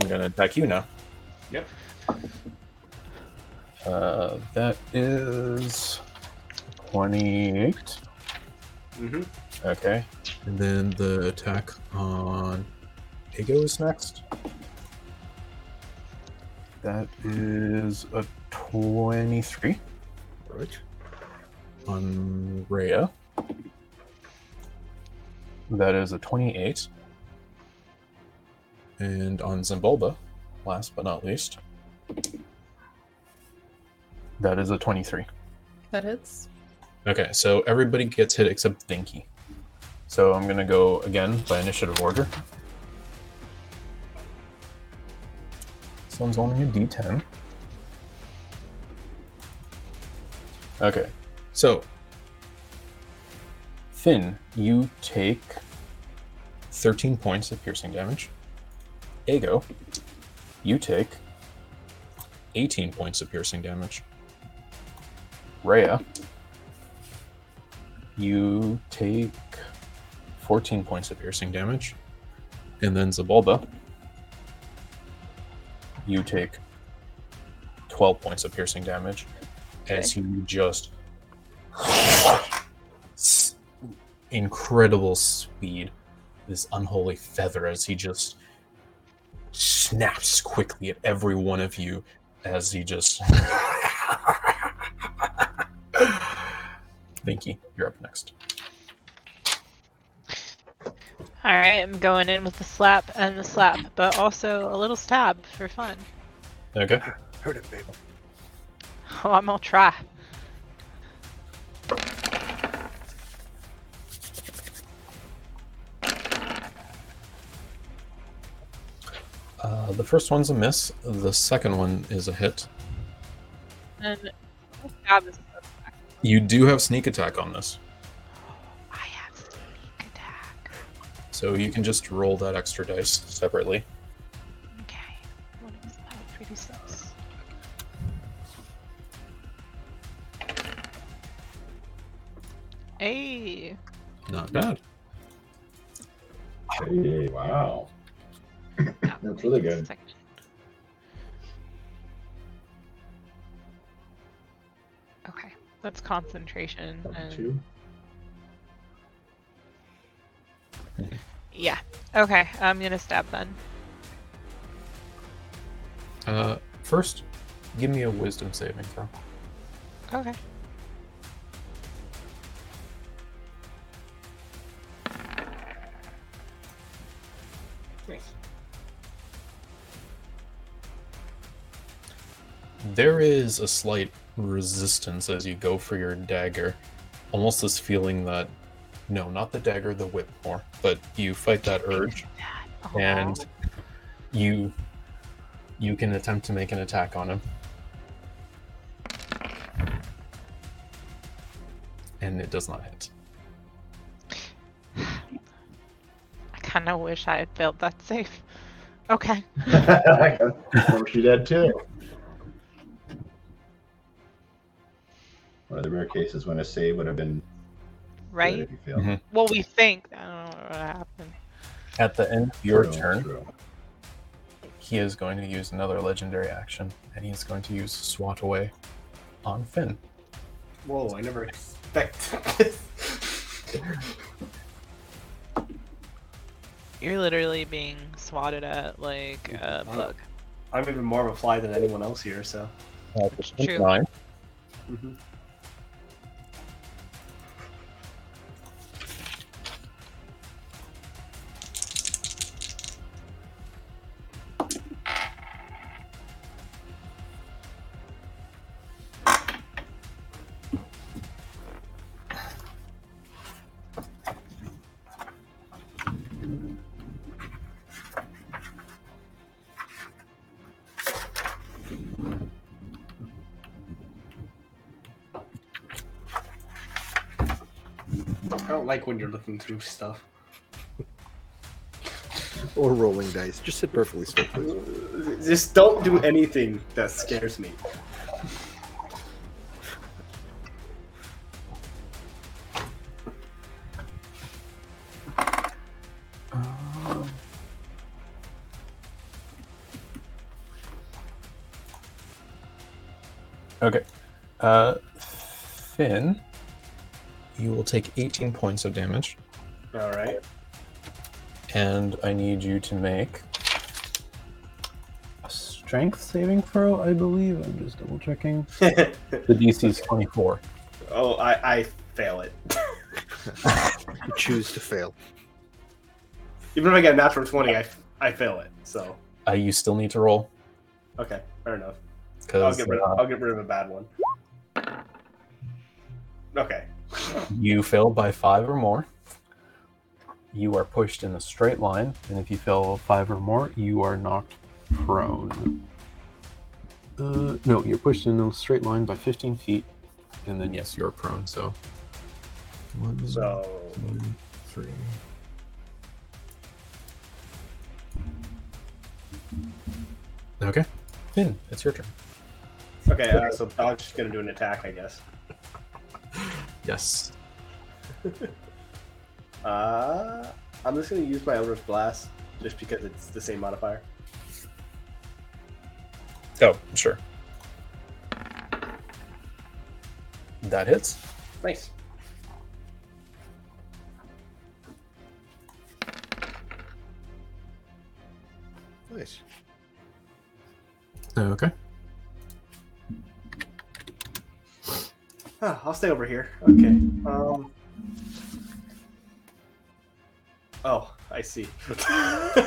S2: I'm going to attack you now.
S4: Yep.
S2: Uh, that is 28.
S4: Mm-hmm.
S2: Okay. And then the attack on Ego is next. That is a 23
S5: Right.
S2: on Rhea. That is a 28. And on Zimbalba, last but not least, that is a 23.
S3: That hits.
S2: Okay, so everybody gets hit except Thinky. So I'm gonna go again by initiative order. This one's only a D10. Okay, so Finn, you take 13 points of piercing damage. Ego, you take 18 points of piercing damage. Rhea, you take 14 points of piercing damage. And then Zabalba, you take 12 points of piercing damage as you just s- incredible speed this unholy feather as he just snaps quickly at every one of you as he just Thinky, you're up next.
S6: All right, I'm going in with the slap and the slap, but also a little stab for fun.
S2: Okay.
S5: Heard it, babe.
S6: Oh, I'm gonna try.
S2: Uh, the first one's a miss. The second one is a hit.
S6: And the stab is
S2: You do have sneak attack on this. I have sneak attack. So you can just roll that extra dice separately.
S6: one of his little pretty selves. Hey,
S2: Not bad.
S13: Hey, wow. That's really good.
S6: okay, that's concentration and
S13: Two.
S6: yeah. Okay, I'm gonna stab then.
S2: Uh, first, give me a wisdom saving throw.
S6: Okay.
S2: There is a slight resistance as you go for your dagger. Almost this feeling that, no, not the dagger, the whip more. But you fight that urge, and you you can attempt to make an attack on him. And it does not hit.
S6: I kind of wish I had failed that safe. Okay.
S13: I wish you did too. One of the rare cases when a save would have been
S6: right?
S13: you fail.
S2: Mm-hmm.
S13: Mhm.
S6: Well, we think. I don't know what happened.
S2: At the end of your
S13: True,
S2: turn,
S13: true.
S2: he is going to use another legendary action, and he's going to use Swat Away on Finn.
S4: Whoa, I never expect this.
S6: You're literally being swatted at like a
S13: Oh.
S4: I'm-
S6: bug.
S4: I'm even more of a fly than anyone else here, so.
S2: Uh,
S6: True.
S2: nine.
S4: Mhm. I don't like when you're looking through stuff.
S5: Or rolling dice. Just sit perfectly still, please.
S4: Just don't do anything that scares me.
S2: Okay. Uh, Finn, you will take 18 points of damage,
S4: All right.
S2: and I need you to make a s-
S16: strength saving throw, I believe. I'm just double checking. the DC is 24.
S4: Oh, I, I fail it.
S5: You choose to fail.
S4: Even if I get a natural 20, I, I fail it. So,
S2: Uh, you still need to roll uh,
S4: okay, fair enough. I'll
S2: because
S4: get, rid of, I'll get rid of a bad one. Okay.
S2: you fail by five or more. You are pushed in a straight line, and if you fail five or more, you are knocked prone. Uh, no, you're pushed in a straight line by 15 feet, and then yes, you're prone. So one,
S4: so
S2: three. Okay, Finn, it's your turn.
S4: Okay, uh, so Dog's just going to do an attack, I guess.
S2: Yes.
S4: Uh, I'm just going to use my Elder's Blast just because it's the same modifier.
S2: Oh, sure. That hits.
S4: Nice.
S5: Nice.
S2: Oh, Okay.
S4: Ah, I'll stay over here. Okay. Um. Oh, I see. uh,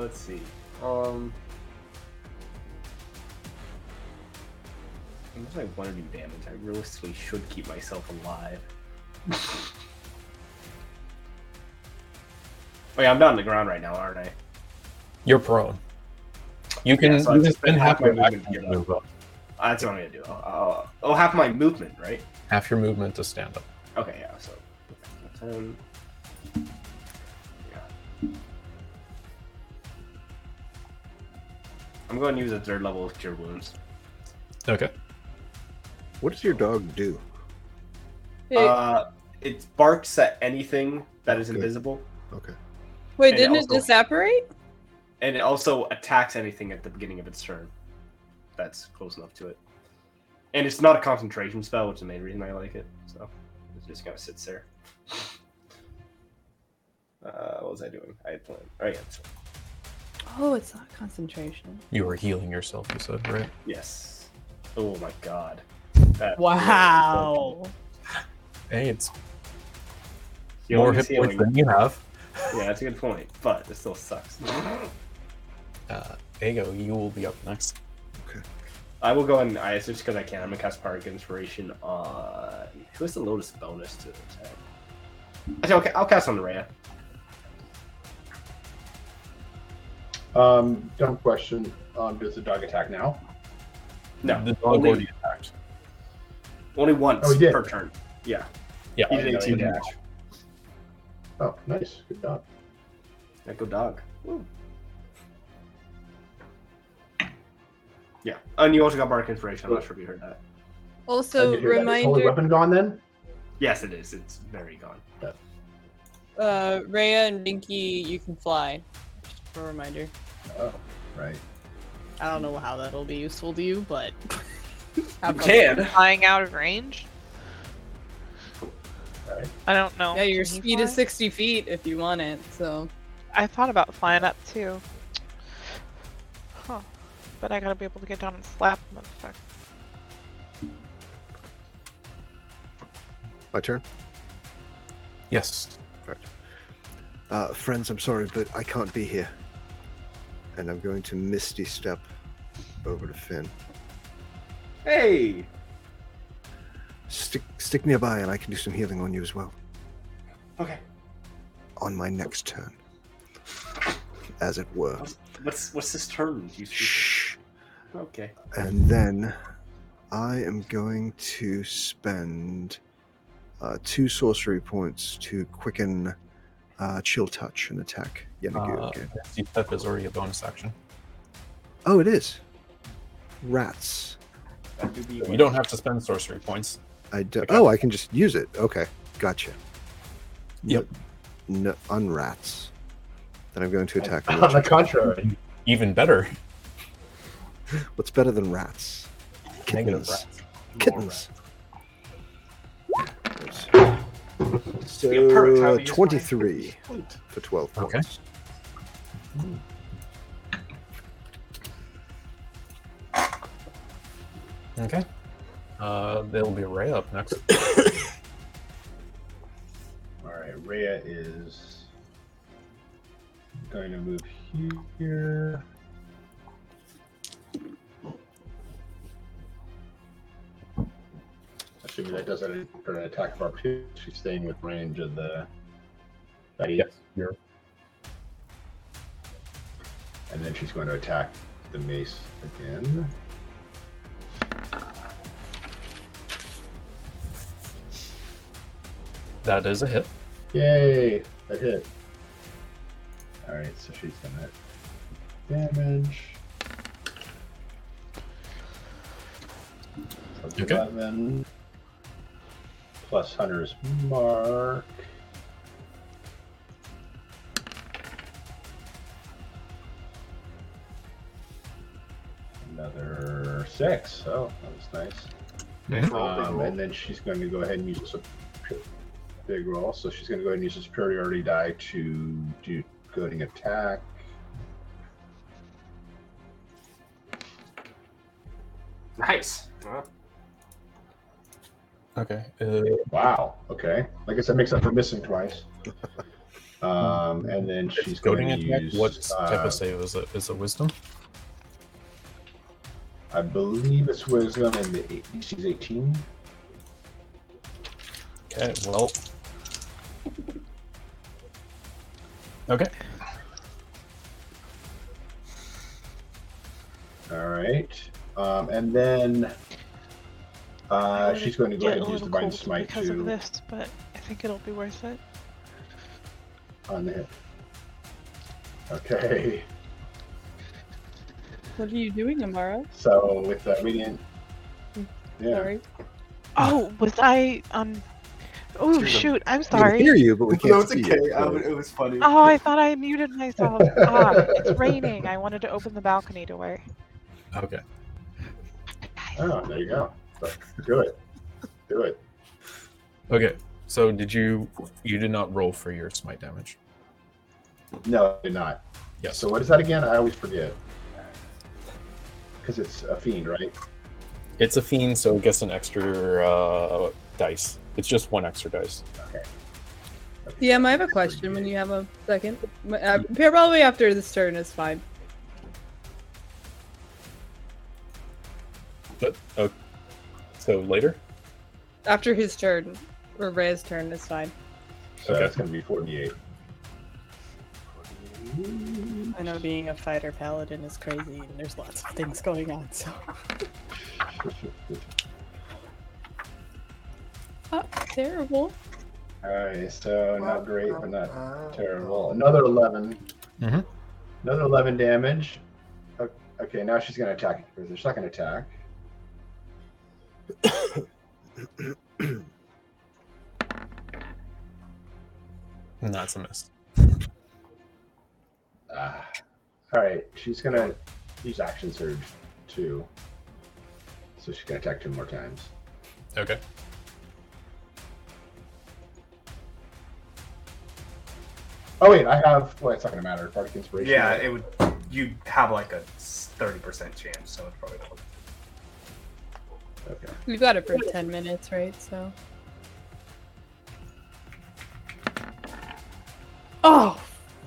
S4: let's see. Um. Unless I want to do damage, I realistically should keep myself alive. Oh yeah, I'm down on the ground right now, aren't I?
S2: You're prone. You can
S4: Yeah, so
S2: you
S4: I've
S2: can
S4: just been
S2: spend half
S4: half my
S2: your
S4: movement
S2: action
S4: to
S2: to
S4: get
S2: move up.
S4: Uh, that's what I'm gonna do. Uh, oh, half my movement, right?
S2: Half your movement to stand up.
S4: Okay, yeah, so. Um, yeah. I'm going to use a third level of Cure Wounds.
S2: Okay.
S5: What does your dog do?
S4: Uh, it barks at anything that is invisible,
S5: Okay.
S3: Wait,
S4: And
S3: didn't it
S4: also-
S3: disapparate?
S4: and it also attacks anything at the beginning of its turn that's close enough to it. And it's not a concentration spell, which is the main reason I like it. So it just kind of sits there. Uh, what was I doing? I had planned. Oh, yeah. so-
S3: Oh, it's not concentration.
S2: You were healing yourself, you said, right?
S4: Yes. Oh my god. That
S3: Wow.
S2: Hey, it's
S4: Healing
S2: more
S4: is
S2: hit points
S4: healing.
S2: than you have.
S4: Yeah, that's a good point, but it still sucks.
S2: Uh, Ego, you will be up next.
S4: I will go and I it's just because I can. I'm gonna cast Bardic Inspiration on who has the lowest bonus to attack? Actually, okay, I'll cast on Raya.
S13: Um, dumb question. Um, does the dog attack now?
S4: No,
S2: The dog
S4: only,
S2: already attacked.
S4: Only once
S13: Oh, he did.
S4: per turn. Yeah.
S2: Yeah.
S4: He did 18
S13: Yeah.
S4: damage.
S13: Oh, nice. Good dog.
S4: Yeah, Good dog. Woo. Yeah, and you also got Bardic Inspiration. I'm not sure if you heard that.
S3: Also, reminder
S13: gone then?
S4: Yes, it is. It's very gone.
S3: uh, Rhea and Binky, you can fly. Just for a reminder.
S13: Oh, right.
S3: I don't know how that'll be useful to you, but.
S6: Have fun Flying out of range? I don't know.
S3: Yeah, your
S6: Can he
S3: speed is
S6: fly?
S3: 60 feet if you want it, so.
S6: I thought about flying up too. Huh. But I gotta be able to get down and slap the motherfucker.
S5: My turn.
S2: Yes.
S5: Right. Uh, friends, I'm sorry, but I can't be here. And I'm going to misty step over to Finn.
S4: Hey.
S5: Stick stick nearby, and I can do some healing on you as well.
S4: Okay.
S5: On my next turn, as it were.
S4: What's what's this turn? You Shh. Okay.
S5: And then I am going to spend uh, two sorcery points to quicken uh, Chill Touch and attack Yamagu
S2: Uh,
S5: again.
S2: Misty Step is already a bonus action.
S5: Oh, it is. Rats.
S2: You don't have to spend sorcery points.
S5: I do- Oh, I can just use it. Okay. Gotcha.
S2: Yep.
S5: No, unrats. Then I'm going to attack.
S13: On the
S5: another-
S13: contrary.
S2: Even better.
S5: What's better than rats? Kittens. Kittens.
S4: a perk, how
S5: So
S4: do you
S5: 23 for 12 points.
S2: Okay. Uh, they'll be Ray up next.
S13: All right, Rhea is going to move here. Assuming that doesn't an attack of our two, she's staying with range of the. Yes,
S2: you're.
S13: And then she's going to attack the mace again.
S2: That is a hit.
S13: Yay! That hit. Alright, so she's gonna hit damage. So
S2: Okay.
S13: 11 plus Hunter's Mark. Another six. Oh, that was nice.
S4: Nice roll, big
S13: Um,
S4: roll.
S13: and then she's going to go ahead and use a sup- big roll. So she's going to go ahead and use a superiority die to do goading attack.
S4: Nice. Well,
S2: Okay.
S13: wow. Okay. I guess that makes up for missing twice. Um, and then she's going
S2: Goading
S13: to
S2: attack.
S13: use.
S2: What type
S13: uh,
S2: of save is it? Is it wisdom?
S13: I believe it's wisdom, and the eight, she's 18.
S2: Okay. Well. Okay.
S13: All right. Um, and then uh, she's going to go
S6: Get
S13: ahead
S6: a
S13: and use
S6: little
S13: divine
S6: cold
S13: smite
S6: because of
S13: to
S6: this, but I think it'll be worth it.
S13: on the hit. Okay.
S3: What are you doing, Amara?
S13: So with that median,
S6: Hmm.
S13: yeah.
S3: Sorry.
S6: Oh, was I um? Oh
S13: Susan.
S6: shoot! I'm
S5: We can
S6: sorry.
S5: hear you, but we can't
S4: no, it's
S5: see
S4: okay.
S5: you.
S4: I would- it was funny.
S6: Oh, I thought I muted myself. ah, it's raining. I wanted to open the balcony door.
S2: Okay.
S13: Oh, there you go. So, do it. Do it.
S2: Okay. So did you? You did not roll for your smite damage.
S13: No, I did not.
S2: Yes.
S13: So what is that again? I always forget. Because it's a fiend, right?
S2: It's a fiend, so it gets an extra uh, dice. It's just one extra dice.
S13: Okay.
S3: DM, I have a question when you have a second. Uh, probably after this turn is fine.
S2: But oh, so later.
S3: After his turn, or Ray's turn is fine.
S13: So that's going to be 48.
S3: I know being a fighter paladin is crazy, and there's lots of things going on. So, Oh, terrible.
S13: Alright, so not great, but not terrible. Another 11.
S2: Mhm.
S13: Another 11 damage. O- Okay, now she's going to attack with her second attack.
S2: And that's a miss.
S13: Ah. Alright, she's going to use action surge too. So she's going to attack two more times.
S2: Okay.
S13: Oh, wait, I have. Well, it's not going to matter. Bardic Inspiration.
S4: Yeah, it would. You have like a thirty percent chance, so it's probably. Not
S13: okay.
S3: We've got it for ten minutes, right? So. Oh.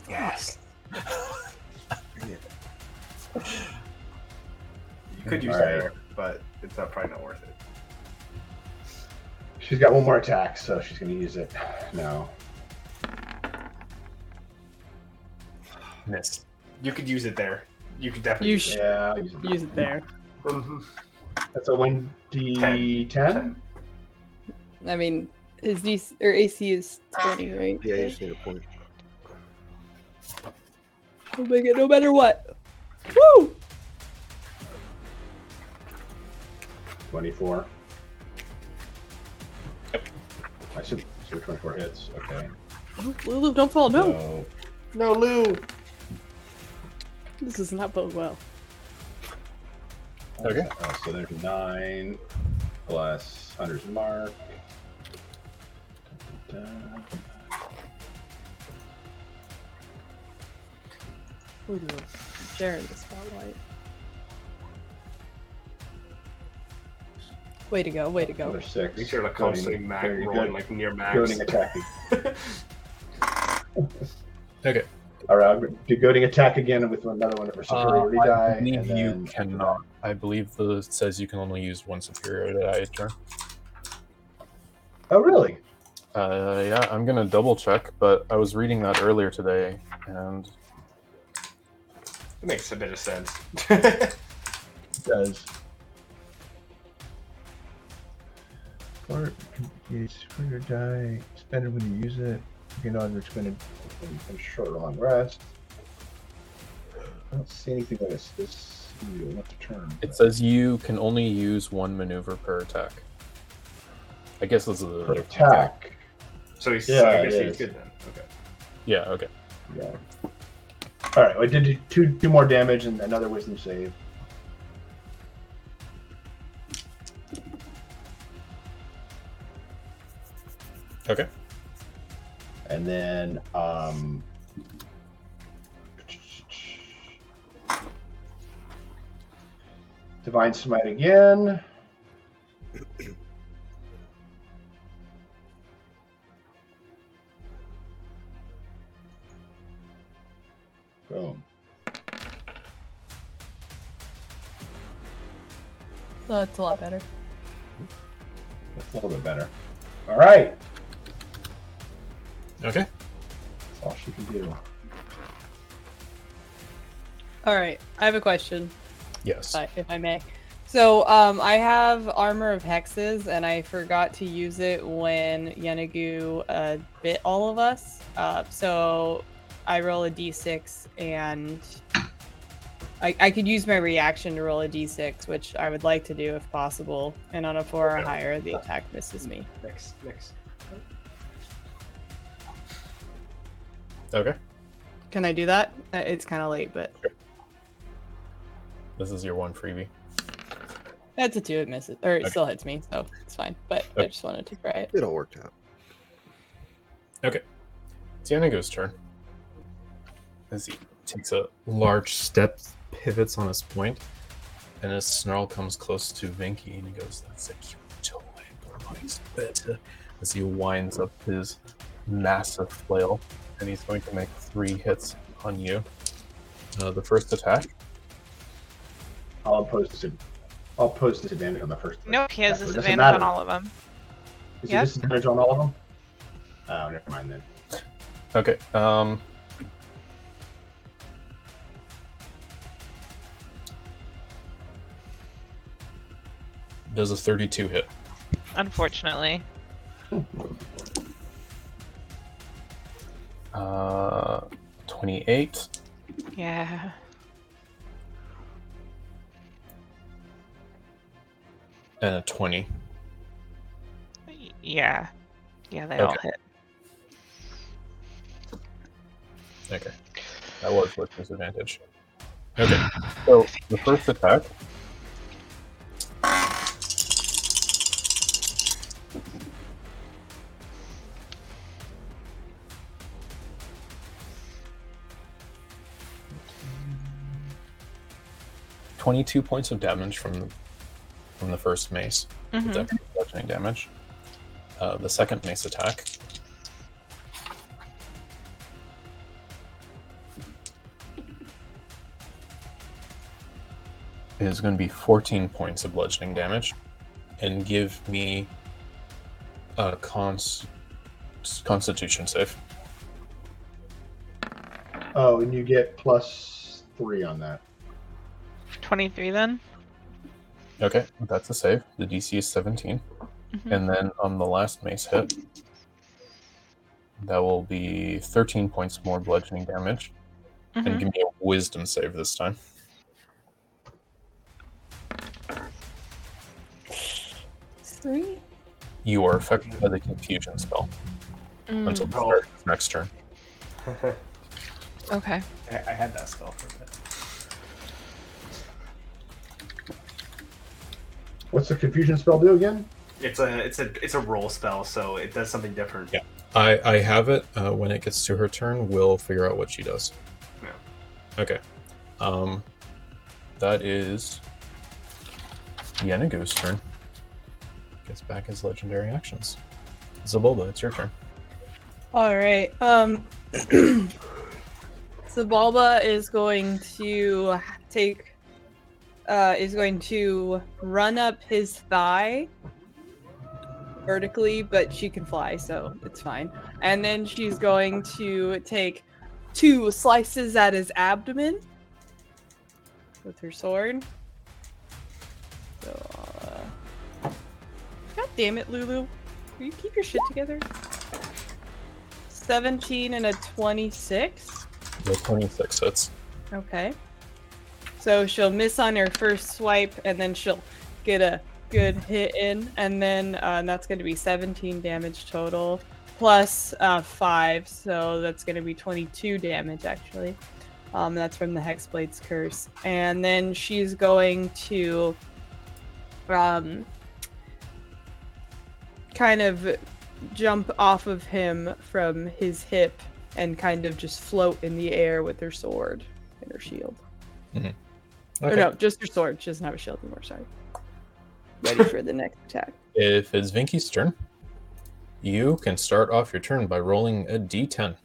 S3: Yes.
S4: You could use
S13: Alright.
S4: that, but it's not, probably not worth it.
S13: She's got one more attack, so she's going to use it now.
S2: Missed.
S4: You could use it there. You could definitely.
S3: You
S4: use
S3: sh-
S4: it.
S13: Yeah, I'll use it.
S3: Use it there.
S4: Mhm.
S13: That's a 1d10?
S3: I mean, his DC or AC is twenty, right?
S5: Yeah, you just need a point.
S3: I'll make it no matter what. Woo!
S13: 24. I should, should 24 hits. Okay.
S3: Lulu, don't fall. No.
S13: So,
S3: No, Lou. This does not bode well.
S13: okay. so there's 9 plus Hunter's Mark. Dun, dun, dun.
S3: Lulu, sharing the spotlight. Way to go! Way to go!
S13: Another six.
S4: Make sure to constantly
S13: Goading-
S4: max
S13: goading-
S4: rolling like near max.
S13: Goading attacking.
S2: okay.
S13: All right, I'm gonna do goading attack again with another one of her superiority
S2: Uh,
S13: die.
S2: I believe
S13: and
S2: you
S13: then-
S2: cannot. I believe the it says you can only use one superiority die a turn.
S13: Oh, really?
S2: Uh, yeah, I'm gonna double check, but I was reading that earlier today, and
S4: It makes a bit of sense.
S13: It does. Or you spend your die, spend it when you use it. If you're not, you're expended a short or long rest. I don't see anything that is this. You want to turn.
S2: it says you can only use one maneuver per attack. I guess this is the
S13: Per attack.
S4: So he's
S13: Yeah,
S4: so I guess
S13: it
S4: he's
S13: is.
S4: good then. Okay.
S2: Yeah. Okay.
S13: Yeah. All right, well, I did do two, two more damage and another wisdom save.
S2: Okay.
S13: And then, um, divine smite again. Boom.
S3: Oh, it's a lot better.
S13: That's a little bit better. All right.
S2: Okay.
S13: That's all she can do.
S3: All right, I have a question.
S2: Yes.
S3: If I- if I may. So um, I have armor of hexes, and I forgot to use it when Yenagu uh, bit all of us. Uh, so I roll a d6, and I, I could use my reaction to roll a d6, which I would like to do if possible. And on a four or higher, the attack misses me.
S4: Next, next.
S2: Okay.
S3: Can I do that? Uh, It's kind of late, but
S2: This is your one freebie.
S3: that's a two. It misses, or it
S2: Okay.
S3: still hits me, so it's fine. But I just wanted to try it.
S5: It all worked out.
S2: Okay. It's Yanago's turn. As he takes a large step, pivots on his point, and his snarl comes close to Vinky and he goes, That's a cute toy, but mine's better. As he winds up his massive flail, and he's going to make three hits on you. Uh, the first attack.
S13: I'll impose dis- I'll pose disadvantage on the first.
S6: Nope, he
S13: attack,
S6: has
S13: but it doesn't
S6: disadvantage on
S13: matter.
S6: all of them.
S13: Is
S6: Yep.
S13: it disadvantage on all of them? Oh, never mind then.
S2: Okay. Um. Does a 32 hit?
S6: Unfortunately.
S2: Uh, 28.
S6: Yeah.
S2: and a 20.
S6: Yeah. Yeah, they all
S2: Okay.
S6: hit.
S2: Okay. That was with disadvantage. Okay. So the first attack. Twenty-two points of damage from the from the first mace. It's
S6: Mhm.
S2: actually bludgeoning damage. Uh, the second mace attack. is going to be 14 points of bludgeoning damage and give me a cons- constitution save.
S13: Oh, and you get plus three on that.
S6: 23 then?
S2: Okay, that's a save. The DC is 17.
S6: Mhm.
S2: And then on the last mace hit, that will be 13 points more bludgeoning damage.
S6: Mhm.
S2: And give me a wisdom save this time.
S3: Three.
S2: You are affected by the confusion spell until the
S4: Mm.
S2: start of next turn.
S4: I,
S6: Okay.
S4: I had that spell for a bit.
S13: What's the confusion spell do again?
S4: It's a it's a it's a roll spell, so it does something different.
S2: Yeah. I, I have it. Uh, when it gets to her turn, we'll figure out what she does.
S4: Yeah.
S2: Okay. Um, that is Yenago's turn. gets back his legendary actions. Zabulba, it's your turn.
S3: All right. Um, so Balba is going to take, uh, is going to run up his thigh vertically, but she can fly, so it's fine. And then she's going to take two slices at his abdomen with her sword. So, uh... God damn it, Lulu. Will you keep your shit together? 17 and a 26.
S2: The 26 hits.
S3: Okay. So she'll miss on her first swipe, and then she'll get a good hit in, and then uh, that's going to be 17 damage total, plus, uh, 5, so that's going to be 22 damage actually. Um, that's from the Hexblade's Curse. And then she's going to um, kind of jump off of him from his hip and kind of just float in the air with her sword and her shield.
S2: Mhm.
S3: Or
S2: Okay.
S3: no, just her sword. She doesn't have a shield anymore, sorry. Ready for the next attack.
S2: If it's Vinky's turn, you can start off your turn by rolling a d10.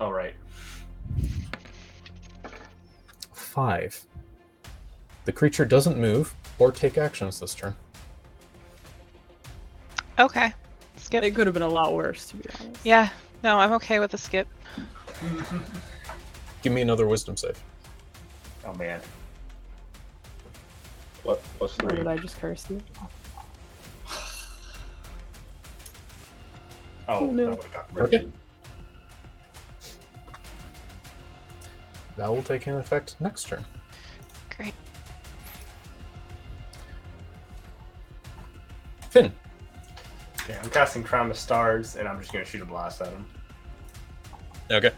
S4: All Oh, right.
S2: Five. The creature doesn't move or take actions this turn.
S6: Okay. Skip.
S3: It could have been a lot worse, to be honest.
S6: Yeah. No, I'm okay with a skip.
S2: Give me another wisdom save.
S4: Oh man.
S13: What, plus
S3: Or
S13: three.
S3: did I just curse you?
S13: Oh,
S3: no.
S13: that would've gotten
S2: Okay.
S13: wretched.
S2: That will take in effect next turn.
S6: Great.
S2: Finn.
S4: Yeah, I'm casting Crown of Stars, and I'm just gonna shoot a blast at him.
S2: Okay.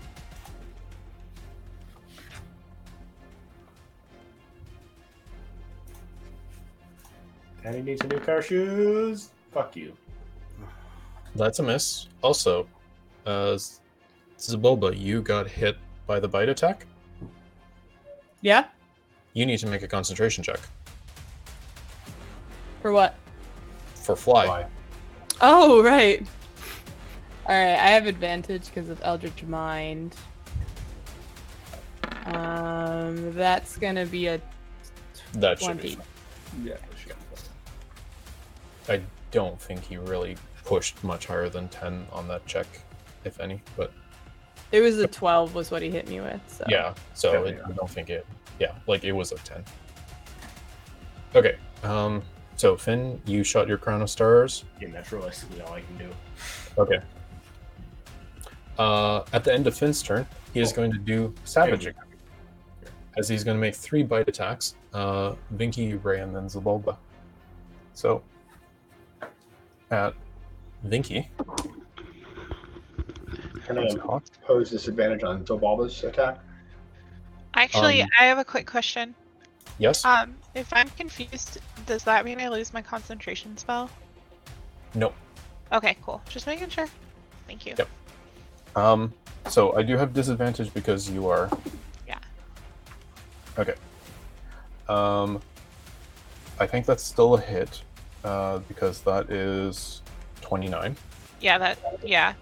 S4: And he needs a new pair of shoes. Fuck you.
S2: That's a miss. Also, uh, Z- Zabulba, you got hit by the bite attack.
S3: Yeah?
S2: You need to make a concentration check
S3: For what?
S2: for fly.
S3: Oh, right. All right, I have advantage because of Eldritch Mind. Um, that's gonna be a
S2: That should be.
S3: 20.
S2: Yeah. I don't think he really pushed much higher than 10 on that check, if any, but
S3: It was a twelve, was what he hit me with. So.
S2: yeah. So it, I don't think it. Yeah, like it was a 10. Okay. Um. So Finn, you shot your crown of stars.
S4: And that's realistically all I can do.
S2: Okay. Uh, at the end of Finn's turn, he is going to do savage attack, as he's going to make three bite attacks: uh, Vinky, Ray, and then Zabulba. So, at Vinky,
S13: Can I impose Um, disadvantage on Zobalba's attack?
S6: Actually,
S13: Um,
S6: I have a quick question.
S2: yes,
S6: Um, if I'm confused, does that mean I lose my concentration spell?
S2: no.
S6: Okay, cool. Just making sure. Thank you.
S2: Yep. Um, so I do have disadvantage because you are.
S6: Yeah.
S2: Okay. Um, I think that's still a hit, uh, because that is twenty-nine.
S6: Yeah, that. Yeah.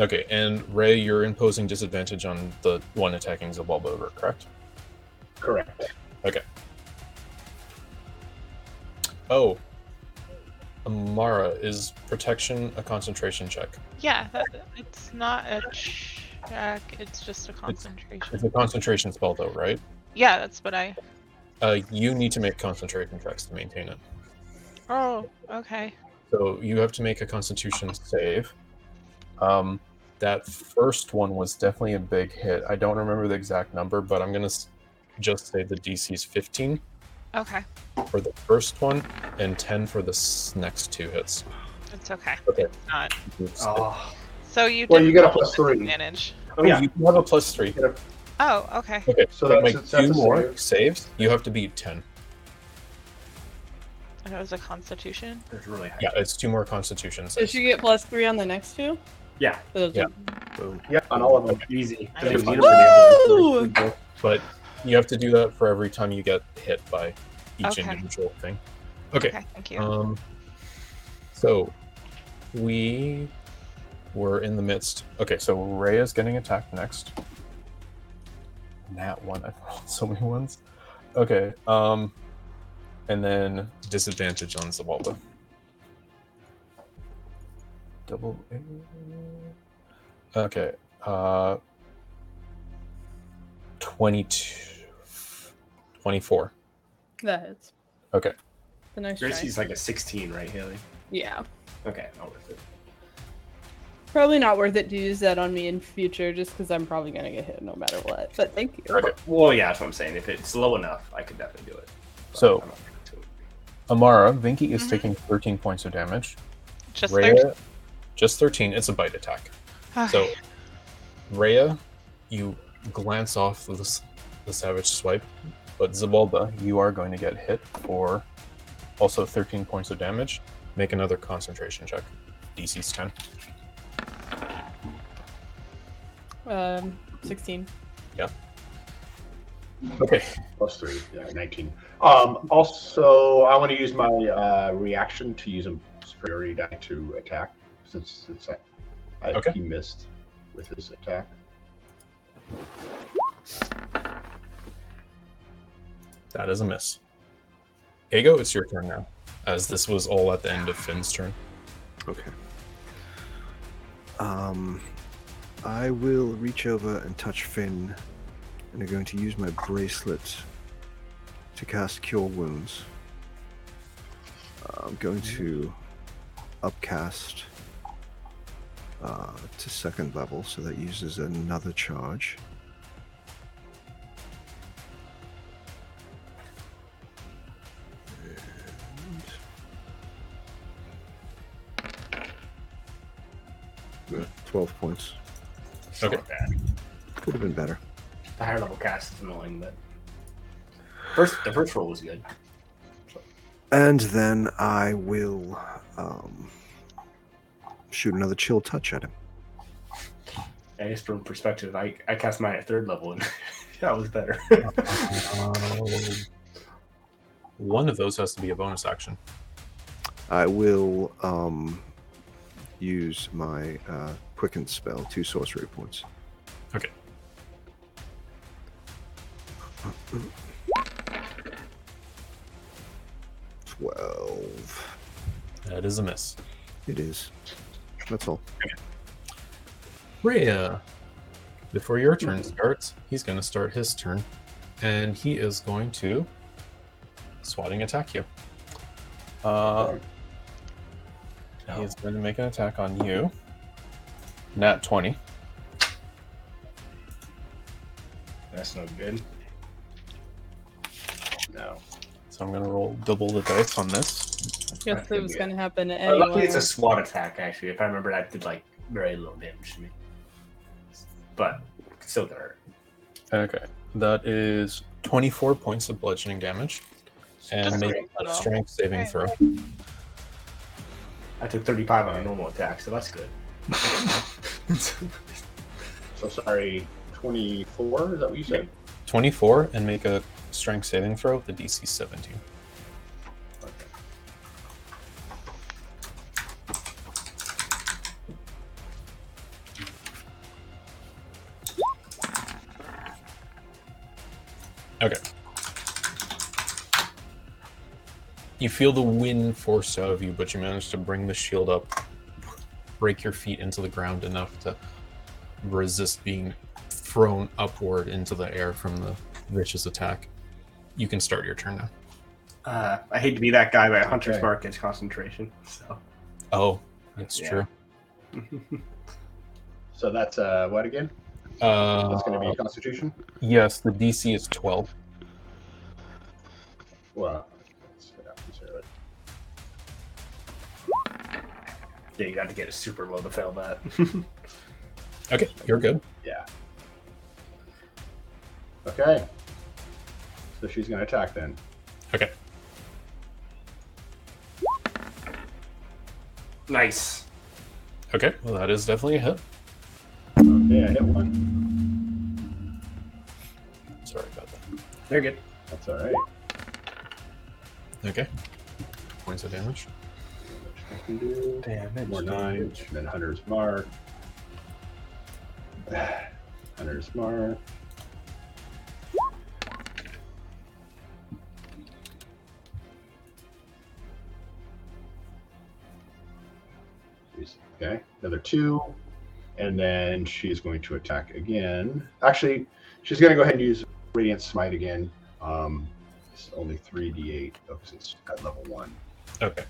S2: Okay, and Ray, you're imposing disadvantage on the one attacking Zabulba over, correct?
S13: Correct.
S2: Okay. Oh. Amara, is protection a concentration check?
S6: Yeah. That, it's not a check. It's just a concentration.
S2: It's a concentration spell, though, right?
S6: Yeah, that's what I.
S2: Uh, you need to make concentration checks to maintain it.
S6: Oh, okay.
S2: So you have to make a constitution save. Um, that first one was definitely a big hit. I don't remember the exact number, but I'm going to s- just say the DC is 15
S6: Okay.
S2: for the first one and 10 for the s- next two hits.
S6: It's okay.
S2: Okay.
S6: Not.
S13: Oh.
S2: It's-
S4: Oh,
S6: So you.
S13: Well,
S6: did
S13: you get a
S6: roll
S13: plus three.
S6: Disadvantage.
S2: Oh, You have a plus three.
S6: Oh, okay.
S2: Okay,
S13: So
S2: so that
S13: that's-
S2: makes
S13: that's a
S2: two more
S13: save.
S2: saves. You have to beat 10.
S6: And it was a Constitution.
S4: It's really
S2: Yeah, it's two more constitution
S3: So
S2: saves.
S3: she get plus three on the next two.
S4: Yeah.
S2: Yeah.
S4: Yeah, on all of them. Easy.
S2: I know.
S3: Woo!
S2: But you have to do that for every time you get hit by each
S6: Okay.
S2: individual thing. Okay.
S13: Uh,
S6: Okay, thank you.
S2: Um, So we were in the midst. Okay, so Ray is getting attacked next. Nat one. I've rolled so many ones. Okay. Um, and then disadvantage on Zawalda. Double. A- Okay. Uh, 22, 24.
S3: That hits.
S2: Okay.
S3: The next
S4: Gracie's
S3: try.
S4: like a 16, right, Haley?
S3: Yeah.
S4: Okay, not worth it.
S3: Probably not worth it to use that on me in future just because I'm probably going to get hit no matter what. But thank you.
S4: Okay. Well, yeah, that's what I'm saying. If it's low enough, I could definitely do it.
S2: So, Amara, Vinky is taking 13 points of damage.
S6: Mm-hmm. Just
S2: Rhea,
S6: 13?
S2: Just 13. It's a bite attack.
S6: Okay.
S2: So, Rhea, you glance off of this, the savage swipe, but Zabalba, you are going to get hit for also 13 points of damage. Make another concentration check. DC's 10.
S3: Um, 16.
S2: Yeah. Okay.
S13: Plus three, yeah, 19. Um, also, I want to use my uh, reaction to use a superiority die to attack since, since I, I he missed with his attack.
S2: That is a miss. Hago, it's your turn now, as this was all at the end of Finn's turn.
S5: Okay. Um, I will reach over and touch Finn, and I'm going to use my bracelet to cast Cure Wounds. I'm going to upcast uh, to second level, so that uses another charge. Uh, 12 points.
S2: Okay.
S5: Could have been better.
S4: The higher level cast is annoying, but first the first roll was good.
S5: And then I will um, shoot another chill touch at him.
S4: I guess from perspective, I, I cast mine at third level, and that was better.
S5: Oh,
S2: One of those has to be a bonus action.
S5: I will um, use my uh, quicken spell, two sorcery points.
S2: Okay.
S5: Twelve.
S2: That is a miss.
S5: It is. That's all.
S2: Rhea, before your turn starts, he's going to start his turn, and he is going to swatting attack you. Uh, He's going to make an attack on you. Nat 20.
S4: That's no good. No.
S2: So I'm going to roll double the dice on this.
S3: Yes, it was going to happen
S4: Uh,
S3: anyway.
S4: luckily, it's a SWAT attack. Actually, if I remember, that did like very little damage to me, but still gonna hurt.
S2: Okay. That is 24 points of bludgeoning damage. And
S4: Just
S2: make
S4: a
S2: a
S4: little.
S2: strength saving throw.
S4: I took 35 on a normal attack, so that's good.
S13: So sorry, 24? Is that what you said?
S2: 24 and make a strength saving throw. The DC 17. Okay. You feel the wind forced out of you, but you manage to bring the shield up, break your feet into the ground enough to resist being thrown upward into the air from the vicious attack. You can start your turn now.
S4: Uh, I hate to be that guy, but Hunter's
S2: Okay.
S4: Mark is concentration. So
S2: Oh, that's
S13: Yeah.
S2: true.
S13: So that's uh, what again?
S2: Uh,
S13: That's going to be a Constitution.
S2: Yes, the DC is 12.
S13: Well, let's get out and see it.
S4: yeah, you got to get a super low to fail that.
S2: Okay, you're good.
S13: Yeah. Okay. So she's going to attack then.
S2: Okay.
S4: Nice.
S2: Okay, well, that is definitely a hit.
S13: Yeah, I hit one.
S2: Sorry about that.
S4: They're good.
S13: That's all right.
S2: Okay. Points of damage.
S13: I can do more nine, and then Hunter's Mark. Hunter's Mark. Jeez, Okay, another two. And then she's going to attack again. Actually, she's going to go ahead and use Radiant Smite again. Um, it's only 3d8 because it's at level one.
S2: Okay.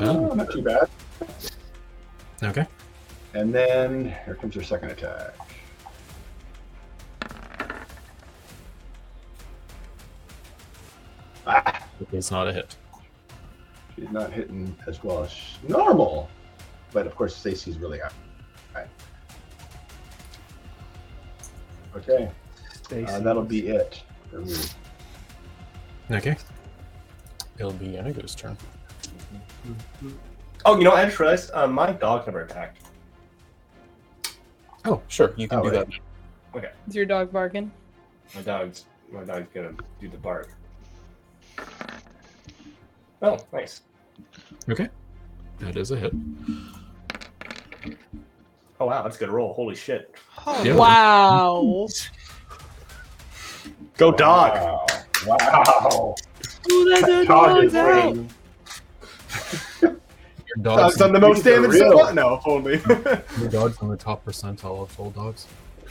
S13: Oh, not too bad.
S2: Okay.
S13: And then here comes her second attack.
S2: It's not a hit.
S13: Ah, She's not hitting as well as sh- normal, but of course Stacy's really high. High. Okay, uh, that'll be it for me.
S2: Okay. It'll be Enigo's turn.
S4: Oh, you know, I just realized uh, my dog never attacked.
S2: Oh, sure. You can do that.
S4: Okay,
S3: Is your dog barking?
S4: my dog's my dog's gonna do the bark. Oh, nice.
S2: Okay. That is a hit.
S4: Oh wow, that's a good roll. Holy shit.
S2: Yeah.
S3: Wow.
S4: Go dog.
S13: Wow.
S3: Ooh, that's
S4: That
S3: our
S4: dog
S3: dog's
S4: is
S3: out.
S4: great.
S2: Your
S4: Dog's done the most damage to what now, if only.
S2: Your dog's on the top percentile of all dogs.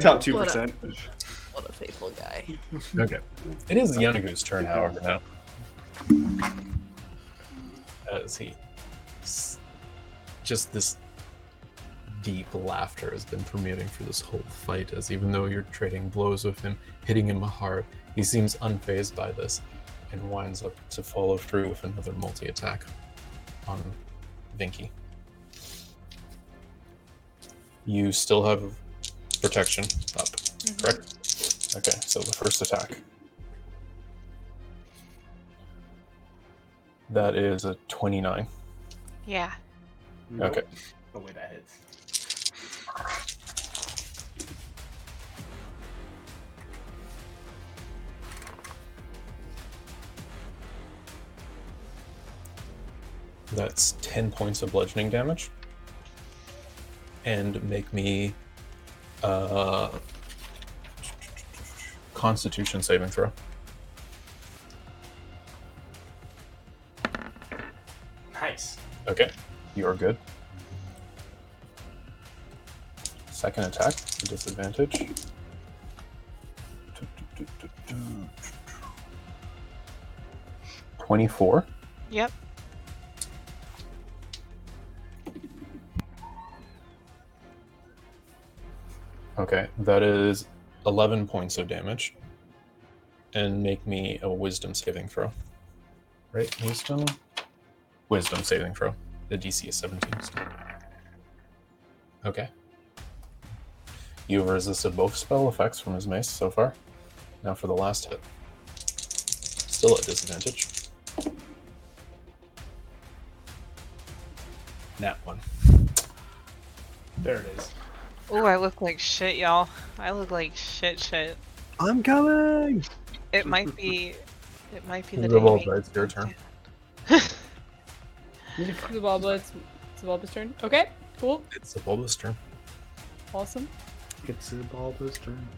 S4: Top two
S2: What
S4: percent.
S8: What a faithful guy.
S2: Okay. It is Yanagoo's turn, however, Uh, now. As he. s- Just this deep laughter has been permeating through this whole fight, as even though you're trading blows with him, hitting him hard, he seems unfazed by this and winds up to follow through with another multi attack on Vinky. You still have protection up, correct? Okay, so the first attack. That is a 29.
S6: Yeah.
S2: Okay.
S4: The way that hits.
S2: That's 10 points of bludgeoning damage. And make me uh, Constitution saving throw.
S4: Nice.
S2: Okay, you are good. Second attack, a disadvantage. Twenty-four.
S6: Yep.
S2: Okay, that is eleven points of damage. And make me a wisdom saving throw. Right, wisdom. Wisdom saving throw. The DC is 17. so- Okay. You've resisted both spell effects from his mace so far. Now for the last hit. Still at disadvantage. That one.
S4: There it is.
S6: Oh, I look like shit, y'all. I look like shit, shit.
S5: I'm coming.
S6: It might be. It might be the day.
S2: Revolve,
S6: we-
S2: it's your turn.
S3: Zabalba, it's Zabalba's turn. Okay, cool,
S2: It's Zabalba's turn.
S3: awesome.
S16: It's Zabalba's turn.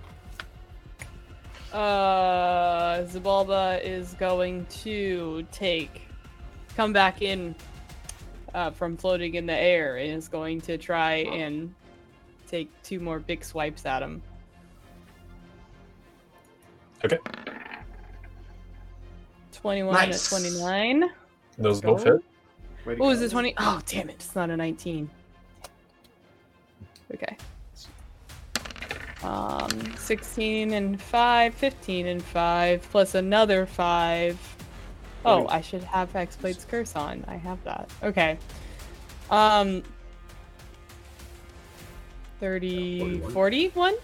S3: Uh, Zabalba is going to take, come back in uh, from floating in the air and is going to try and take two more big swipes at him.
S2: Okay.
S3: 21
S2: Nice.
S3: at 29.
S2: Those
S3: Go.
S2: both hit.
S3: What was it, 20? Oh, damn it. It's not a 19. Okay. Um, 16 and 5, 15 and 5, plus another 5. Oh,
S8: Right.
S3: I should have Hexblade's Curse on. I have that. Okay. Um, 30, 41?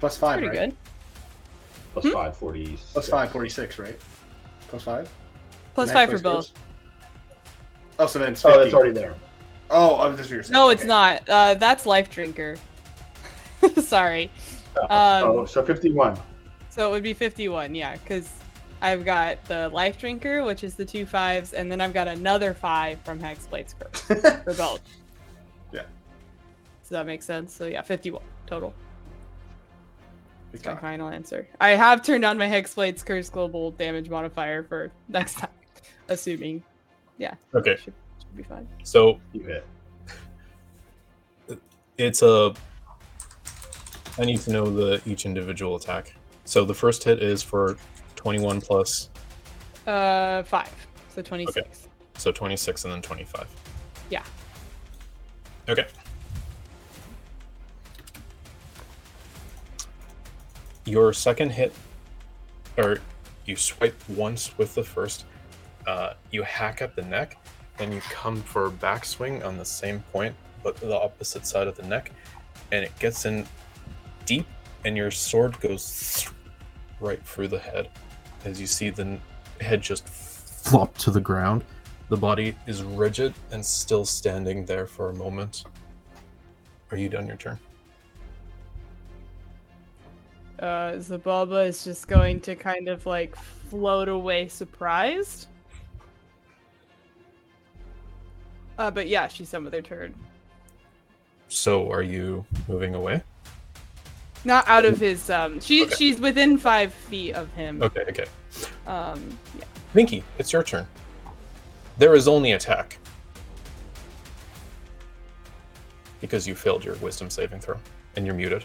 S4: Plus five,
S3: Pretty
S4: right?
S3: good.
S13: Plus five, 40.
S4: Plus five, 46, right? Plus five?
S3: Plus
S4: Max
S3: five for
S4: plus
S3: both.
S4: six? Oh, so then it's
S13: Oh,
S4: 50.
S13: that's already there.
S4: Oh, I'm just what you're saying.
S3: No, it's not. Uh, that's Life Drinker. Sorry. Um,
S13: oh, so 51.
S3: So it would be 51, yeah, because I've got the Life Drinker, which is the two fives, and then I've got another five from Hexblade's Curse for both.
S13: Yeah.
S3: Does that make sense? So yeah, 51 total. That's my final answer. I have turned on my Hexblade's Curse global damage modifier for next time, assuming. Yeah.
S2: Okay.
S3: Should, should be fine.
S2: So
S13: you hit.
S2: It's a. I need to know the each individual attack. So the first hit is for 21 plus,
S3: Uh, five. So 26.
S2: so 26 and then 25.
S3: Yeah.
S2: Okay. Your second hit, or you swipe once with the first, uh, you hack at the neck, then you come for a backswing on the same point, but the opposite side of the neck, and it gets in deep, and your sword goes right through the head. As you see the n- head just flop to the ground, the body is rigid and still standing there for a moment. Are you done your turn?
S3: Uh, Zababa is just going to kind of like float away surprised. Uh, but yeah, she's done with her turn.
S2: So are you moving away?
S3: Not out of his. Um, she she's within five feet of him.
S2: Okay, okay.
S3: Um, yeah.
S2: Minky, it's your turn. There is only attack. Because you failed your wisdom saving throw and you're muted.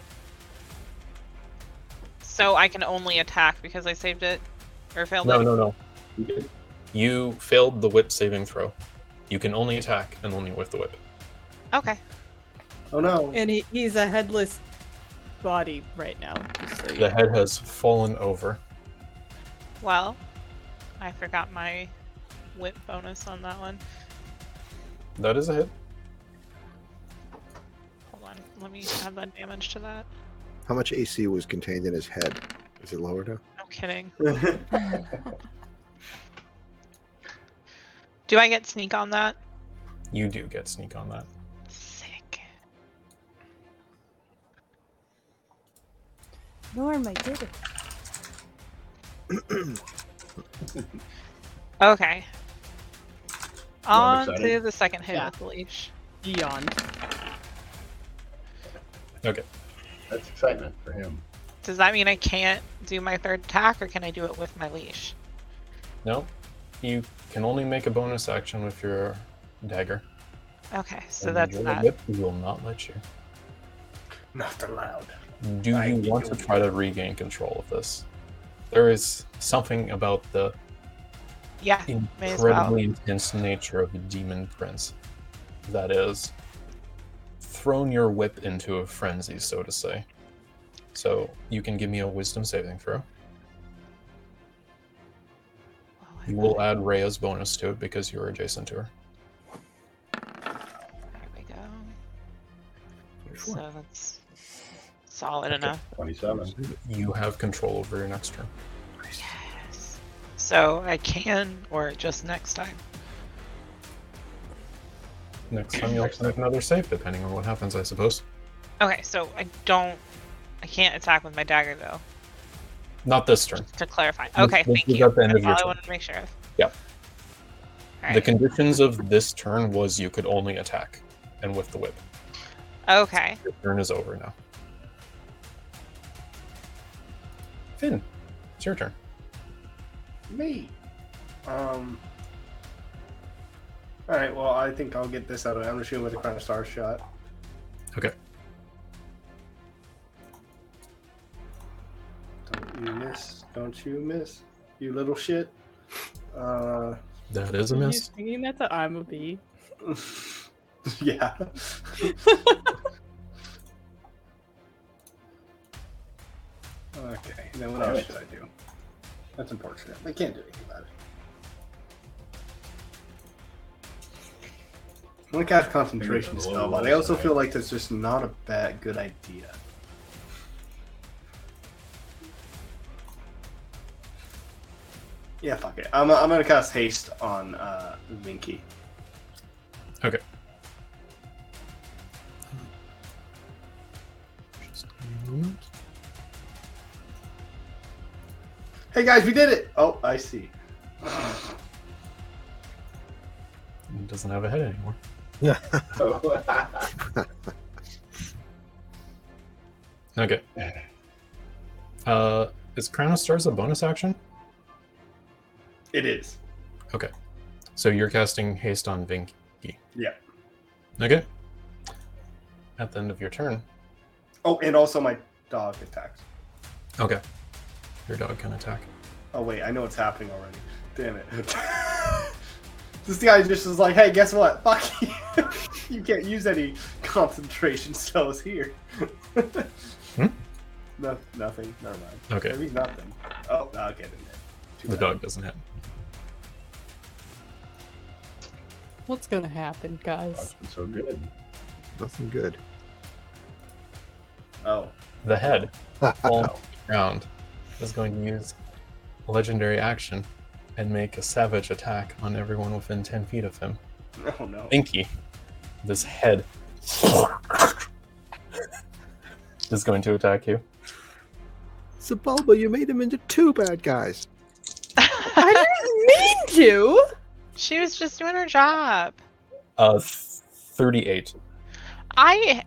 S6: So I can only attack because I saved it or failed
S2: No,
S6: it.
S2: no, no. You failed the whip saving throw. You can only attack and only with the whip.
S6: Okay.
S13: Oh no.
S3: And he, he's a headless body right now. just so you-
S2: The head has fallen over.
S6: Well, I forgot my whip bonus on that one.
S2: That is a hit.
S6: Hold on. Let me add that damage to that.
S5: How much AC was contained in his head? Is it lower now?
S6: No kidding. Do I get sneak on that?
S2: You do get sneak on that.
S8: Norm, I did it.
S6: Okay. On to
S2: excited.
S6: the second hit with the leash.
S3: Yawn.
S2: Okay.
S13: That's excitement for him.
S6: Does that mean I can't do my third attack, or can I do it with my leash?
S2: No. You can only make a bonus action with your dagger.
S6: Okay, so
S2: And
S6: that's
S2: your
S6: that.
S2: whip will not let you.
S4: Not allowed.
S2: Do you want to try to regain control of this? There is something about the
S6: Yeah, may as well.
S2: incredibly intense nature of the demon prince that is thrown your whip into a frenzy, so to say. So you can give me a wisdom saving throw. You will add Rhea's bonus to it because you're adjacent to her.
S6: There we go. So that's solid enough.
S13: 27.
S2: You have control over your next turn.
S6: So I can, or just next time.
S2: Next time you'll have to make another save, depending on what happens, I suppose.
S6: Okay, so I don't, I can't attack with my dagger though.
S2: Not this turn.
S6: To clarify.
S2: This-
S6: Okay,
S2: this
S6: thank
S2: is
S6: you.
S2: at the end of
S6: That's
S2: your
S6: all I
S2: turn.
S6: wanted to make sure of.
S2: Yeah. The
S6: Alright.
S2: conditions of this turn was you could only attack, and with the whip.
S6: Okay.
S2: Your turn is over now. Finn, it's your turn.
S4: Me. Um. All right. Well, I think I'll get this out of it. I'm gonna shoot him with a crown of star shot.
S2: Okay.
S4: Don't you miss? Don't you miss? You little shit. Uh.
S2: That is a
S3: Are you
S2: miss.
S3: singing that to I'm a bee?
S4: yeah. okay. Then what
S13: Damn
S4: else
S13: it.
S4: should I do? That's unfortunate. I can't do anything about it. I'm gonna cast concentration
S13: Maybe it's a
S4: spell,
S13: low
S4: but I
S13: roll,
S4: also
S13: right?
S4: feel like that's just not a bad good idea. Yeah, fuck it. I'm, I'm gonna cast haste on uh, Vinky.
S2: Okay.
S12: Just a moment.
S4: Hey guys, we did it! Oh, I see.
S2: It doesn't have a head anymore. Okay. Uh, is Crown of Stars a bonus action?
S4: it is.
S2: Okay. So you're casting haste on Vinky.
S4: Yeah.
S2: Okay. At the end of your turn.
S4: Oh, and also my dog attacks.
S2: Okay. Your dog can attack.
S4: Oh wait, I know what's happening already. Damn it. this guy just is like, hey, guess what? Fuck you. you can't use any concentration spells here. No, nothing. Never mind.
S2: Okay.
S4: Maybe nothing. Oh, I'll get it.
S2: The dog doesn't hit.
S3: What's gonna happen, guys?
S13: So good.
S5: Nothing good.
S4: Oh.
S2: The head falls round is going to use a legendary action and make a savage attack on everyone within 10 feet of him.
S4: Oh no.
S2: Binky, this head is going to attack you.
S5: Zabulba, you made him into two bad guys.
S3: I didn't mean to.
S6: She was just doing her job.
S2: Uh, 38.
S6: I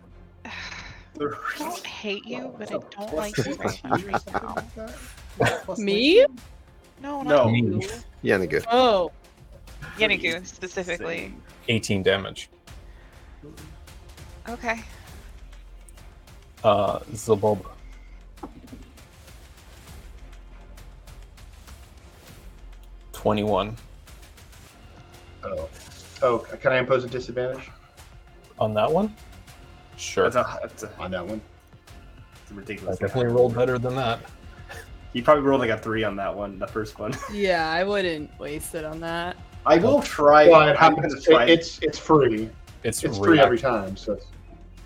S6: I don't hate you, but I don't like you very much right now.
S3: Me?
S6: No, not
S5: No.
S6: you.
S5: Yannigu.
S3: Oh.
S6: Yenigu specifically.
S2: 18 damage.
S6: Okay.
S2: Uh, Zabulba. Twenty-one
S13: Oh. Oh, can I impose a disadvantage?
S2: on that one. Sure.
S4: That's a, that's a,
S13: on that one.
S4: It's ridiculous.
S2: I definitely rolled better than that.
S4: You probably rolled like a three on that one, the first one.
S3: Yeah, I wouldn't waste it on that.
S4: I will try.
S13: Well, it
S4: I'm
S13: happens.
S4: gonna try-
S13: it- it's it's free.
S2: It's
S13: free every
S4: react-
S13: time. So it's,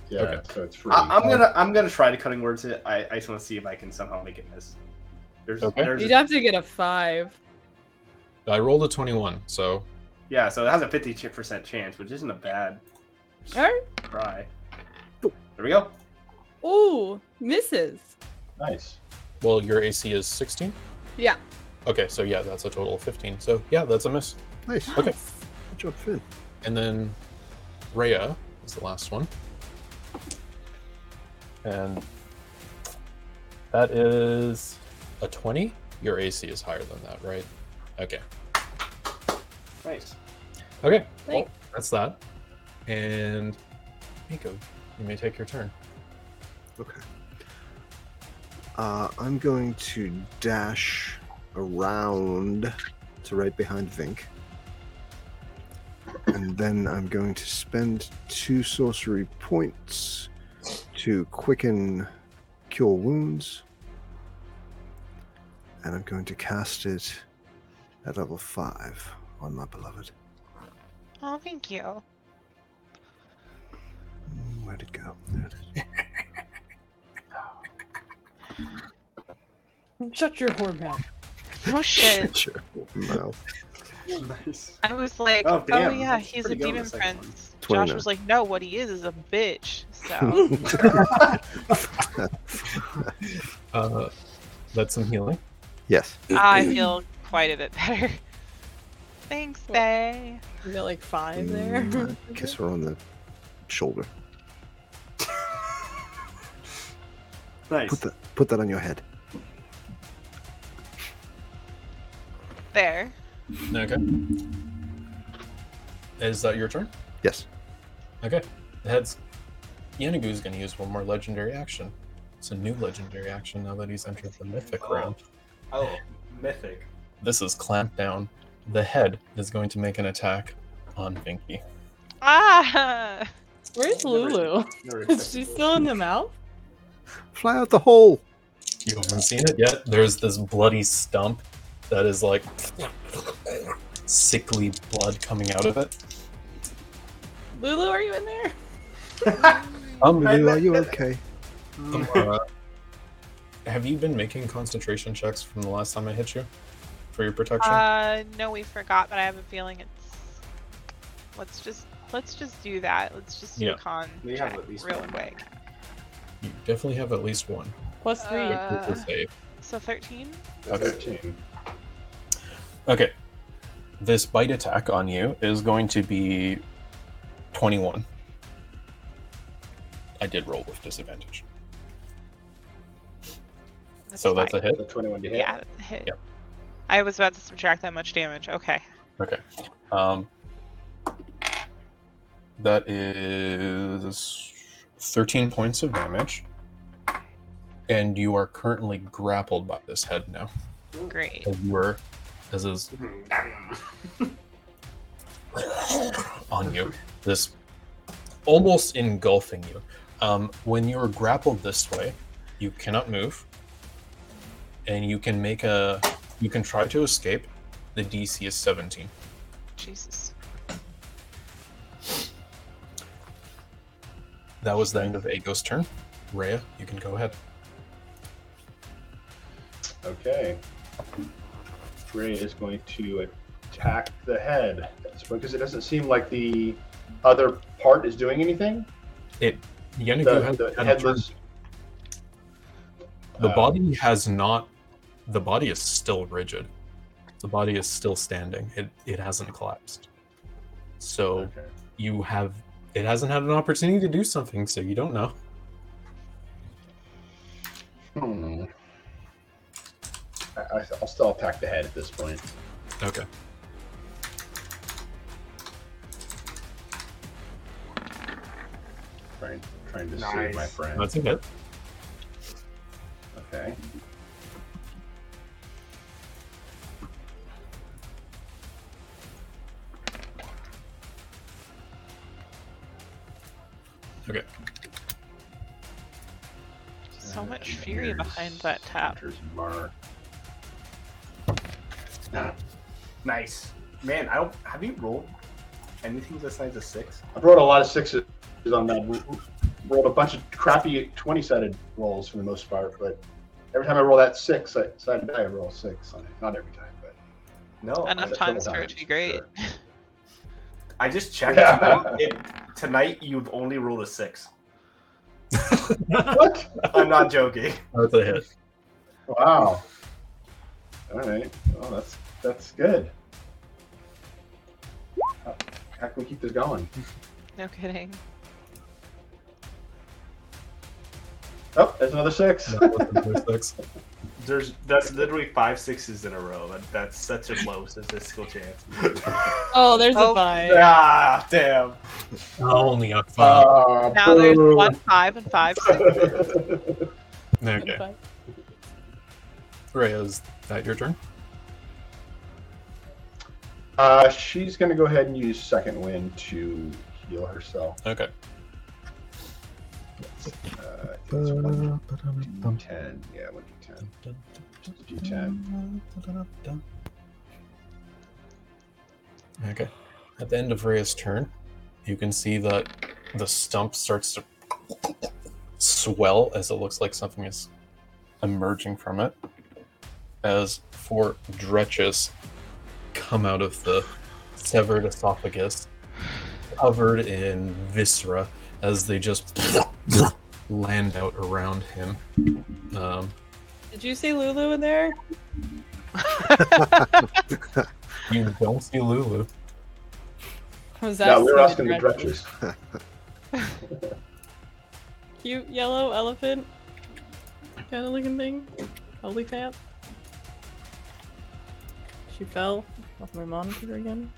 S13: yeah, so it's free.
S4: I, I'm gonna I'm gonna try to cutting words it. I, I just want to see if I can somehow make it miss. There's, there's
S3: You'd have to get a five.
S2: I rolled a twenty-one, so
S4: yeah, so it has a fifty percent chance, which isn't a bad
S3: All right.
S4: try. There we go.
S3: Ooh, misses.
S13: Nice.
S2: Well, your AC is sixteen.
S3: Yeah.
S2: Okay, so yeah, that's a total of fifteen. So yeah, that's a miss.
S5: Nice.
S2: Okay.
S5: Good job, Finn.
S2: And then Rhea is the last one. And that is a 20. Your AC is higher than that, right? Okay.
S4: Nice.
S2: Okay.
S3: Thanks.
S2: That's that. And Miko, you may take your turn.
S5: Okay. Uh, I'm going to dash around to right behind Vink. And then I'm going to spend two sorcery points to quicken Cure Wounds. And I'm going to cast it at level 5 on my beloved.
S6: Oh, thank you.
S5: Where'd it go? There it is.
S8: Shut your whore mouth.
S6: No Oh, shit.
S5: Sure. Mouth.
S4: nice.
S6: I was like,
S4: Oh,
S6: oh,
S4: damn,
S6: yeah,
S4: that's
S6: he's a
S4: pretty good on
S6: demon
S4: the second
S6: prince.
S5: one.
S6: Josh was like, no, what he is is a bitch. So
S2: Uh, that's some healing.
S5: Yes.
S6: I feel quite a bit better. Thanks, Bay.
S3: You got like five
S5: Mm, I Kiss her on the shoulder.
S4: Nice.
S5: Put that put that on your head.
S6: There.
S2: Okay. Is that your turn?
S5: Yes.
S2: Okay. The heads. Yanigu's going to use one more legendary action. It's a new legendary action now that he's entered the mythic round.
S4: Oh, mythic.
S2: This is clamped down. The head is going to make an attack on Vinky.
S6: Ah!
S3: Where's Lulu? Is she still in the mouth?
S5: Fly out the hole.
S2: You haven't seen it yet. There's this bloody stump that is like sickly blood coming out of it.
S3: Lulu, are you in there?
S2: Um,
S5: Lulu, are you okay?
S2: Amara, Um, uh, have you been making concentration checks from the last time I hit you for your protection?
S6: Uh, no, we forgot, but I have a feeling it's. Let's just let's just do that. Let's just do
S2: Yeah.
S6: a con
S4: We have
S6: check
S4: at least
S6: real
S4: one.
S6: quick.
S2: You definitely have at least one.
S3: Plus three.
S2: We'll
S6: Uh,
S2: save.
S6: so 13?
S2: Okay. This bite attack on you is going to be 21. I did roll with disadvantage. so that's a hit?
S13: 21 to
S6: Yeah, that's a hit. I was about to subtract that much damage. Okay.
S2: Okay. Um, that is 13 points of damage. And you are currently grappled by this head now.
S6: Great.
S2: As you were, as is on you, this almost engulfing you. Um, when you are grappled this way, you cannot move, and you can make a. You can try to escape. The DC is 17.
S6: Jesus.
S2: That was the end of Ago's turn. Rhea, you can go ahead.
S13: Okay. Ray is going to attack the head at this point because it doesn't seem like the other part is doing anything.
S2: It Yenegu
S13: The-
S2: has
S13: the
S2: had a turn.
S13: headless- uh,
S2: The body has not. The body is still rigid. The body is still standing. It it hasn't collapsed. So you have. It hasn't had an opportunity to do something, so you don't know.
S13: Hmm. I, I- I'll still attack the head at this point.
S2: Okay.
S13: Trying, trying to save
S2: Nice.
S13: my friend.
S2: That's a hit.
S13: Okay.
S2: Okay.
S6: So
S2: Uh,
S6: much fury behind that tap.
S4: Nice. Man, I don't have you rolled anything besides a six?
S13: I've rolled a lot of sixes on that. We- we Rolled a bunch of crappy twenty-sided rolls for the most part, but every time I roll that six-sided die, I roll a six on it. Not every time, but
S4: No.
S13: Enough times for it
S4: to be great. I just checked.
S13: Yeah.
S4: Tonight, it- tonight you've only rolled a six.
S13: what?
S4: I'm not joking.
S2: That's a hit.
S13: Wow. All right. Well, that's that's good. How- How can we keep this going?
S6: No kidding.
S13: Oh, there's another six.
S2: six.
S4: There's that's literally five sixes in a row. That, that's such a low statistical chance.
S3: Oh, there's a five.
S4: Ah, damn.
S2: Only a five.
S13: Uh,
S6: Now there's one five and five sixes.
S2: Okay. Rhea, is that your turn?
S13: Uh, she's gonna go ahead and use second wind to heal herself.
S2: Okay.
S13: Uh, it's one d10. Yeah, one d10. Just a d10.
S2: Okay. At the end of Rhea's turn, you can see that the stump starts to swell as it looks like something is emerging from it. As four dretches come out of the severed esophagus, covered in viscera, as they just land out around him. Um,
S3: Did you see Lulu in there?
S2: you don't see Lulu.
S3: Was
S13: Yeah, we were
S3: Sid
S13: asking the
S3: Dredge?
S13: dredges.
S3: Cute yellow elephant kind of looking thing. Holy tap. She fell off my monitor again.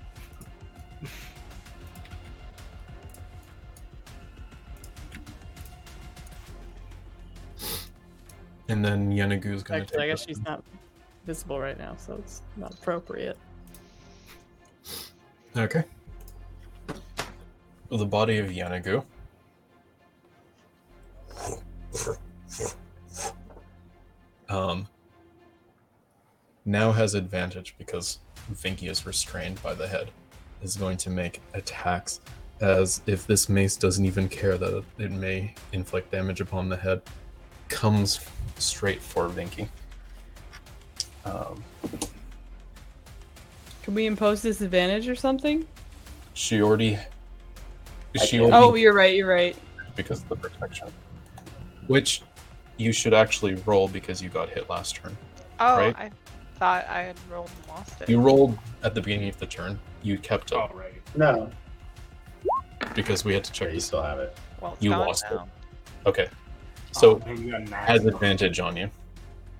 S2: And then Yenegu's gonna
S3: Actually, I
S2: take
S3: guess she's not visible right now, so it's not appropriate.
S2: Okay. The body of Yanegu. Um, now has advantage because Vinky is restrained by the head. Is going to make attacks as if this mace doesn't even care that it may inflict damage upon the head. Comes straight for Vinky. Um,
S3: Can we impose disadvantage or something?
S2: she already. She already
S3: Oh, you're Oh, right. You're right.
S2: because of the protection. Which you should actually roll because you got hit last turn.
S6: Oh,
S2: right?
S6: I thought I had rolled and lost it.
S2: You rolled at the beginning of the turn. You kept up.
S13: No.
S2: Because we had to check. you
S13: still have it.
S6: Well, it's
S2: You
S6: gone
S2: lost
S6: now.
S2: it. Okay. So
S11: man, you got nine.
S2: has advantage on you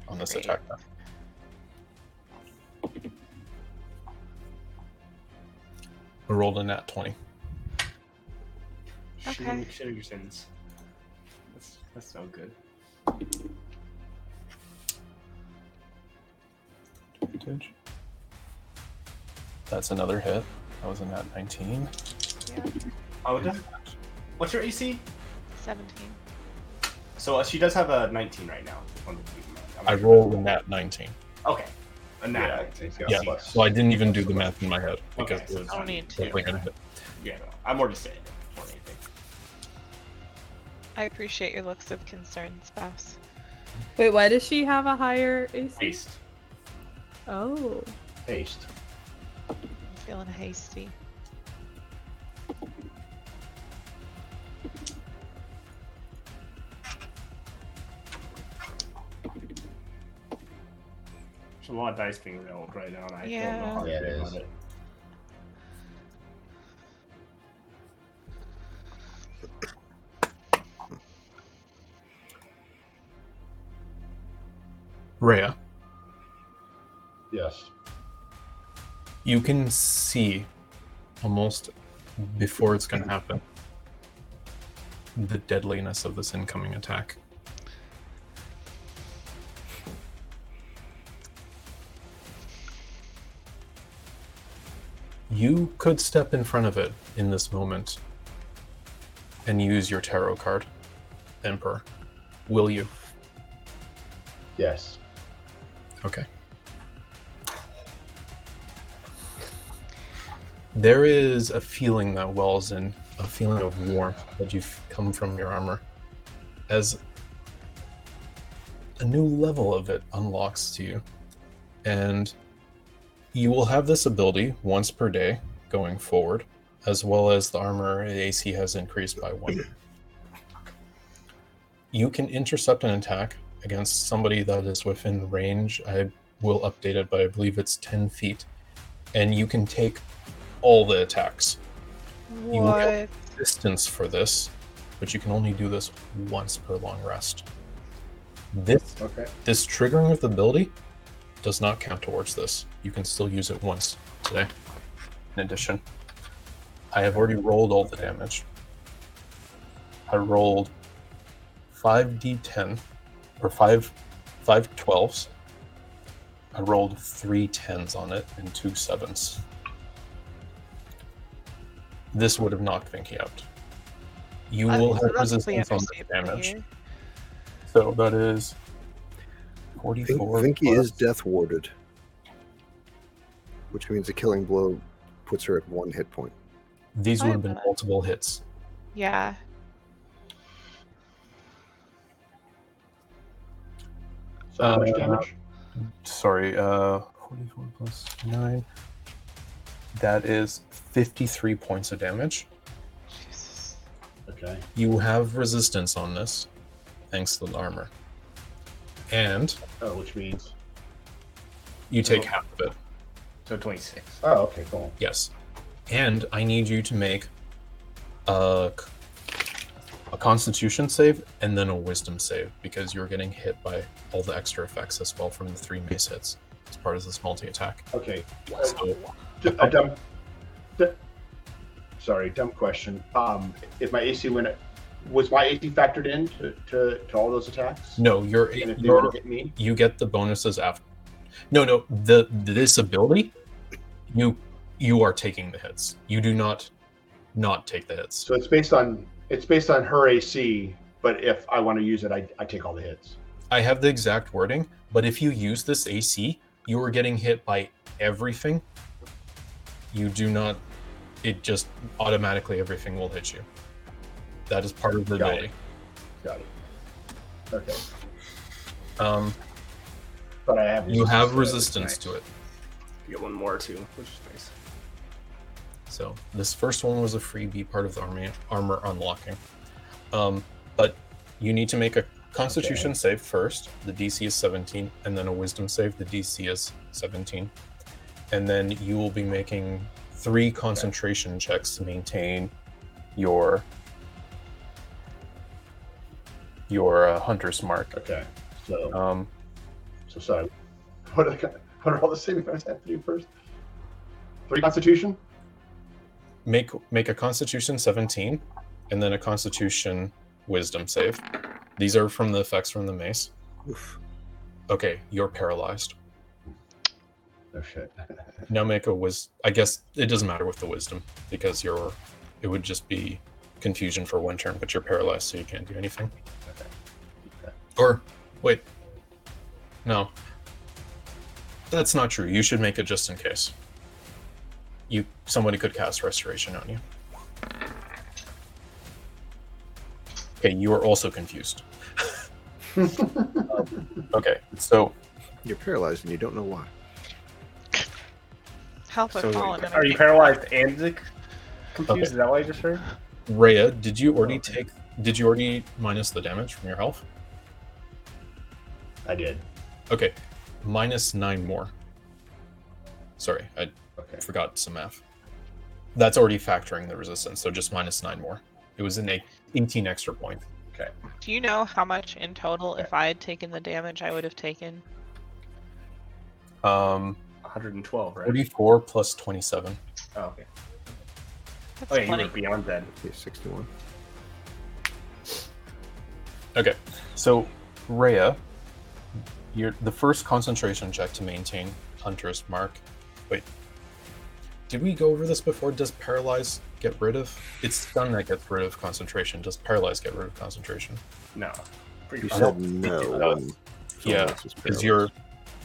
S2: on this attack. then. I rolled a nat twenty.
S11: Okay. Shenanigans. That's that's no good.
S2: That's another hit. That was a nat nineteen.
S4: Oh, does- what's your AC?
S6: 17.
S4: So uh, she does have a 19 right now. on the-
S2: I rolled a nat nineteen.
S4: Okay. A nat
S13: Yeah,
S4: 19.
S2: Yeah. So I didn't even do the math in my head because
S4: Okay, so
S2: it's
S4: I don't need to.
S2: definitely gonna hit.
S4: Yeah, no, I'm more just saying. more than anything.
S6: I appreciate your looks of concern, spouse.
S3: Wait, why does she have a higher AC?
S4: Haste.
S3: Oh.
S13: Haste.
S6: I'm feeling hasty.
S11: There's a lot of dice being rolled right now, and I don't know
S6: Yeah.
S11: how to
S13: Yeah, it
S11: feel
S13: is.
S11: about it.
S2: Rhea,
S13: Yes.
S2: you can see almost before it's gonna happen the deadliness of this incoming attack. You could step in front of it in this moment and use your tarot card, Emperor. Will you?
S13: Yes.
S2: Okay. There is a feeling that wells in, a feeling of warmth that you've come from your armor as a new level of it unlocks to you. And you will have this ability once per day going forward, as well as the armor AC has increased by one. You can intercept an attack against somebody that is within range. I will update it, but I believe it's 10 feet. And you can take all the attacks. You will
S6: What?
S2: get distance for this, but you can only do this once per long rest. This
S13: Okay.
S2: this triggering of the ability does not count towards this. You can still use it once today. In addition, I have already rolled all the damage. I rolled 5d10 or 5 five 12s. I rolled three 10s on it and two 7s. This would have knocked Vinky out. You
S6: Okay,
S2: will
S6: Uh, so
S2: have
S6: that's
S2: resistance on the
S6: understandable
S2: damage.
S6: here.
S2: So that is 44.
S5: Vinky is death warded, which means a killing blow puts her at one hit point.
S2: These would have been multiple hits.
S6: Yeah.
S13: So how much
S2: Uh,
S13: damage?
S2: Sorry, uh, 44 plus 9. That is 53 points of damage.
S13: Okay.
S2: You have resistance on this, thanks to the armor. And
S13: Oh, which means.
S2: you take half of it.
S11: So 26.
S13: Oh, okay, cool.
S2: Yes. And I need you to make a, a constitution save and then a wisdom save because you're getting hit by all the extra effects as well from the three mace hits as part of this multi attack.
S13: Okay.
S2: So,
S13: D- A dumb. d- Sorry, dumb question. Um, if my AC went, was my AC factored in to, to, to all those attacks?
S2: no, you're,
S13: And if they
S2: you're-
S13: would've hit me?
S2: you get the bonuses after. No, no, the this ability, you you are taking the hits. You do not not take the hits.
S13: So it's based on it's based on her AC, but if I want to use it, I, I take all the hits.
S2: I have the exact wording, but if you use this AC, you are getting hit by everything. You do not. It just automatically everything will hit you. That is part of the
S13: Got it.
S2: ability.
S13: Got it. Okay.
S2: Um,
S13: But I have
S2: you have
S13: resistance
S2: resistance
S13: to
S2: to it.
S11: You get one more too, which is nice.
S2: So this first one was a freebie part of the army armor unlocking. Um, but you need to make a Constitution save first. The DC is 17, and then a Wisdom save. The DC is 17, and then you will be making three concentration checks to maintain your your uh, hunter's mark.
S13: Okay. So
S2: um,
S13: so sorry. What are, the, what are all the saving throws I have to do first? Three Constitution.
S2: make make a Constitution 17, and then a Constitution Wisdom save. These are from the effects from the mace. Okay, you're paralyzed.
S13: Oh shit.
S2: Now make a wis. I guess it doesn't matter with the wisdom because you're. It would just be confusion for one turn, but you're paralyzed, so you can't do anything. Or wait, no. That's not true. You should make it just in case. You somebody could cast restoration on you. Okay, you are also confused. okay, so
S5: you're paralyzed and you don't know why.
S6: Help
S4: So,
S6: I've fallen in a
S4: are you
S6: pit.
S4: paralyzed and confused? Is that what I just heard?
S2: Rhea, did you already take? Did you already minus the damage from your health?
S13: I did.
S2: Okay, minus nine more. Sorry, I forgot some math. That's already factoring the resistance, so just minus nine more. It was an eight, 18 extra point.
S13: Okay.
S6: Do you know how much in total, if I had taken the damage, I would have taken?
S2: Um,
S4: 112, right?
S2: 44 plus 27.
S4: Oh, okay.
S6: That's
S4: oh, yeah,
S6: plenty.
S4: you were beyond that.
S5: Yeah, 61.
S2: Okay, so Rhea, you're the first concentration check to maintain Hunter's Mark. Wait, did we go over this before? Does Paralyze get rid of? It's stun that gets rid of concentration. Does Paralyze get rid of concentration?
S4: No.
S5: You
S4: Pretty
S5: said
S4: sure.
S5: no. when someone
S2: Yeah,
S5: else was
S2: is
S5: paralyzed.
S2: your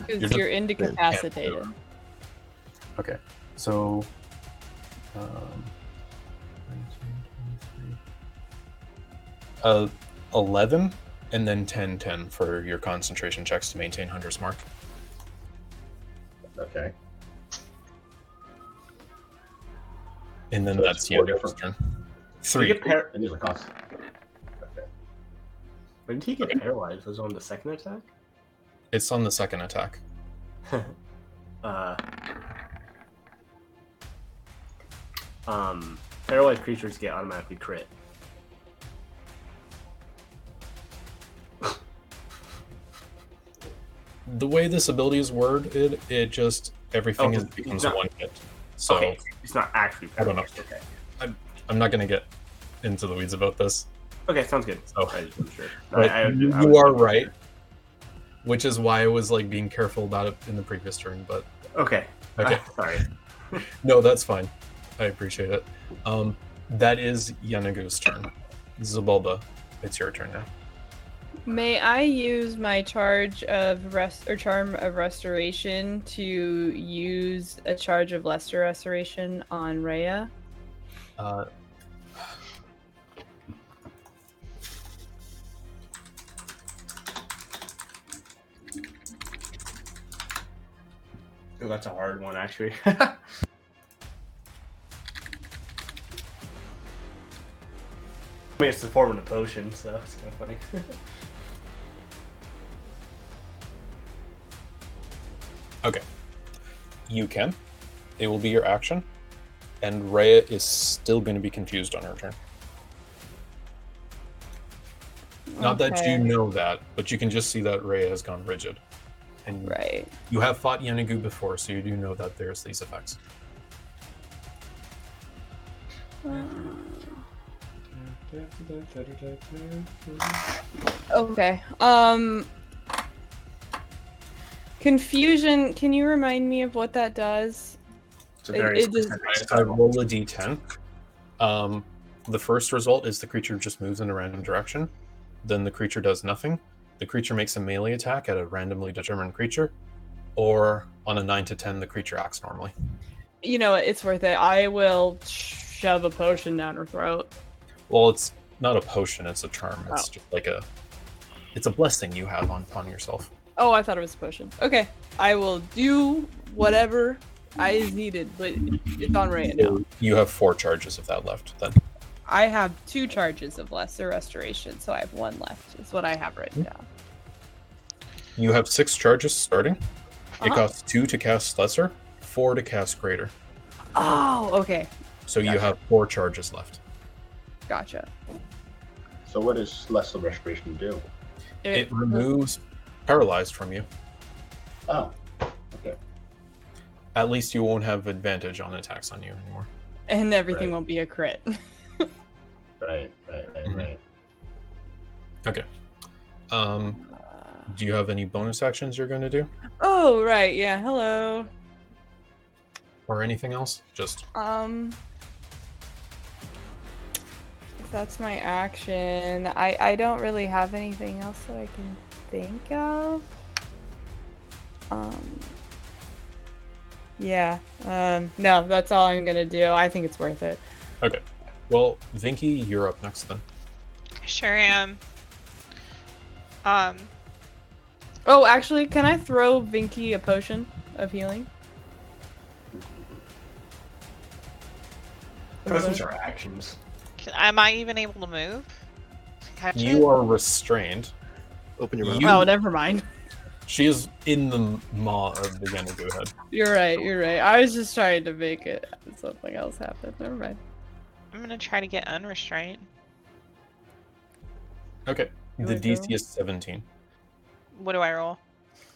S3: Because
S2: just-
S3: you're incapacitated.
S2: Okay, so. Um, uh, 11 and then 10 10 for your concentration checks to maintain Hunter's Mark.
S13: Okay.
S2: And then
S13: So
S2: that's
S13: it's
S2: the
S13: four
S2: end of his turn. Three.
S4: Did he get par-
S13: And these are cost.
S4: when did he get paralyzed? Was it on the second attack?
S2: It's on the second attack.
S4: Uh, um, paralyzed creatures get automatically crit.
S2: The way this ability is worded, it just everything
S4: Oh,
S2: is
S4: it's
S2: becomes
S4: not-
S2: one hit. So
S4: okay, it's not actually
S2: I don't know.
S4: paralyzed. Okay.
S2: I'm, I'm not gonna get into the weeds about this.
S4: Okay, sounds good.
S2: So,
S4: I just wasn't sure. No,
S2: but
S4: I- I- I
S2: you
S4: was-
S2: are right, which is why I was like being careful about it in the previous turn. But
S4: Okay.
S2: Okay.
S4: Sorry.
S2: no, that's fine. I appreciate it. Um, that is Yanagu's turn. Zabulba, it's your turn now.
S3: May I use my charge of rest or charm of restoration to use a charge of lesser restoration on Rhea?
S2: Uh,
S4: Ooh, that's a hard one, actually. I mean, it's the form of the potion, so it's kind of funny.
S2: Okay. You can. It will be your action. And Rhea is still going to be confused on her turn. Not that
S3: Okay.
S2: you know that, but you can just see that Rhea has gone rigid. And
S3: right.
S2: you have fought Yanagu before, so you do know that there's these effects.
S3: Okay. Um Confusion, can you remind me of what that does? It- it does-
S2: I, I roll a d10. Um, the first result is the creature just moves in a random direction. Then the creature does nothing. The creature makes a melee attack at a randomly determined creature, or on a 9 to 10, the creature acts normally.
S3: you know what, it's worth it. I will shove a potion down her throat.
S2: Well, it's not a potion, it's a charm. It's
S3: Oh.
S2: just like a. It's a blessing you have on, on yourself.
S3: Oh, I thought it was a potion. Okay. I will do whatever I is needed, but it's on Rhea now.
S2: You have four charges of that left then.
S3: I have two charges of lesser restoration, so I have one left. Is what I have written down.
S2: You have six charges starting. It
S3: Uh-huh.
S2: costs two to cast lesser, four to cast greater.
S3: Oh, okay,
S2: So you have four charges left.
S3: gotcha.
S13: So what does lesser restoration do?
S2: It removes paralyzed from you.
S13: Oh. Okay.
S2: At least you won't have advantage on attacks on you anymore.
S3: and everything won't be a crit.
S13: Right, right, right, right.
S2: Okay. Um, do you have any bonus actions you're going to do,
S3: oh right, yeah. Hello.
S2: or anything else? Just
S3: Um, if that's my action. I I don't really have anything else that I can think of. Um. Yeah. Um. No, that's all I'm gonna do. I think it's worth it.
S2: okay. Well, Vinky, you're up next then.
S6: Sure am. Um,
S3: Oh, actually, can I throw Vinky a potion of healing?
S4: Potions are actions.
S6: can, am I even able to move? Catch
S2: You
S6: it?
S2: are restrained.
S5: Open
S2: your mouth.
S3: Oh, never mind.
S2: She is in the maw of the Yanu. Go ahead.
S3: You're right. You're right. I was just trying to make it something else happen. Never mind.
S6: I'm gonna try to get unrestrained.
S2: Okay.
S6: Here
S2: The
S6: we
S2: DC
S6: go.
S2: is 17.
S6: What do I roll?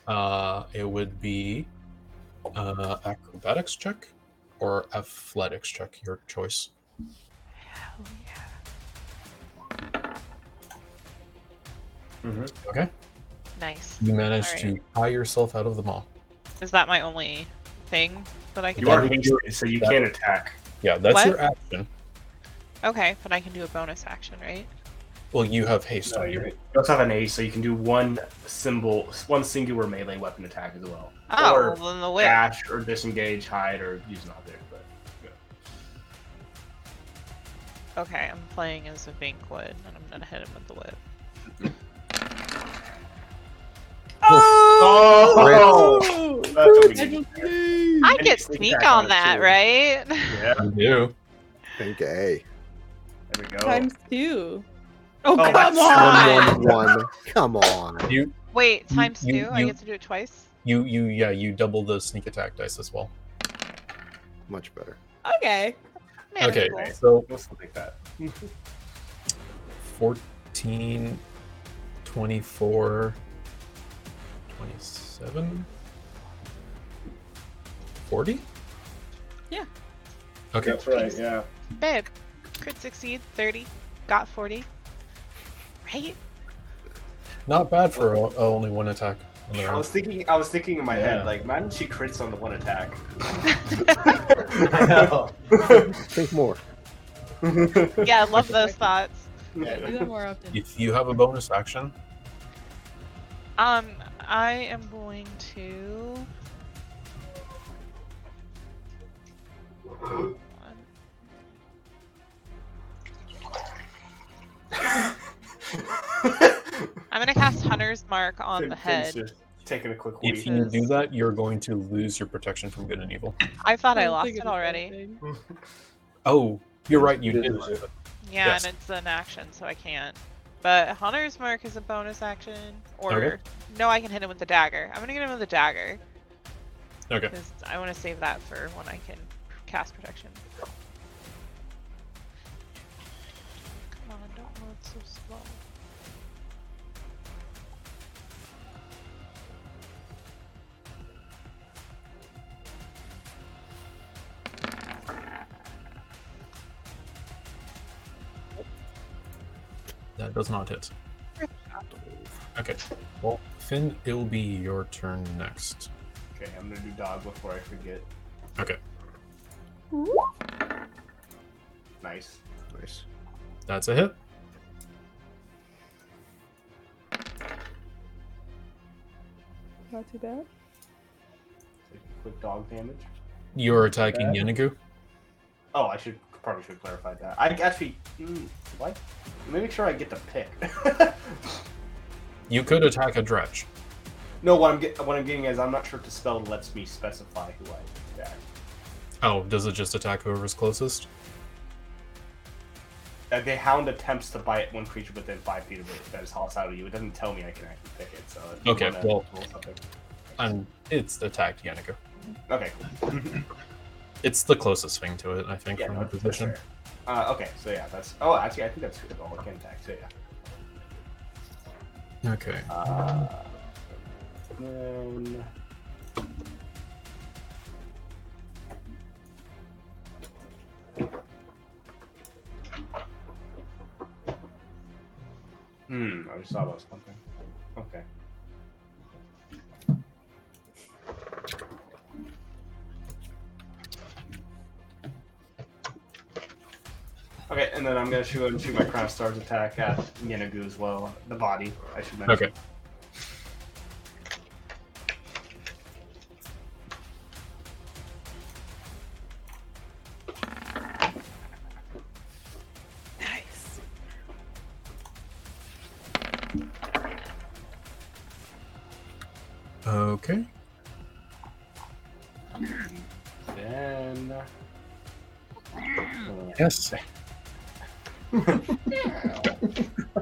S2: Uh, it would be uh, acrobatics check or athletics check, your choice.
S6: Oh,
S4: Mm-hmm.
S2: Okay.
S6: Nice.
S2: You managed
S6: Alright.
S2: to pry yourself out of the maw.
S6: Is that my only thing that I can?
S4: You are
S6: do?
S4: hasted, so you
S2: That-
S4: can't attack.
S2: Yeah, that's
S6: What?
S2: your action.
S6: Okay, but I can do a bonus action, right?
S2: Well, you have haste.
S4: No,
S2: on you.
S4: you're, you also have an ace, so you can do one symbol, one singular melee weapon attack as well.
S6: Oh,
S4: or
S6: well, then the whip.
S4: dash, or disengage, hide, or use an object. But
S6: Okay, I'm playing as a Vinkwood, and I'm gonna hit him with the whip.
S4: Oh! That's what we need.
S6: I get sneak on that, right?
S4: Yeah.
S2: You do.
S5: Think A.
S4: There we go.
S3: Times two.
S6: Oh,
S3: come
S6: that's-
S3: on!
S5: One, one, one. Come on.
S2: You,
S6: Wait, times
S2: you-
S6: two? I
S2: you-
S6: get to do it twice?
S2: you, you, yeah, you double the sneak attack dice as well.
S5: Much better.
S3: Okay.
S2: Okay,
S6: Manageable.
S2: so
S4: like that.
S2: 14, 24, 27, 40?
S3: Yeah.
S2: Okay.
S13: That's right, yeah.
S6: Babe, crit succeed, 30, got 40. Right?
S2: Not bad for a, a only one attack. on the
S4: I
S2: round.
S4: was thinking, I was thinking in my
S2: Yeah.
S4: head, like, man, she crits on the one attack.
S5: Think more.
S6: Yeah, I love those thoughts.
S3: Do that more often.
S2: If you have a bonus action,
S6: Um, I am going to. I'm gonna cast Hunter's Mark on the head.
S4: Just taking a quick
S2: if
S4: wee.
S2: you do that, you're going to lose your protection from good and evil.
S6: I thought I
S3: Don't
S6: lost
S3: think
S6: it
S3: it's
S6: already.
S2: Oh, you're right. You did. lose it.
S6: Yeah,
S2: Yes.
S6: and it's an action, so I can't. But Hunter's Mark is a bonus action. Or
S2: Okay.
S6: no, I can hit him with the dagger. I'm gonna get him with the dagger
S2: Okay.
S6: because I want to save that for when I can cast protection. Come on, don't load so slow.
S2: That does not hit. Okay. Well, Finn, it'll be your turn next.
S4: Okay, I'm gonna do dog before I forget.
S2: Okay.
S4: Nice.
S5: Nice.
S2: That's a hit.
S3: Not too bad.
S4: Quick dog damage.
S2: You're attacking Yenigu.
S4: Oh, I should probably should clarify that. I actually, mm, what? Let me make sure I get the pick.
S2: You could attack a dredge.
S4: no, what I'm get, what I'm getting is I'm not sure if the spell lets me specify who I attack.
S2: Oh, does it just attack whoever's closest?
S4: Uh, uh, the hound attempts to bite one creature within five feet of it that is hostile to you. It doesn't tell me I can actually pick it. So if you
S2: Okay,
S4: wanna
S2: well-
S4: roll something.
S2: I'm, it's attacked Yannicka.
S4: okay, cool.
S2: It's the closest thing to it, I think, from my position.
S4: Uh, okay, so yeah, that's. Oh, actually, I think that's good. All can attack. So yeah.
S2: Okay.
S4: Uh, then... Hmm, I just thought about something. Okay. Okay, and then I'm gonna shoot and shoot my crown of stars attack at Yenagu as well. The body, I should mention.
S2: Okay. Okay.
S4: Then.
S2: Yes.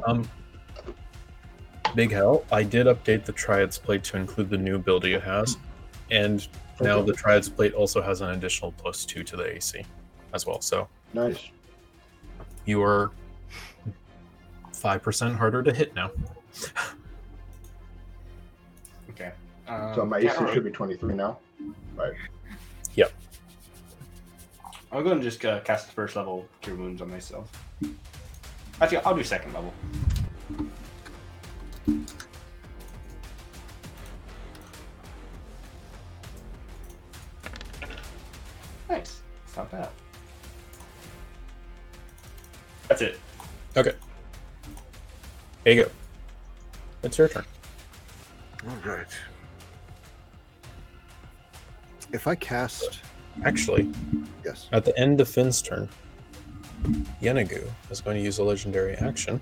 S2: um, Big Hell, I did update the Triads plate to include the new ability it has, and now
S17: Okay.
S2: the Triads plate also has an additional plus two to the AC as well. So
S17: Nice.
S2: you are five percent harder to hit now.
S4: Okay. Um,
S13: so my
S4: yeah,
S13: AC
S4: alright.
S13: should be 23 now. Right.
S2: Yep.
S4: I'm going to just uh, cast first level cure wounds on myself. Actually, I'll do second level. Nice. It's not bad. That's it.
S2: Okay. There you go. It's your turn.
S5: All right. If I cast,
S2: Actually,
S5: yes.
S2: At the end of Finn's turn, Yenagu is going to use a legendary action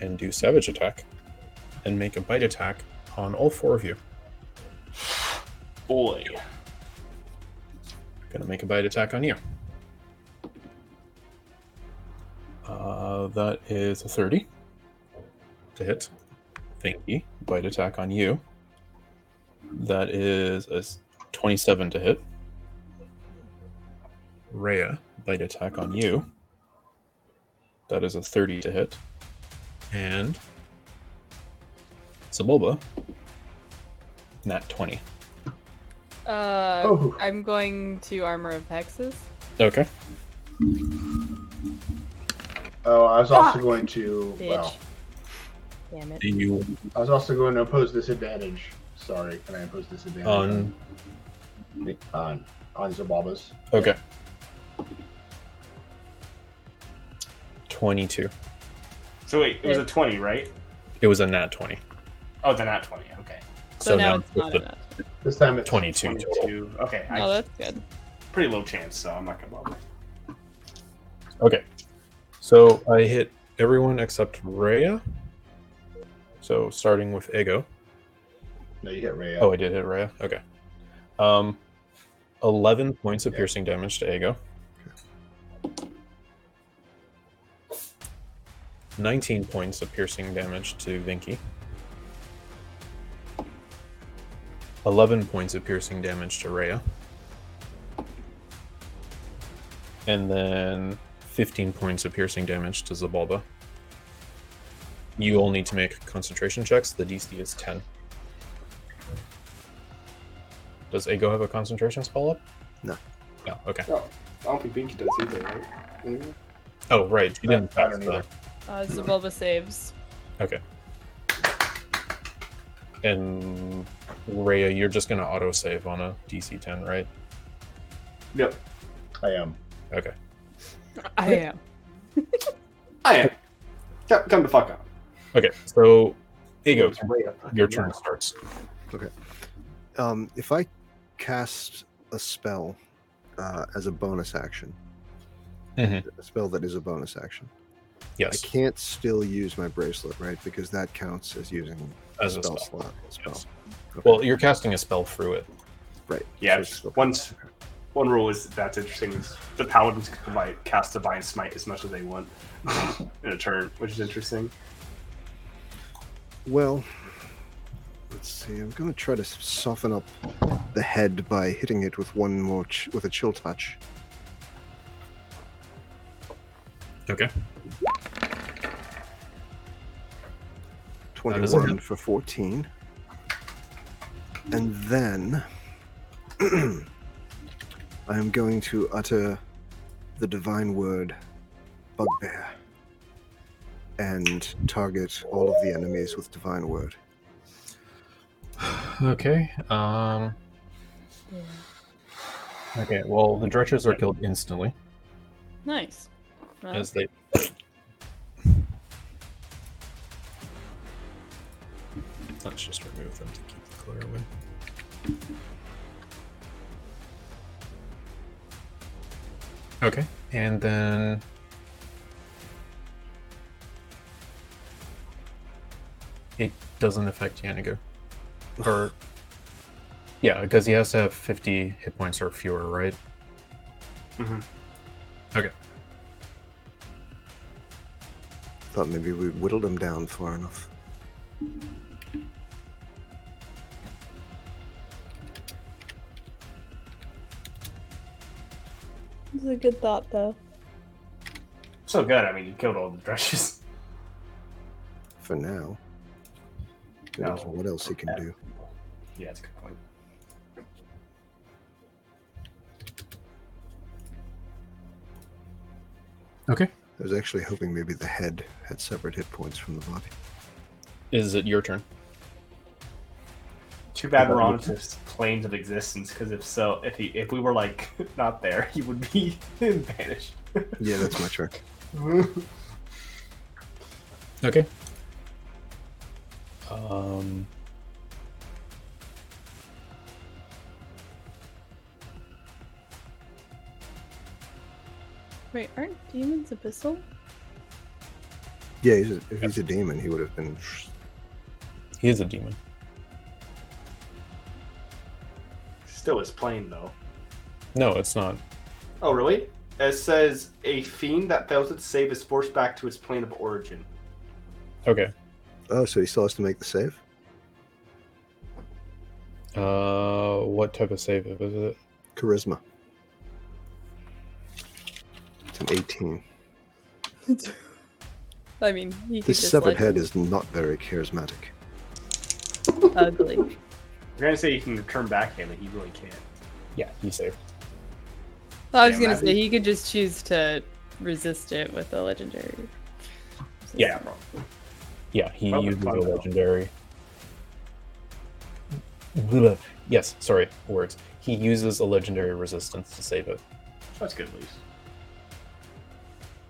S2: and do Savage Attack and make a bite attack on all four of you.
S4: Boy.
S2: Gonna make a bite attack on you. Uh, that is a 30 to hit. Thank you. Bite attack on you. That is a s- 27 to hit. Rhea, bite attack on you. That is a 30 to hit. And Zabulba, nat 20.
S3: Uh,
S2: Oh.
S3: I'm going to Armor of Hexes.
S2: Okay.
S13: Oh, I was also
S3: Fuck.
S13: going to.
S3: Bitch.
S13: Wow.
S3: Damn it.
S2: You
S13: I was also going to oppose disadvantage. Sorry, can I oppose disadvantage?
S2: on.
S13: on on Zabalbas.
S2: Okay. 22.
S4: So wait, it was a 20, right?
S2: It was a nat 20.
S4: Oh, they're not 20. Okay.
S2: So So now now it's it's not the-
S13: This time it's
S2: 22 total.
S4: Okay. I,
S3: Oh, that's good.
S4: Pretty low chance, so I'm not gonna bother.
S2: Okay. So I hit everyone except Rhea. So starting with Ego.
S13: No, you hit Rhea.
S2: Oh, I did hit Rhea. Okay. Um, 11 points of piercing damage to Ego. 19 points of piercing damage to Vinky. 11 points of piercing damage to Rhea. And then 15 points of piercing damage to Zabalba. You all need to make concentration checks. The DC is 10. Does Ego have a concentration spell up?
S5: No.
S2: No, okay.
S4: No, I don't think Binky does either, right?
S2: Oh, right. You didn't pass the...
S3: Uh, Zabulba saves.
S2: Okay. And Rhea, you're just going to auto save on a DC 10, right?
S13: Yep. I am.
S2: Okay.
S3: I am.
S4: I am. Come, come the fuck up.
S2: Okay, so Ego, your turn starts.
S5: Okay. Um, if I cast a spell uh, as a bonus action, a spell that is a bonus action,
S2: Mm-hmm. Yes.
S5: I can't still use my bracelet, right? Because that counts as using
S2: As a
S5: spell,
S2: spell.
S5: slot. Spell.
S2: Well, you're casting a spell through it.
S5: Right.
S4: Yeah, it's once One rule is that's interesting is the paladins can divine, cast divine smite as much as they want in a turn, which is interesting.
S5: Well, let's see. I'm gonna try to soften up the head by hitting it with one more ch- with a chill touch.
S2: Okay.
S18: That doesn't
S5: Twenty-one
S18: hit.
S5: for fourteen, and then I am going to utter the divine word, bugbear, and target all of the enemies with divine word.
S2: Okay. Um. Okay. Well, the dredgers are killed instantly
S3: Nice. Well,
S2: as they. Let's just remove them to keep the clear away. Okay, and then. It doesn't affect Yanigo. Or. Yeah, because he has to have 50 hit points or fewer, right?
S4: Mm-hmm.
S2: Okay.
S5: Thought maybe we whittled them down far enough.
S3: This is a good thought, though.
S4: So good. I mean, you killed all the dredges.
S5: For now, Who knows what else he can do?
S4: Yeah, that's a good point.
S2: Okay.
S5: I was actually hoping maybe the head had separate hit points from the body.
S2: Is it your turn?
S4: Too bad we're on this planes of existence, because if so, if he, if we were like not there, he would be banished.
S5: Yeah, that's my turn.
S2: Okay. Um.
S3: Wait, aren't demons abyssal?
S5: Yeah, he's a, if he's a demon, he would have been.
S2: He is a demon.
S4: Still is plain though.
S2: No, it's not.
S4: Oh really? It says a fiend that fails its save is forced back to its plane of origin.
S2: Okay.
S5: Oh, so he still has to make the save?
S2: Uh, what type of save is it?
S5: Charisma. It's an 18.
S3: I mean, he could
S5: This
S3: just
S5: severed
S3: like
S5: head is not very charismatic.
S3: ugly.
S4: We're gonna say he can turn back him, and he really can't.
S2: Yeah, he saved.
S3: I was
S4: Damn,
S3: gonna
S4: that-
S3: say he could just choose to resist it with a legendary.
S2: Yeah. Yeah, he
S3: Probably
S2: uses a
S3: fun, though.
S2: legendary. Blah. Yes, sorry, words. He uses a legendary resistance to save it.
S4: That's good, at least.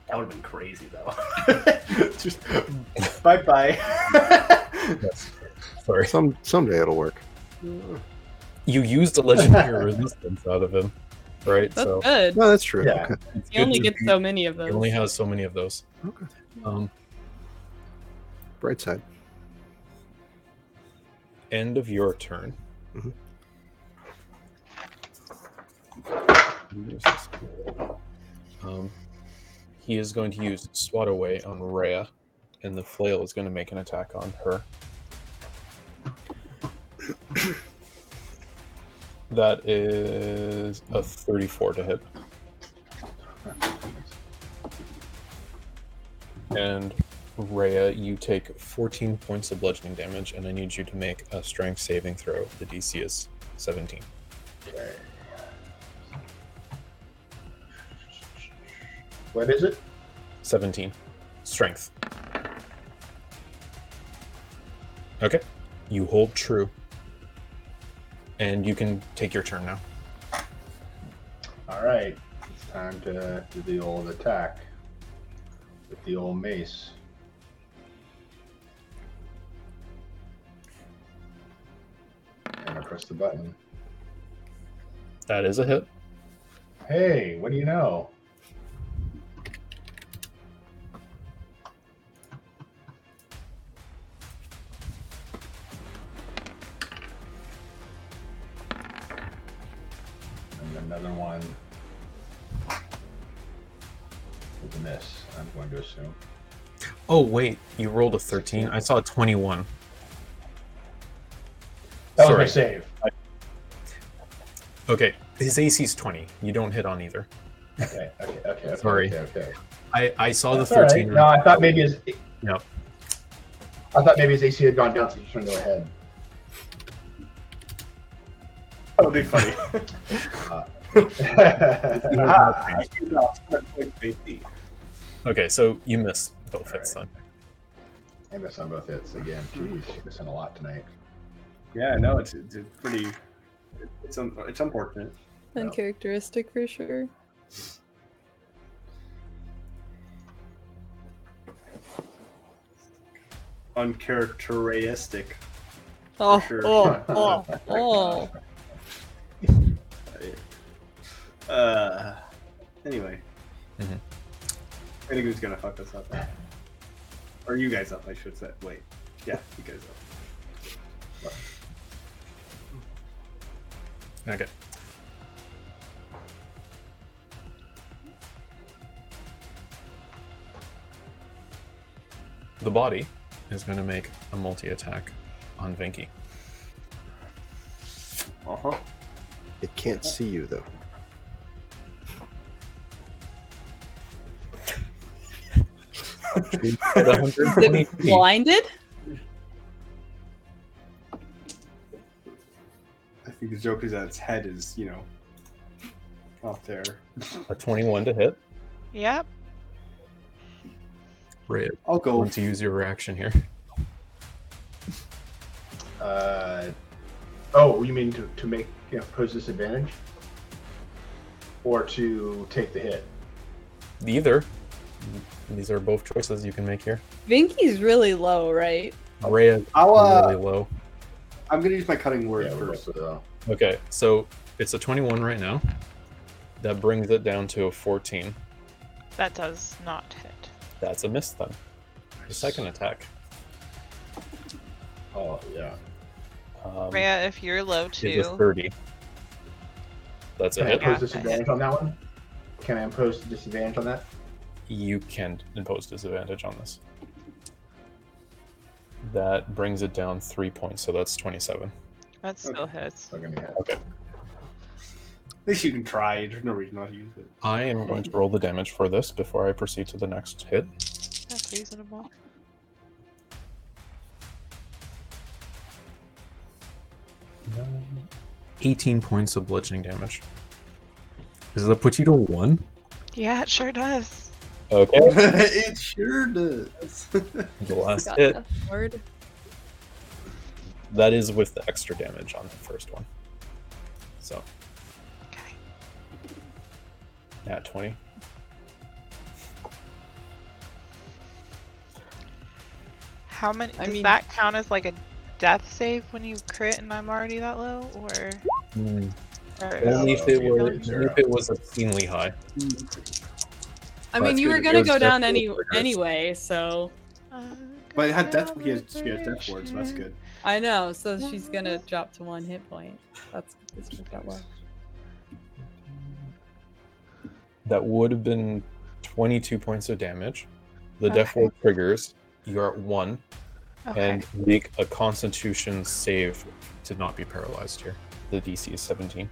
S4: That would have been crazy though. Just bye bye.
S2: Sorry.
S5: Some someday it'll work.
S2: You used a legendary resistance out of him, right?
S3: That's good.
S5: No, that's true.
S2: Yeah,
S5: Okay.
S2: it's
S3: He
S2: good
S3: only
S2: to
S3: gets
S2: be-
S3: so many of
S2: He
S3: those.
S2: only has so many of those.
S5: Okay.
S2: Um,
S5: Bright side.
S2: end of your turn.
S5: Mhm.
S2: Um, he is going to use Swat Away on Rhea, and the flail is going to make an attack on her. That is a 34 to hit. And Rhea, you take 14 points of bludgeoning damage, and I need you to make a strength saving throw. The DC is 17.
S13: What is it?
S2: 17. Strength. Okay. You hold true. And you can take your turn now.
S13: All right, it's time to do the old attack with the old mace. And I press the button.
S2: That is a hit.
S13: Hey, what do you know? And then another one with a miss. I'm going to assume.
S2: Oh wait, you rolled a thirteen. I saw a twenty-one.
S13: That was my save.
S2: Okay, his AC is twenty. You don't hit on either.
S13: Okay, okay, okay. okay,
S2: Sorry.
S13: Okay, okay.
S2: I I saw
S13: That's
S2: the
S13: all right.
S2: thirteen.
S13: No, I thought maybe his
S2: No.
S13: I thought maybe his AC had gone down, so he just trying to go ahead. That would be funny.
S2: Okay, so you missed both hits then.
S13: I missed on both hits again. Jeez, missing a lot tonight.
S4: Yeah, no, it's, it's it's pretty. It's un, it's unfortunate.
S3: Uncharacteristic for sure.
S4: Uncharacteristic. for
S3: Oh,
S4: sure.
S3: oh, oh, oh.
S4: Uh, anyway.
S2: Mhm.
S4: I think who's gonna fuck us up? Or you guys up, I should say. Wait. Yeah, you guys up.
S2: Okay. The body is going to make a multi attack on Vinky.
S4: Uh huh.
S13: Uh-huh.
S5: It can't see you though.
S3: Is it blinded?
S4: I think the joke is that its head is, you know, out there.
S2: A 21 to hit.
S6: Yep.
S2: Right.
S4: I'll go.
S2: to use your reaction here.
S13: Uh, oh, you mean to, to make you know, pose disadvantage, or to take the hit?
S2: Either. These are both choices you can make here.
S3: Vinky's really low, right?
S2: Rhea
S4: I'll, uh,
S2: really low.
S4: I'm gonna use my cutting word first.
S13: uh,
S2: Okay, so it's a 21 right now. That brings it down to a 14.
S6: That does not hit.
S2: That's a miss then. The second attack.
S13: Oh yeah.
S2: Um,
S6: Rhea, if you're low
S2: is a
S6: too,
S2: 30. That's a
S13: Can I
S2: hit.
S13: impose disadvantage on that one? Can I impose disadvantage on that?
S2: You can impose disadvantage on this. That brings it down three points, so that's 27.
S6: that still hits.
S2: Okay.
S4: At least you can try. There's no reason not to use it.
S2: I am going to roll the damage for this before I proceed to the next hit.
S6: That's reasonable.
S2: Um, 18 points of bludgeoning damage. Is the Putito 1?
S6: Yeah, it sure does.
S2: Okay.
S4: it sure does.
S2: the last
S3: Got
S2: hit.
S3: the word.
S2: That is with the extra damage on the first one. So. Okay. Nat 20.
S6: How many?
S3: I
S6: does
S3: mean-
S6: that count as like a death save when you crit and I'm already that low, or? or
S2: Mm, Only if it
S13: Yeah.
S2: were if it was obscenely high.
S3: I
S2: Well,
S3: mean,
S2: that's
S3: you
S2: good.
S3: were gonna
S2: It
S3: go
S2: was
S3: down
S2: definitely
S3: any anyway, so
S6: uh,
S4: But it had death. He has, she has death word, so that's good.
S3: I know. So she's gonna drop to one hit point. That's that's what that was.
S2: That would have been 22 points of damage. The death ward triggers. You're at one, and make a Constitution save to not be paralyzed here. The DC is 17.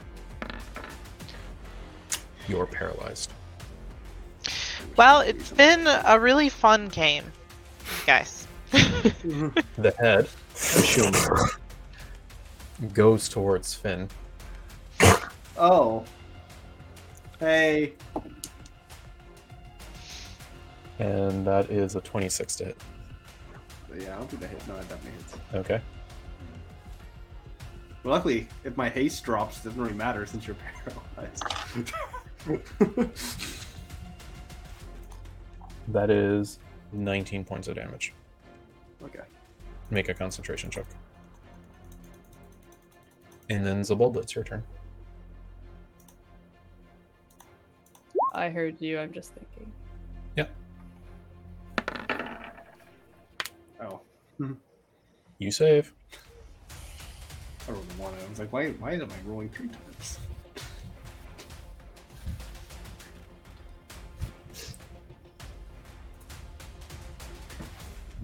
S2: You're paralyzed.
S6: Well, it's been a really fun game, guys.
S2: The head goes towards Finn.
S4: Oh. Hey.
S2: And that is a 26 to hit.
S4: Yeah, I don't think that hit. No, that definitely hits.
S2: Okay.
S4: Well, luckily, if my haste drops, it doesn't really matter since you're paralyzed.
S2: That is 19 points of damage.
S4: okay.
S2: Make a concentration check. And then Zabalda, it's your turn.
S3: I heard you. I'm just thinking.
S4: Oh.
S2: You save.
S4: I rolled a one. I was like, why, why am I rolling three times?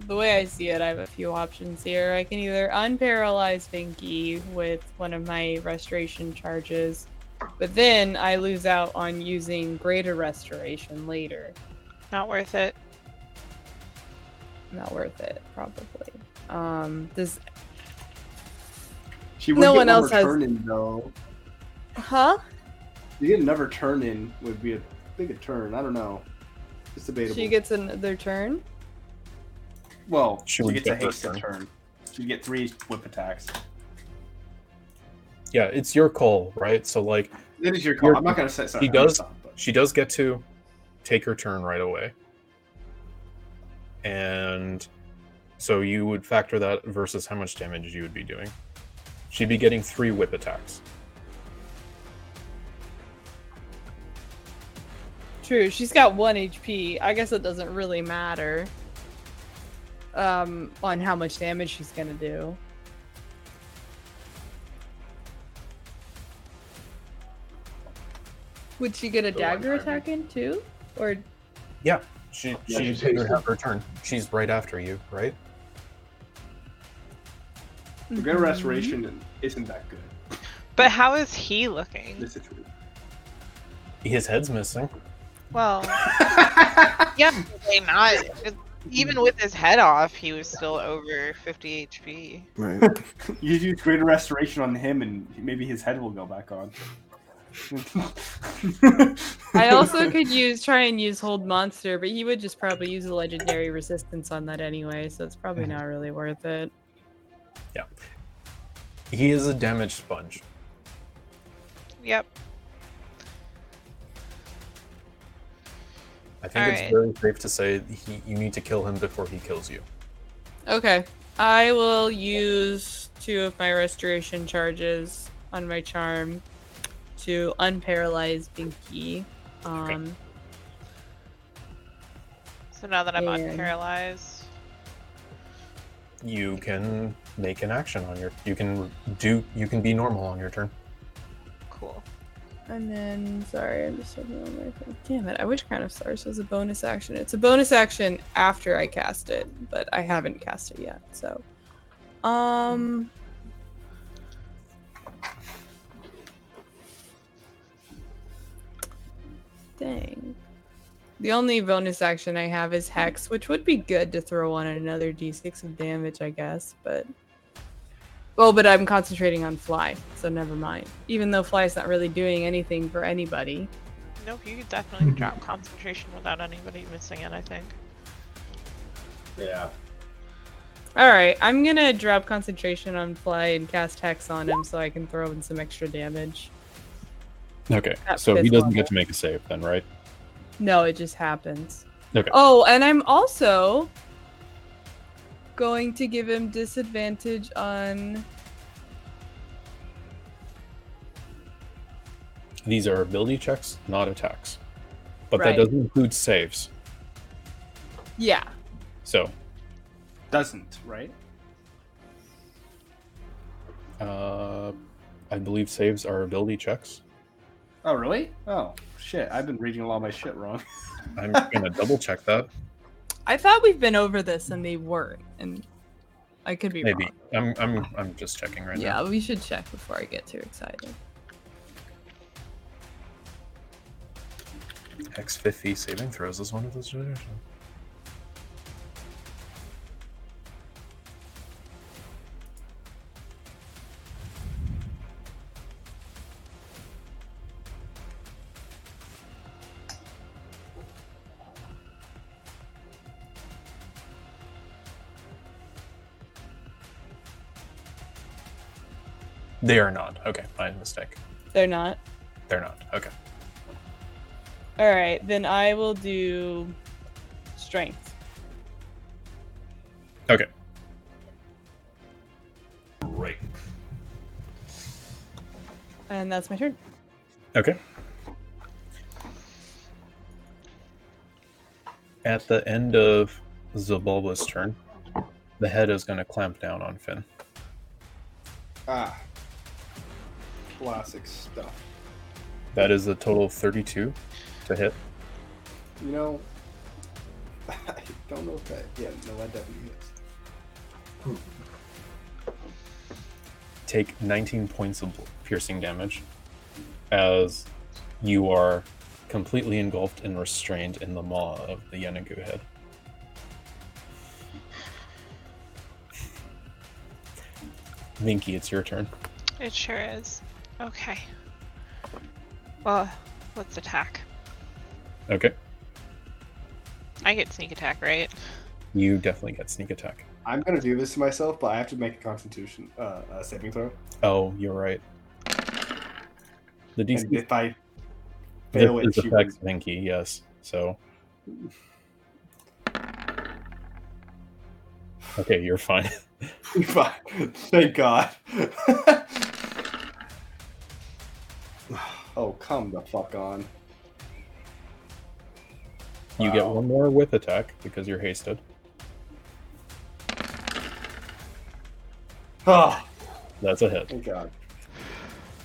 S3: the way I see it, I have a few options here. I can either unparalyze Vinky with one of my restoration charges, but then I lose out on using greater restoration later.
S6: Not worth it.
S3: Not worth it, probably. Um, does
S4: She would
S3: No
S4: get
S3: one else
S4: more
S3: has-
S4: turn in though.
S3: huh?
S4: You get another turn in would be a big a turn. I don't know. It's debatable.
S3: She gets another turn.
S4: well,
S2: She
S4: she,
S2: would
S4: gets
S2: get
S4: a haste
S2: her
S4: turn. She'd get three whip attacks.
S2: Yeah, it's your call, right? So like,
S4: It is your call. I'm not gonna say- sorry,
S2: She
S4: I'm
S2: does.
S4: sorry,
S2: She does get to take her turn right away, and so you would factor that versus how much damage you would be doing. She'd be getting three whip attacks.
S3: True. She's got one HP. I guess it doesn't really matter. Um, on how much damage she's gonna do. Would she get a
S2: The one
S3: dagger
S2: time.
S3: attack in too, or
S2: Yeah, she
S3: Yeah,
S2: she
S3: she's
S2: did
S3: hasted.
S2: have her turn. She's right after you, right?
S4: Regret
S3: mm-hmm.
S4: restoration isn't that good.
S6: But how is he looking?
S4: This is true.
S2: His head's missing.
S6: Well, yeah, they not. Even with his head off, he was still over 50 HP.
S5: Right.
S4: you do greater restoration on him, and maybe his head will go back on.
S3: I also could use try and use hold monster, but he would just probably use a legendary resistance on that anyway, so it's probably not really worth it.
S2: Yeah. He is a damage sponge.
S6: Yep.
S2: I think it's
S3: Alright.
S2: very safe to say he, you need to kill him before he kills you.
S3: Okay, I will use two of my restoration charges on my charm to unparalyze Binky. Um,
S6: So now that I'm
S3: Yeah.
S6: unparalyzed,
S2: You can make an action on your. You can do. You can be normal on your turn.
S6: cool.
S3: and then sorry, I'm just opening on my phone. Damn it! I wish Crown of Stars was a bonus action. It's a bonus action after I cast it, but I haven't cast it yet, so. Um. Dang. The only bonus action I have is Hex, which would be good to throw on another d6 of damage, I guess, but. Oh, but I'm concentrating on Fly, so never mind. Even though Fly's not really doing anything for anybody.
S6: Nope, you could definitely drop concentration without anybody missing it, I think.
S13: Yeah.
S3: Alright, I'm gonna drop concentration on Fly and cast Hex on him so I can throw in some extra damage.
S12: Okay,
S3: At
S12: so he
S3: fifth
S12: doesn't get to make a save then, right?
S3: No, it just happens.
S12: Okay.
S3: Oh, and I'm also going to give him disadvantage on.
S12: These are ability checks, not attacks. But
S3: Right.
S12: that doesn't include saves.
S3: Yeah.
S12: So,
S4: Doesn't right?
S12: uh, I believe saves are ability checks.
S4: Oh really? Oh shit! I've been reading a lot of my shit wrong.
S12: I'm gonna double check that.
S3: I thought we've been over this and they weren't, and I could be
S12: Maybe
S3: wrong.
S12: I'm I'm I'm just checking right
S3: yeah,
S12: now.
S3: we should check before I get too excited.
S12: Hex 50 saving throws is one of those generations. They are not. Okay, my mistake.
S3: They're not.
S12: They're not. Okay.
S3: All right, then I will do strength.
S12: Okay. Right.
S3: And that's my turn.
S12: Okay. At the end of Zabulba's turn, the head is going to clamp down on Finn.
S4: Ah, classic stuff.
S12: That is a total of 32 to hit.
S4: You know, I don't know if that. Yeah, no, that definitely hits.
S2: Take 19 points of bl- piercing damage as you are completely engulfed and restrained in the maw of the Yenagu head. Minky, it's your turn.
S6: It sure is. Okay. Well, let's attack.
S2: Okay.
S6: I get sneak attack, right?
S2: You definitely get sneak attack.
S4: I'm gonna do this to myself, but I have to make a Constitution uh, a saving throw.
S2: Oh, you're right. The DC
S4: And if I
S2: this
S4: fail it,
S2: is
S4: she
S2: affects Minky, yes. So okay, you're fine.
S4: Fine. Thank God. oh, come the fuck on.
S2: You get one more with attack because you're hasted.
S4: Ah,
S2: That's a hit.
S4: thank God.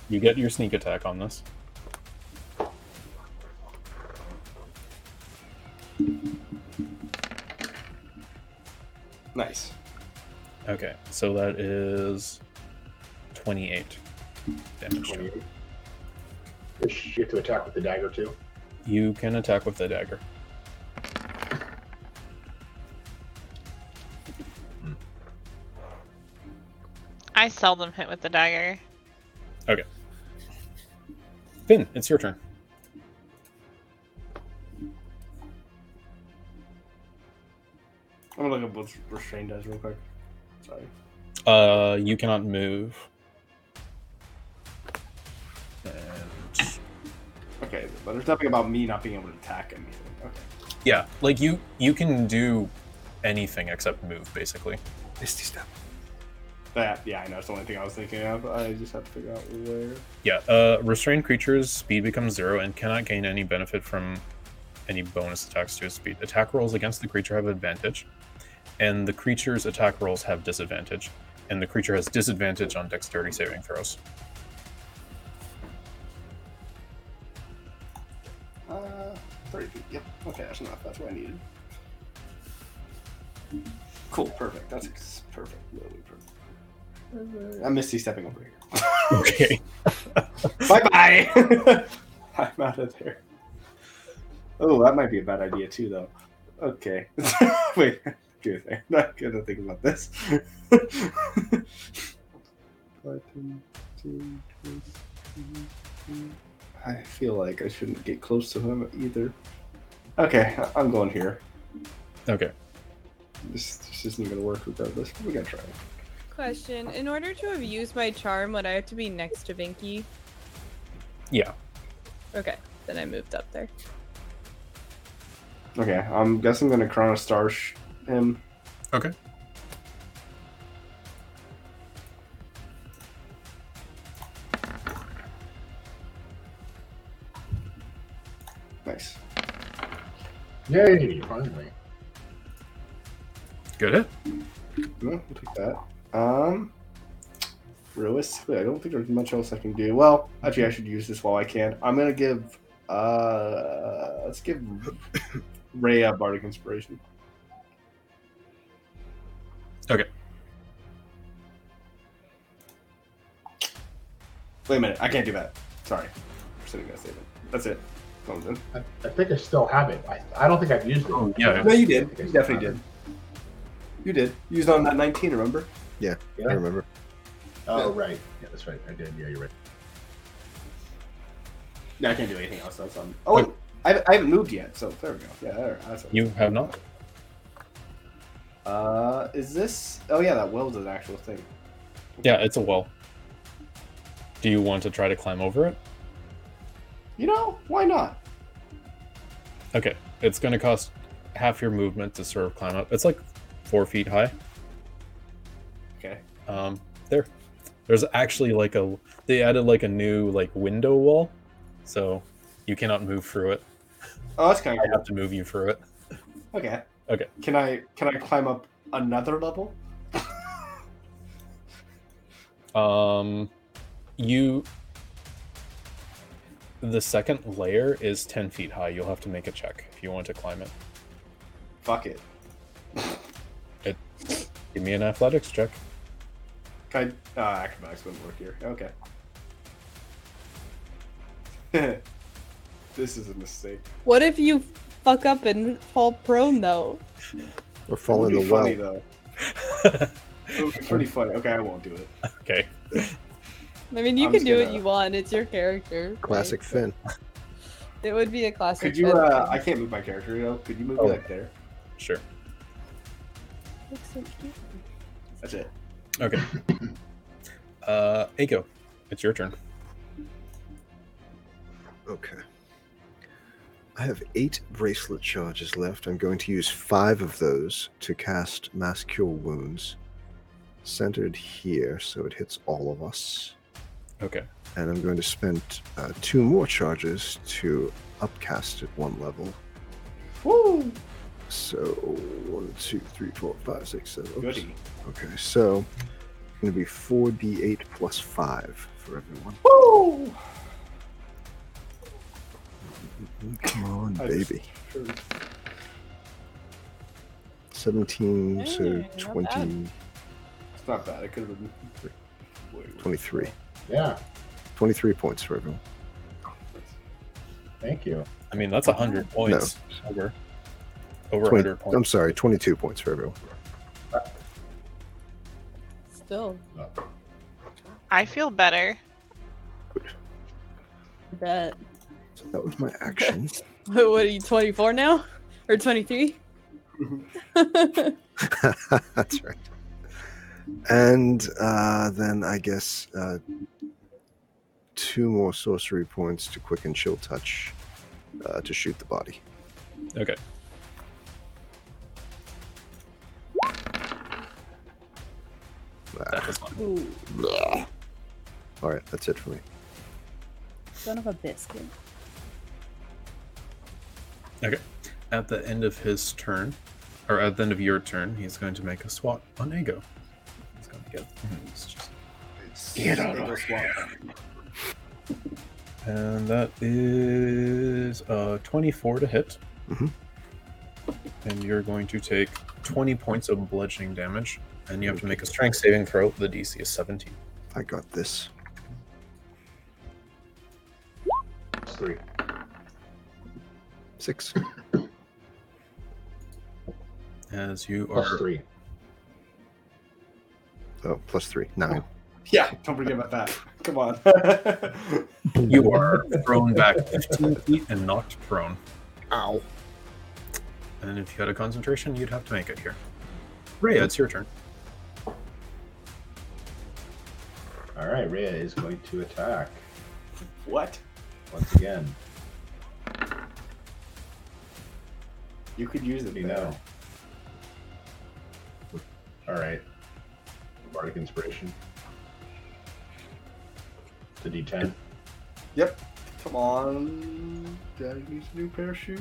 S2: You get your sneak attack on this.
S4: Nice.
S2: Okay, so that is 28 damage. to it.
S13: You have to attack with the dagger too.
S2: You can attack with the dagger.
S6: I seldom hit with the dagger.
S2: Okay. Finn, it's your turn.
S4: I'm gonna look up what restrained does real quick. Sorry.
S2: Uh, you cannot move. And
S4: Okay, but there's nothing about me not being able to attack him. either. Okay.
S2: yeah, like you, you can do anything except move, basically.
S5: Misty step.
S4: That yeah, I know. It's the only thing I was thinking of. I just have to figure out where.
S2: Yeah, uh, restrained creature's speed becomes zero and cannot gain any benefit from any bonus attacks to its speed. Attack rolls against the creature have advantage, and the creature's attack rolls have disadvantage, and the creature has disadvantage on dexterity saving throws.
S4: Uh, thirty feet. Yep. Okay, that's enough. That's what I needed. Cool. Perfect. That's ex- perfect. Literally perfect. I'm misty stepping over here.
S2: Okay.
S4: bye bye. I'm out of there. Oh, that might be a bad idea too, though. Okay. Wait. Good thing. Not gonna think about this. I feel like I shouldn't get close to him either. Okay, I- I'm going here.
S2: Okay.
S4: This, this isn't gonna work regardless. but We gotta try.
S3: Question: In order to have used my charm, would I have to be next to Vinky?
S2: Yeah.
S3: Okay, then I moved up there.
S4: Okay, I'm guessing I'm gonna Chrono Starsh him.
S2: Okay.
S4: Nice.
S13: Yay! Finally.
S2: Good hit.
S4: No, we'll take that. Um, realistically, I don't think there's much else I can do. Well, actually, I should use this while I can. I'm gonna give. Uh, let's give Ray a bardic inspiration.
S2: Okay.
S4: Wait a minute, I can't do that. Sorry, I'm sitting that statement. That's it. That was it.
S13: I, I think I still have it. I, I don't think I've used it. Oh,
S4: No, you did. You definitely did. You did. You used on that 19, remember?
S5: Yeah,
S13: Yeah.
S5: I remember.
S13: Oh, right. Yeah, that's right. I did. Yeah, you're right.
S4: Yeah, I can't do anything else. That's on. Oh, wait. I, I haven't moved yet, so there we go. Yeah, there, that's it.
S2: You have not?
S4: Uh, is this? Oh yeah, that well's an actual thing.
S2: Yeah, it's a well. Do you want to try to climb over it?
S4: You know, why not?
S2: Okay. It's going to cost half your movement to sort of climb up. It's like four feet high.
S4: Okay.
S2: Um, there. There's actually like a. They added like a new like window wall, so you cannot move through it.
S4: Oh, that's kind
S2: I have to move you through it.
S4: Okay.
S2: Okay.
S4: Can I can I climb up another level?
S2: Um, you. The second layer is ten feet high. You'll have to make a check if you want to climb it.
S4: Fuck it.
S2: It, give me an athletics check.
S4: Kind uh, acrobatics wouldn't work here. Okay. this is a mistake.
S3: What if you fuck up and fall prone though?
S5: Or fall
S4: It
S5: in
S4: would
S5: the
S4: be
S5: well.
S4: funny though. it would be pretty funny. Okay, I won't do it.
S2: Okay.
S3: I mean, you
S4: I'm
S3: can
S4: just
S3: do what
S4: gonna-
S3: you want. It's your character.
S5: Classic Finn.
S3: It would be a classic.
S4: Could you?
S3: Finn.
S4: Uh, I can't move my character. You know? Could you move
S2: Oh.
S4: me like there?
S2: Sure.
S4: uh,
S3: Looks so cute.
S4: That's it.
S2: Okay. Uh, Aiko, it's your turn.
S5: Okay. I have eight bracelet charges left. I'm going to use five of those to cast Mass Cure Wounds, centered here, so it hits all of us.
S2: Okay.
S5: And I'm going to spend uh, two more charges to upcast at one level.
S4: Woo!
S5: So one, two, three, four, five, six, seven. oops.
S4: Goody.
S5: Okay, so it's going to be four d8 plus five for everyone.
S4: Woo!
S5: Mm, Come on,
S4: I just-
S5: baby.
S4: Sure.
S5: 17
S4: Hey,
S5: to
S4: not
S5: 20,
S4: It's not bad. It could have been.
S5: 23.
S13: Yeah.
S5: 23 points for everyone.
S13: Thank you.
S2: I mean, that's 100 points. Over. Over
S5: 20
S2: 100
S5: I'm
S2: points.
S5: sorry, 22 points for everyone.
S3: Still,
S6: I feel better.
S3: I bet.
S5: So that was my action.
S3: What are you, 24 now? Or 23?
S5: That's right. And uh, then I guess uh, two more sorcery points to quick and chill touch uh, to shoot the body.
S2: Okay.
S5: That
S2: was fun.
S19: Ooh,
S5: All right, that's it for me.
S19: son of a biscuit.
S2: Okay. At the end of his turn, or at the end of your turn, he's going to make a swat on Ago. He's going to get. it's just-
S20: Get out of
S2: And that is uh, 24 to hit. And you're going to take 20 points of bludgeoning damage. And you have to make a strength saving throw. The DC is 17.
S5: I got this.
S13: Three.
S5: Six.
S2: As you
S13: Plus
S2: are.
S13: three.
S5: Oh, plus three. Nine.
S4: Yeah, don't forget about that. Come on.
S2: You are thrown back 15 feet and knocked prone.
S5: Ow.
S2: And if you had a concentration, you'd have to make it here. Rhea, it's your turn.
S13: All right, Rhea is going to attack
S4: what?
S13: once again.
S4: You could use it.
S13: You know. All right. Bardic inspiration. The D10.
S4: Yep. Come on. Dad needs a new pair of shoes.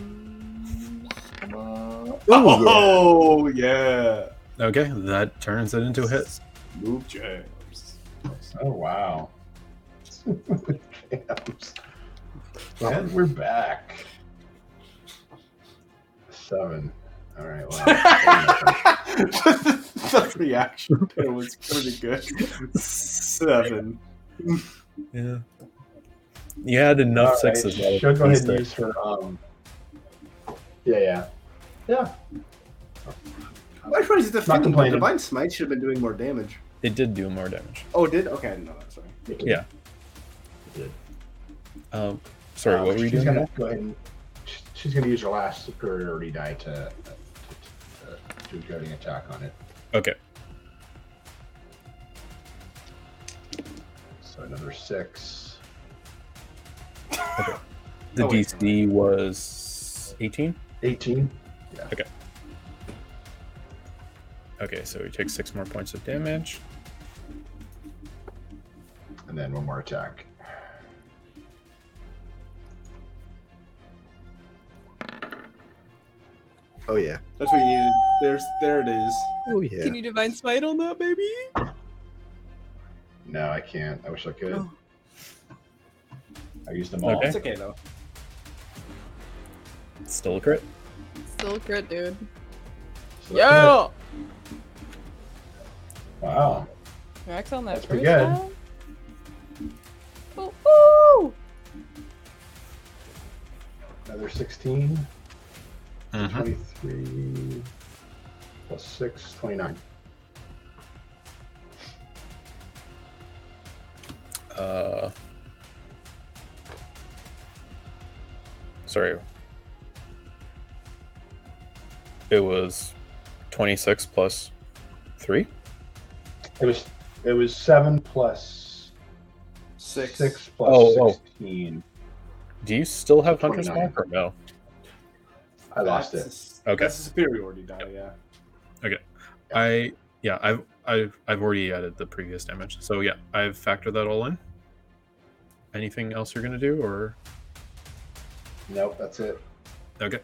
S4: Come on. Oh, yeah.
S2: Okay, that turns it into a hit.
S4: Move jams.
S13: Oh wow. Jams. and we're back. Seven. All right. Wow.
S4: the reaction there was pretty good. Seven.
S2: Yeah. You had enough
S13: All right,
S2: sixes.
S13: She'll go ahead and use her. Um, yeah, yeah. Yeah.
S4: Why trying to
S13: Not
S4: defend the
S13: complaining.
S4: divine smite should have been doing more damage.
S2: It did do more damage.
S4: Oh, it did okay. I didn't know that. Sorry.
S2: Yeah.
S13: did.
S2: Um, sorry, what were you
S13: she's
S2: doing?
S13: Oh, Gonna
S2: there?
S13: go ahead and, sh- she's going to use her last superiority die to to, to, to do a goading attack on it.
S2: Okay.
S13: So another six.
S2: The
S13: Oh, wait.
S2: DC was 18?
S13: 18. Yeah.
S2: Okay. Okay, so he takes six more points of damage.
S13: And then one more attack.
S5: Oh, yeah.
S4: That's what you needed. There's, there it is.
S5: Oh, yeah.
S3: Can you divine smite on that, baby?
S13: No, I can't. I wish I could.
S3: Oh.
S13: I used them all.
S2: Okay.
S4: It's okay though.
S2: Still a crit.
S3: Still crit, dude. Yo!
S13: Wow.
S3: Max on that
S13: That's
S3: first
S13: pretty good.
S3: round? Woo, woo!
S13: Another 16.
S21: Mhm.
S13: Mm-hmm. 23 plus 6, 29.
S2: Uh, sorry. It was 26 plus 3?
S13: It was it was 7 plus 6. 6 plus
S2: Oh,
S13: 16.
S2: Do you still have
S13: So
S2: Hunter's
S13: 29.
S2: Mark or no?
S13: I lost it.
S2: Okay.
S22: That's a superiority die, yeah.
S2: Okay. I yeah, I've I've I've already added the previous damage. So yeah, I've factored that all in. Anything else you're gonna do or
S13: Nope, that's it.
S2: okay.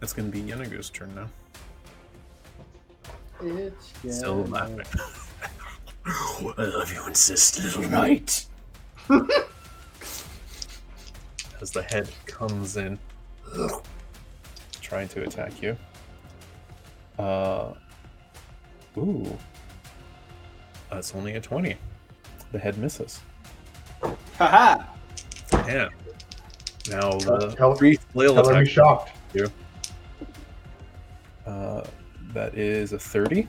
S2: That's gonna be Yenagu's turn now.
S4: It's
S2: Still
S4: good.
S2: laughing. I love you, insist, little knight. As the head comes in, trying to attack you. Uh, ooh, that's only a twenty. The head misses.
S22: Haha!
S2: Yeah. Now the
S4: Uh,
S13: Tell-
S2: three flail
S13: tell her
S2: attack
S13: we shocked.
S2: You. Uh, that is a thirty,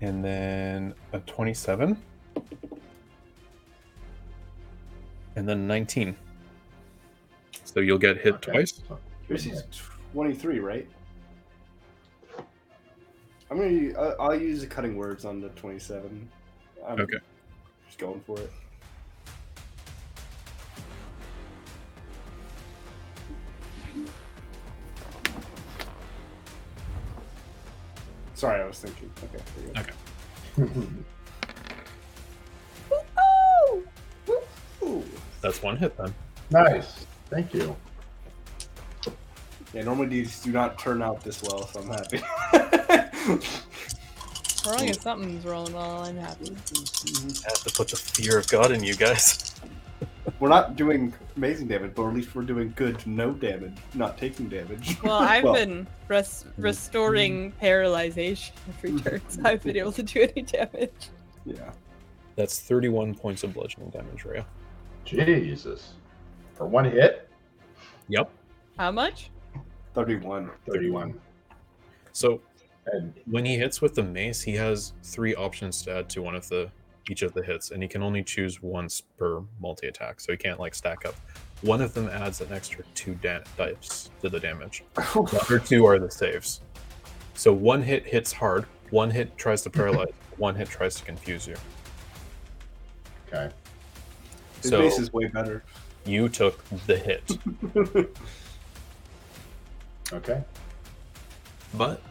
S2: and then a twenty-seven, and then nineteen. So you'll get hit twice.
S4: Yours is 23, right? I'm gonna. I- I'll use the cutting words on the 27. I'm
S2: Okay.
S4: Just going for it. Sorry, I was thinking. Okay. there you go.
S2: Okay.
S3: Oh!
S2: That's one hit then.
S13: Nice. Thank you.
S4: Yeah, normally these do not turn out this well, so I'm happy.
S3: Rolling if something's rolling well, I'm happy.
S2: I have to put the fear of God in you guys.
S4: We're not doing amazing damage, but at least we're doing good to no damage, not taking damage.
S3: Well, I've been res-
S13: mm,
S3: restoring paralyzation every turn, so I've been able to do any damage.
S4: Yeah.
S2: That's thirty-one points of bludgeoning damage, Rhea.
S13: Jesus. For one hit?
S2: Yep.
S3: How much?
S4: 31.
S13: 31.
S2: So when he hits with the mace, he has three options to add to one of the each of the hits, and he can only choose once per multi-attack, so he can't like stack up. One of them adds an extra two da- dice to the damage. the other two are the saves. So one hit hits hard, one hit tries to paralyze, one hit tries to confuse you.
S13: Okay.
S4: His base is way better.
S2: You took the hit.
S13: Okay.
S2: But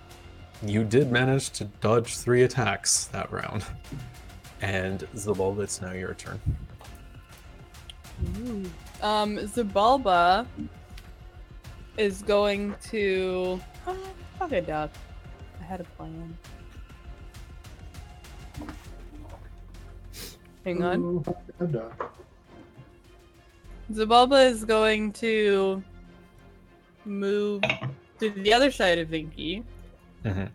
S2: you did manage to dodge three attacks that round. And Zabulba, it's now your turn.
S3: Um, Zabalba is going to. Oh, fuck a duck. I had a plan. Hang on. Zabalba is going to move to the other side of Vinky
S2: Mhm.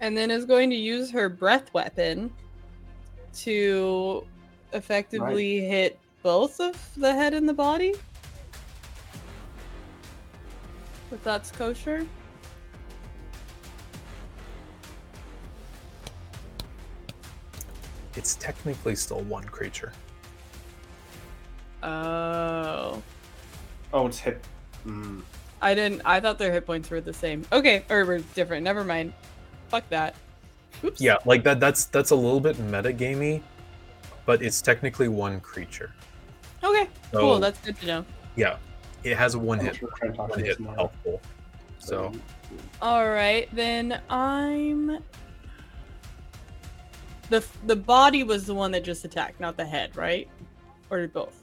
S3: and then is going to use her breath weapon to effectively hit both of the head and the body. If that's kosher.
S2: It's technically still one creature.
S3: Oh.
S4: Oh, it's hit. Mm.
S3: I didn't. I thought their hit points were the same. Okay, or were different. Never mind. Fuck that.
S2: Yeah, like that that's that's a little bit metagamey, but it's technically one creature.
S3: Okay,
S2: Oh.
S3: cool. That's good to know.
S2: Yeah. It has a one hit.
S4: Sure Trent talked
S2: One
S4: to
S2: hit Oh.
S4: us more.
S2: health pool. So
S3: All right, then I'm. The the body was the one that just attacked, not the head, right? Or did both?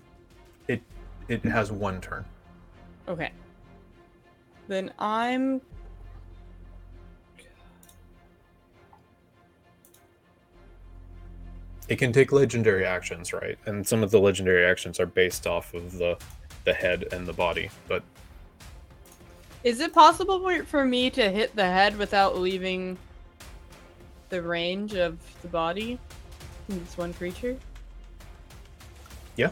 S2: it it has one turn.
S3: Okay. Then I'm.
S2: It can take legendary actions, right? And some of the legendary actions are based off of the the head and the body, but
S3: Is it possible for, for me to hit the head without leaving the range of the body? in This one creature?
S2: Yeah.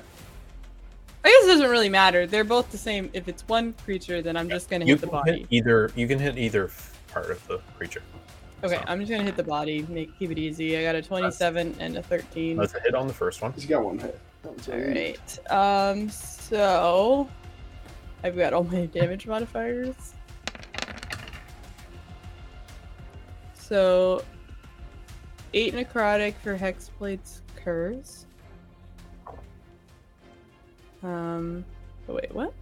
S3: I guess it doesn't really matter. They're both the same. If it's one creature, then I'm just gonna
S23: you
S3: hit the
S23: can
S3: body.
S23: hit either you can hit either f- part of the creature.
S3: Okay, I'm just gonna hit the body. Make keep it easy. I got a 27 and a 13.
S23: That's a hit on the first one. He's
S4: got one hit.
S3: All right. Um. So, I've got all my damage modifiers. So, eight necrotic for Hexblade's curse. Um. Oh wait, what?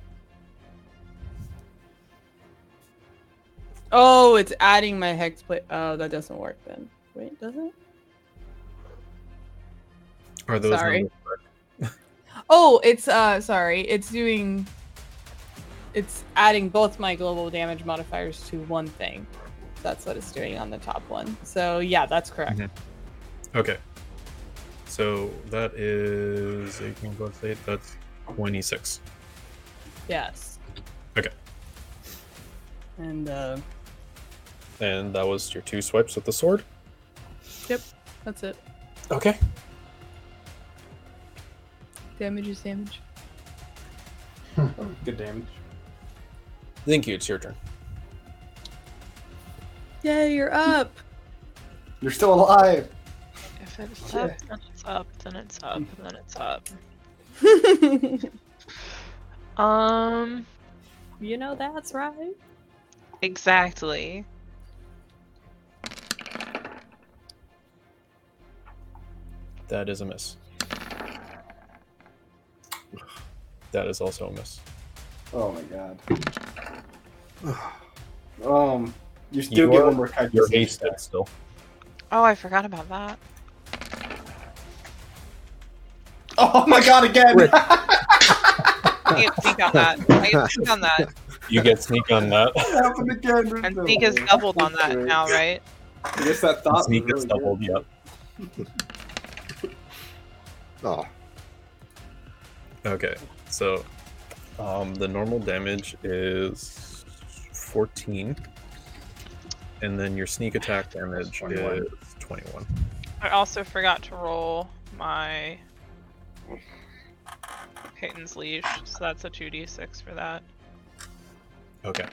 S3: Oh, it's adding my hexblade. Oh, that doesn't work then. Wait, does it?
S2: Are those
S3: Sorry.
S2: numbers correct?
S3: Oh, it's uh sorry, it's doing it's adding both my global damage modifiers to one thing. That's what it's doing on the top one. So yeah, that's correct.
S2: Mhm. Okay. So that is 18 plus 8, that's 26.
S3: Yes.
S2: Okay.
S3: And uh
S2: And that was your two swipes with the sword.
S3: yep, that's it.
S2: Okay.
S3: Damage is damage.
S2: Good damage. Thank you, it's your turn.
S3: Yeah, you're up.
S24: You're still alive.
S6: If it's up, then it's up, then it's up, and then it's up. um,
S3: You know that's right.
S6: exactly.
S2: That is a miss. That is also a miss.
S4: Oh my god. Um, you still
S2: You
S4: get
S2: are-
S4: one more
S2: You're
S4: calculation.
S2: hasted still.
S6: Oh, I forgot about that.
S4: Oh my god, again!
S6: I get sneak on that. I get sneak on that.
S2: You get sneak on that.
S4: It happened again.
S6: And sneak is doubled on that now, right?
S4: I guess that thought.
S2: sneak gets doubled, yep.
S5: Oh.
S2: Okay, so um, the normal damage is 14, and then your sneak attack damage
S13: 21.
S2: is 21.
S6: I also forgot to roll my Peyton's leash, so that's a 2d6 for that.
S2: Okay.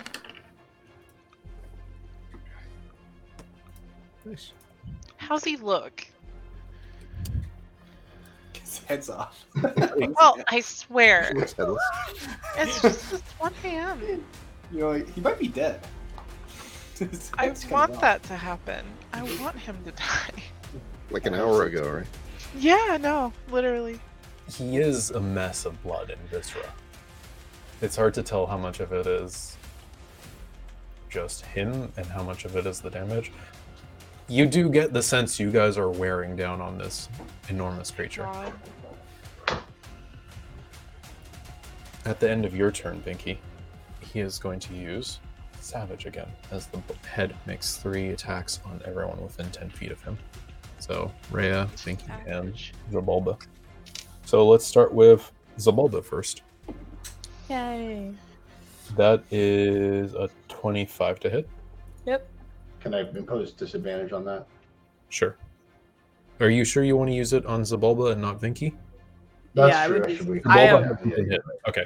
S5: Nice.
S6: How's he look?
S4: His head's off.
S6: Well, I swear.
S5: Looks headless.
S6: It's just it's 1 a.m.
S4: You're like, he might be dead. His
S6: I
S4: head's coming
S6: want
S4: off.
S6: that to happen. I want him to die.
S5: Like an hour ago, right?
S6: Yeah, no, literally.
S23: He is a mess of blood and viscera. It's hard to tell how much of it is just him and how much of it is the damage. You do get the sense you guys are wearing down on this enormous creature.
S6: God.
S2: At the end of your turn, Binky, he is going to use Savage again, as the b- head makes three attacks on everyone within 10 feet of him. So, Rhea, Binky, and Zabalba. So let's start with Zabalba first.
S3: Yay.
S2: That is a 25 to hit.
S3: Yep.
S13: Can I impose disadvantage on that?
S2: Sure. Are you sure you want to use it on Zabalba and not Vinky?
S13: That's
S3: yeah,
S13: true,
S3: I would
S13: actually.
S3: be, I
S2: Zabalba
S3: am
S2: hasn't been hit. Okay.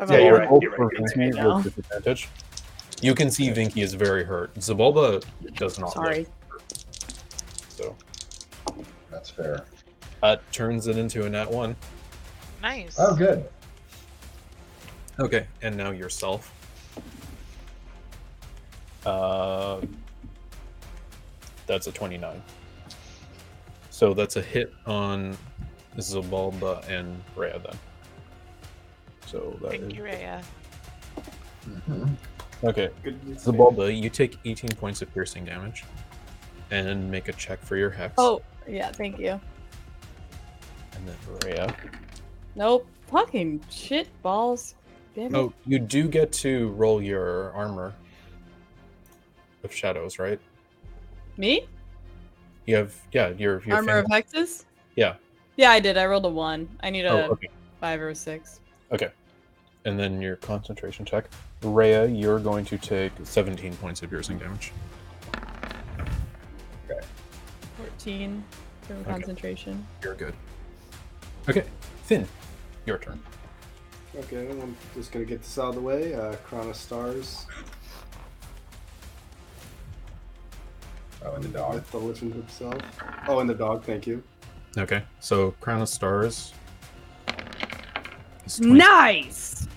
S3: I've
S2: Yeah,
S3: got
S2: you're
S3: one
S2: both
S3: right
S2: for
S3: right
S2: Vinky
S3: now.
S2: with disadvantage. You can see Vinky is very hurt. Zabalba does not. look
S3: Sorry.
S2: hurt. So
S13: That's fair.
S2: that turns it into a nat one.
S6: Nice.
S13: Oh, good.
S2: Okay, and now yourself. Uh, that's a 29. So that's a hit on Zabalba and Rhea then. So that
S6: Thank
S2: is.
S6: you, Raya.
S2: Okay.
S4: Good news.
S2: Zabalba, you take 18 points of piercing damage and make a check for your hex.
S3: Oh, yeah, thank you.
S2: And then Rhea.
S3: Nope. Fucking shit balls. Damn it.
S2: Oh, you do get to roll your armor of shadows, right?
S3: Me?
S2: You have, yeah, your, your Oh,
S3: Armor of
S2: thing-
S3: Hexes?
S2: Yeah.
S3: Yeah, I did. I rolled a one. I need a
S2: Oh, okay.
S3: five or a six.
S2: Okay. and then your concentration check. Rhea, you're going to take 17 points of piercing damage.
S3: 14 from
S2: Okay.
S3: concentration.
S2: You're good. Okay, Finn, your turn.
S4: Okay, I'm just gonna get this out of the way. Uh, Chrono Stars.
S13: Oh, and the dog.
S4: With the legend himself. Oh, and the dog. Thank you.
S2: Okay, so Crown of Stars.
S3: Nice.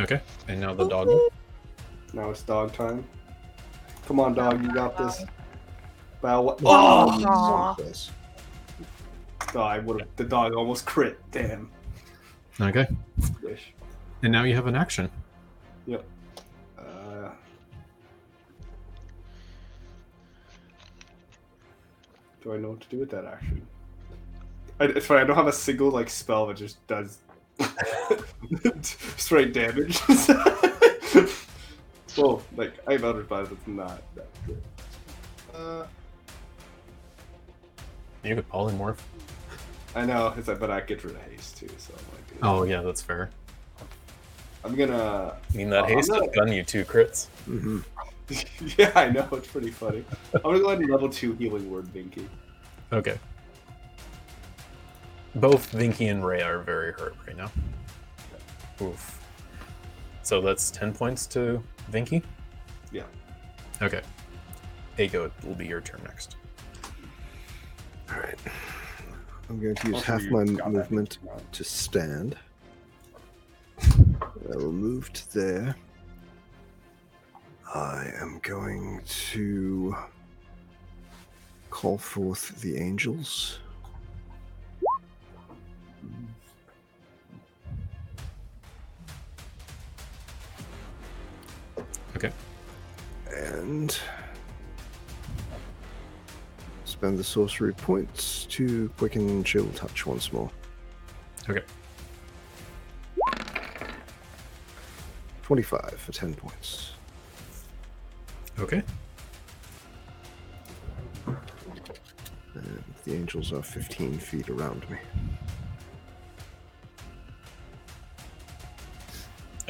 S2: Okay, and now the dog.
S4: Now it's dog time. Come on, dog. You got this. Bow. Wow.
S25: Oh,
S4: Oh,
S25: aw.
S4: Jesus. Oh, I would have. The dog almost crit. Damn.
S2: Okay,
S4: Wish.
S2: and now you have an action.
S4: Yep. Uh, do I know what to do with that action? I, it's funny. I don't have a single like spell that just does straight damage. well, like I have other spells that's not that good. Uh,
S2: You could polymorph.
S4: I know, it's like, but I get rid of haste too, so I'm like,
S2: Oh yeah, that's fair.
S4: I'm gonna.
S2: I mean that
S4: Oh, I'm
S2: haste
S4: gonna-
S2: will gun you two crits.
S5: Mm-hmm.
S4: yeah, I know. It's pretty funny. I'm gonna go ahead and level two healing word, Binky.
S2: Okay. Both Vinky and Ray are very hurt right now. Oof. So that's ten points to Vinky.
S4: Yeah.
S2: Okay. Aiko, it will be your turn next.
S5: All right. I'm going to use
S2: Also,
S5: half
S2: you
S5: my
S2: got that
S5: movement to stand. I will move to there. I am going to call forth the angels.
S2: Okay.
S5: And spend the sorcery points to quicken chill touch once more.
S2: Okay.
S5: 25 for 10 points.
S2: Okay.
S5: And the angels are 15 feet around me.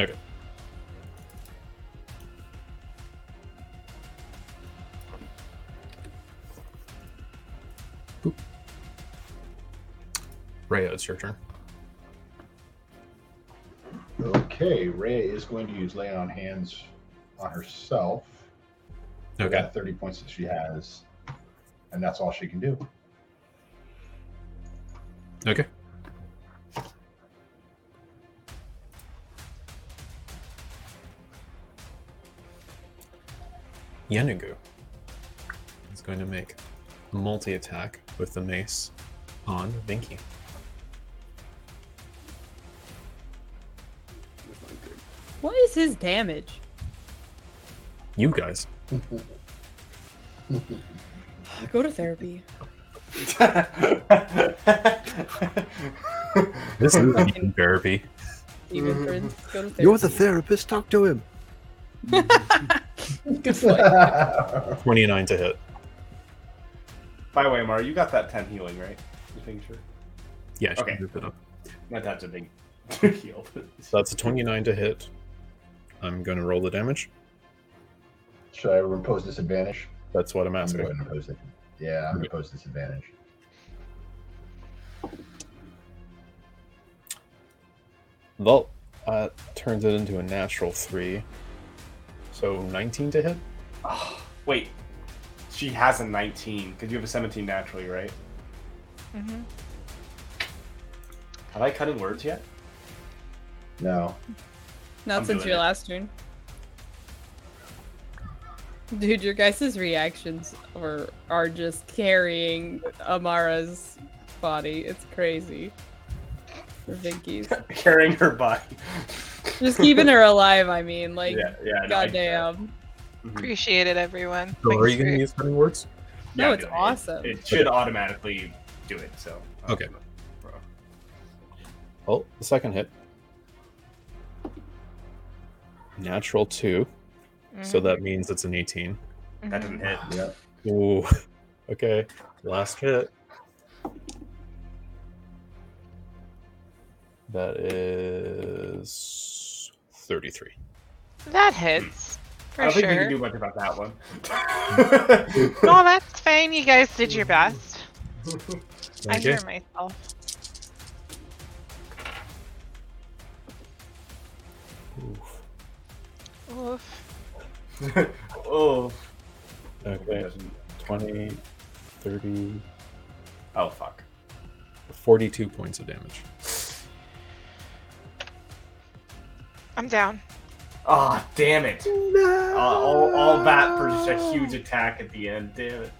S2: Okay. Raya, it's your turn.
S13: Okay, Ray is going to use lay on hands on herself.
S2: Okay.
S13: That 30 points that she has. And that's all she can do.
S2: Okay. Yenugu is going to make a multi attack with the mace on Vinky.
S3: What is his damage?
S2: You guys.
S3: Go to therapy.
S2: This is
S3: Fucking
S2: therapy.
S3: Demon Prince. Go to therapy.
S5: Mm-hmm. You're the therapist, talk to him.
S3: Good fight.
S2: 29 to hit.
S26: By the way, Mara, you got that 10 healing, right? You think sure?
S2: Yeah, she
S26: Okay.
S2: moved it up.
S26: Not that's a big heal.
S2: That's a 29 to hit. I'm going to roll the damage.
S13: Should I impose disadvantage?
S2: That's what I'm
S13: I'm
S2: asking.
S13: going to impose it. Yeah, I'm going to impose disadvantage.
S2: Well, uh, turns it into a natural three. So 19 to hit?
S26: Wait, she has a 19 because you have a 17 naturally, right?
S6: Mm-hmm.
S26: Have I cut in words yet?
S13: No.
S3: Not
S26: I'm
S3: since
S26: doing
S3: your
S26: it.
S3: last turn. Dude, your guys' reactions are, are just carrying Amara's body. It's crazy. For Vinky's.
S26: Carrying her body.
S3: just keeping her alive, I mean. Like,
S26: Yeah, yeah, no, I
S3: goddamn.
S6: Appreciate it, everyone.
S2: So are
S6: Thanks
S2: you going
S6: for-
S2: to use cutting words?
S3: No, it's
S26: dude, it-
S3: awesome.
S26: It, should automatically do it, so.
S2: Okay. Well, Oh, the second hit. Natural 2 So that means it's an 18.
S26: That
S6: Mm-hmm.
S26: didn't hit. Mm-hmm. Yeah.
S2: Ooh. Okay. Last hit. That is 33.
S6: That hits. For
S4: I don't
S6: sure.
S4: think we can do much about that one.
S6: no, that's fine. You guys did your best. I
S2: Okay.
S6: hear myself. Oof.
S4: oh.
S2: Okay. 20, 30.
S4: Oh, fuck.
S2: 42 points of damage.
S6: I'm down.
S4: Ah, damn it. Uh, all, all that for just a huge attack at the end. Damn it.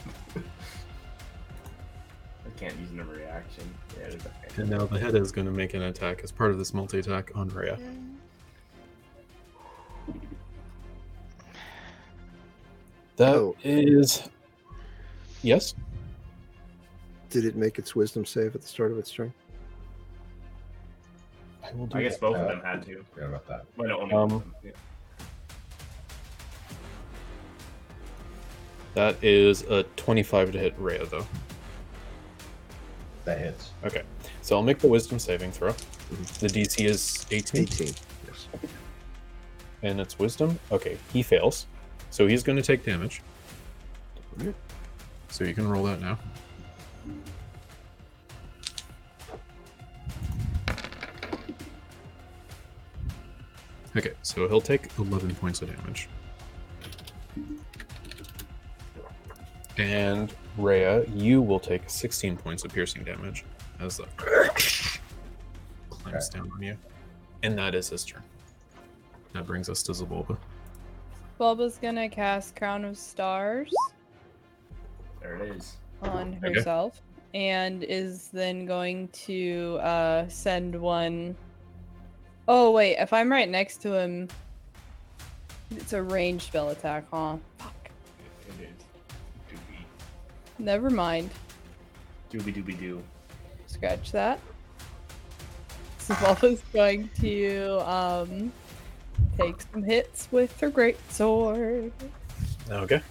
S4: I can't use another reaction. Yeah, it is okay.
S2: And now the head is going to make an attack as part of this multi attack on Rhea. That
S13: Oh.
S2: is. Yes?
S5: Did it make its wisdom save at the start of its turn?
S2: I, will
S4: I guess both of them had to.
S13: Yeah, about that.
S4: Well, no, only one of
S2: Um,
S4: them. Yeah.
S2: that is a 25 to hit Rhea, though.
S13: That hits.
S2: Okay. So I'll make the wisdom saving throw. The DC is 18.
S5: 18,
S13: yes.
S2: And it's wisdom? Okay. He fails. So he's going to take damage. So you can roll that now. Okay, so he'll take 11 points of damage. And Rhea, you will take 16 points of piercing damage as the clamps down on you. And that is his turn. That brings us to Zabolba.
S3: Bulba's gonna cast Crown of Stars
S4: There it is.
S3: on
S4: Okay.
S3: herself and is then going to uh, send one Oh wait, if I'm right next to him, it's a ranged spell attack, huh?
S4: It is.
S3: Never mind.
S4: Doobie doobie doo.
S3: Scratch that. Zavala is going to um, take some hits with her great sword.
S2: Okay.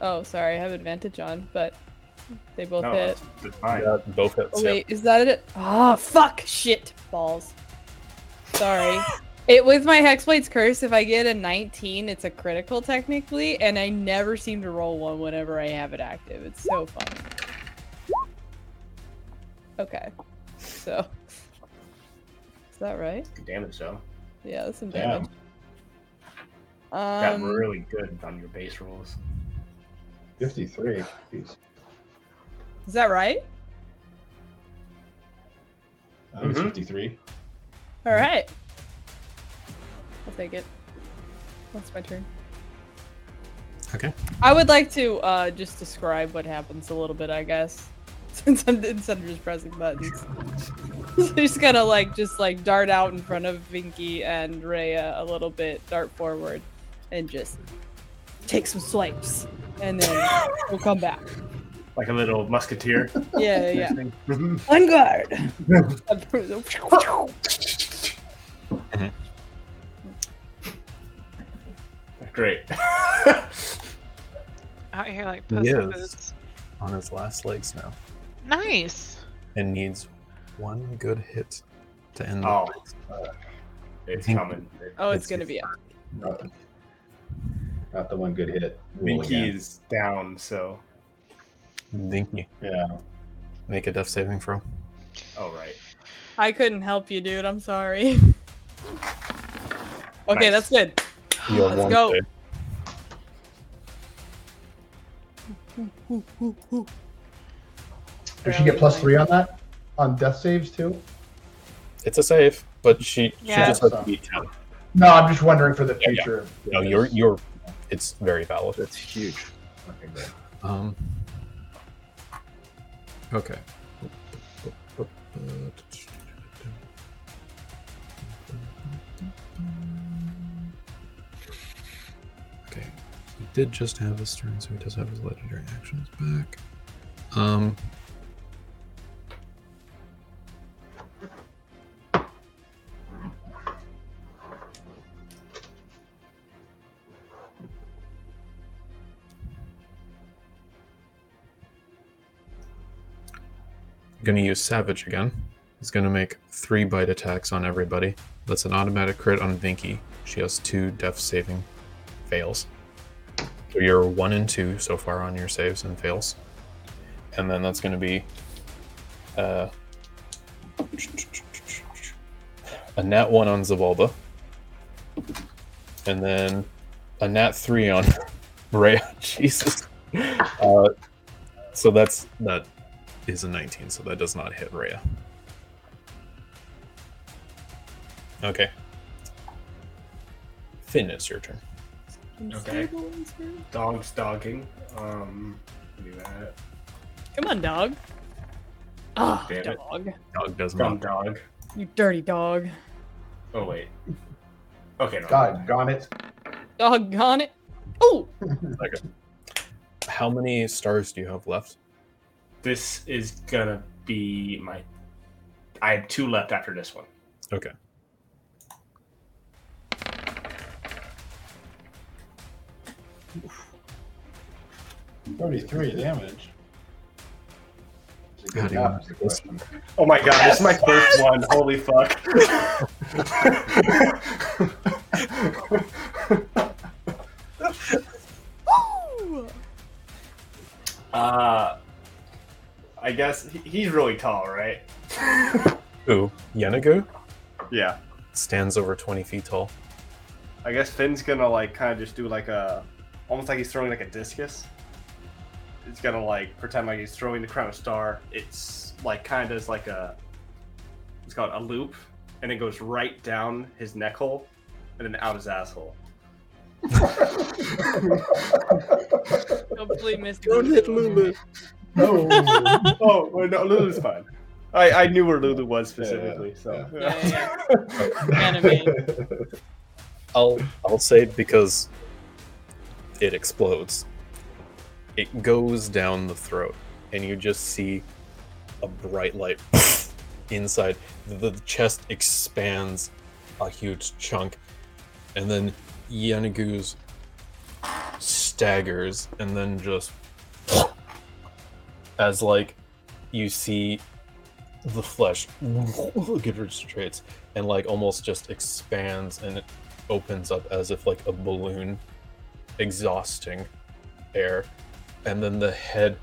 S3: Oh, sorry, I have advantage on, but they both
S2: No,
S3: hit.
S2: Yeah, both hits.
S3: Oh,
S2: yeah.
S3: wait, is that it? Ah, fuck, shit, balls. Sorry. it with my Hexblade's curse. If I get a 19, it's a critical technically, and I never seem to roll one whenever I have it active. It's so fun. Okay, so is that right?
S4: Good damage, though.
S3: Yeah, that's some
S4: Damn.
S3: damage.
S4: Got
S3: Um,
S4: really good on your base rolls.
S13: 53. Jeez.
S3: is that right?
S13: I think it's 53.
S3: All right. I'll take it. That's my turn.
S2: Okay.
S3: I would like to uh, just describe what happens a little bit, I guess, since I'm instead of just pressing buttons. so just gonna like just like dart out in front of Vinky and Rhea a little bit, dart forward, and just take some swipes, and then we'll come back.
S4: Like a little musketeer.
S3: Yeah, yeah. yeah.
S4: Mhm.
S3: On guard.
S4: Great.
S2: Mm.
S6: Out here like
S2: He
S6: pussy boots.
S2: is on his last legs now
S6: Nice.
S2: and needs one good hit to end the
S4: Oh.
S2: fight.
S4: It's
S2: Think-
S4: coming.
S3: Oh, it's gonna be up.
S13: Not, not the one good hit. Roll
S4: Minky
S13: again.
S4: is down, so.
S2: Dinky.
S13: Yeah.
S2: Make a death saving throw.
S4: Oh, right.
S3: I couldn't help you, dude. I'm sorry. Okay, that's good.
S2: You have
S3: Let's
S2: one
S3: go.
S2: save.
S13: Does she get plus three on that? On death saves too?
S2: It's a save, but she,
S13: Yeah.
S2: she just has to be 10.
S13: No, I'm just wondering for the
S2: Yeah, yeah.
S13: future.
S2: No, you're you're it's very valid.
S5: That's huge.
S13: Okay, great.
S2: Um Okay. Okay. He did just have his turn, so he does have his legendary actions back. Um Gonna use Savage again. He's gonna make three bite attacks on everybody. That's an automatic crit on Vinky. She has two death saving fails. So you're one and two so far on your saves and fails. And then that's gonna be uh, a nat one on Zabalba. And then a nat three on Rhea. Jesus. Uh, so that's that is a 19, so that does not hit Rhea. Okay. Finn, it's your turn.
S4: Okay. Dog's dogging. Um, do that.
S3: Come on, dog. Ah,
S4: Damn it.
S3: dog.
S2: Dog does
S4: Dumb
S2: not.
S4: dog.
S3: You dirty dog.
S4: Oh wait. Okay. No,
S13: God, gone it.
S3: Doggone it. Oh,
S2: Okay. How many stars do you have left?
S4: This is gonna be my. I have two left after this one.
S2: Okay.
S27: Thirty-three damage.
S2: How do you want to do this?
S4: Oh my god, this is my first one. Holy fuck. uh, I guess he- he's really tall, right?
S2: Who? Yenagu?
S4: Yeah.
S2: Stands over 20 feet tall.
S4: I guess Finn's gonna like kind of just do like a, almost like he's throwing like a discus. He's gonna like pretend like he's throwing the crown of star. It's like kind of is like a, it's called a loop, and it goes right down his neck hole, and then out his asshole.
S3: Hopefully, missed.
S4: Don't hit Lulu. No. oh, well, no, Lulu's fine. I, I knew where Lulu was specifically, so.
S2: I'll I'll say it because it explodes. It goes down the throat, and you just see a bright light inside. The, the chest expands a huge chunk, and then Yenagu's staggers, and then just as like you see the flesh concentrates and like almost just expands and it opens up as if like a balloon exhausting air and then the head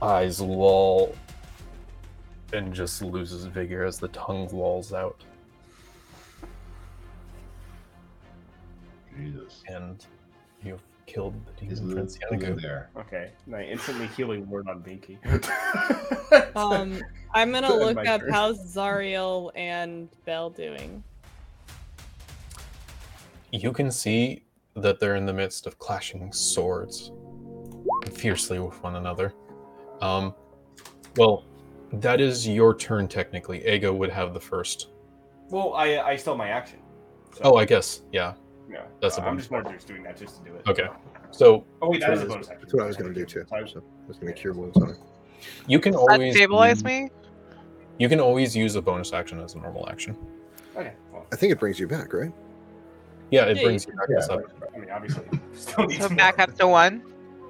S2: eyes loll and just loses vigor as the tongue lolls out and you've killed the demon prince Yanagu.
S4: Okay, my instantly healing word on Binky.
S3: Um, I'm gonna
S4: End
S3: look
S4: my
S3: up
S4: turn.
S3: how's Zariel and Bell doing.
S2: You can see that they're in the midst of clashing swords fiercely with one another. Um, well, that is your turn technically. Ego would have the first.
S4: well, I I stole my action.
S2: Oh, I guess, yeah.
S4: Yeah,
S2: That's a
S4: I'm
S2: bonus.
S4: just more just doing that just to do it.
S2: Okay. So
S4: Oh wait, that is a
S5: That's
S4: bonus action.
S5: That's what I was going to do too. So I was going to cure wounds on it.
S2: you can always
S6: Stabilize
S2: use-
S6: me.
S2: You can always use a bonus action as a normal action.
S4: Okay. Well,
S5: I think it brings you back, right?
S2: Yeah, it
S6: Yeah,
S2: brings
S6: you-
S2: you back
S5: Yeah.
S2: to seven.
S4: I mean, obviously, still needs
S6: So
S4: more.
S6: back up to one.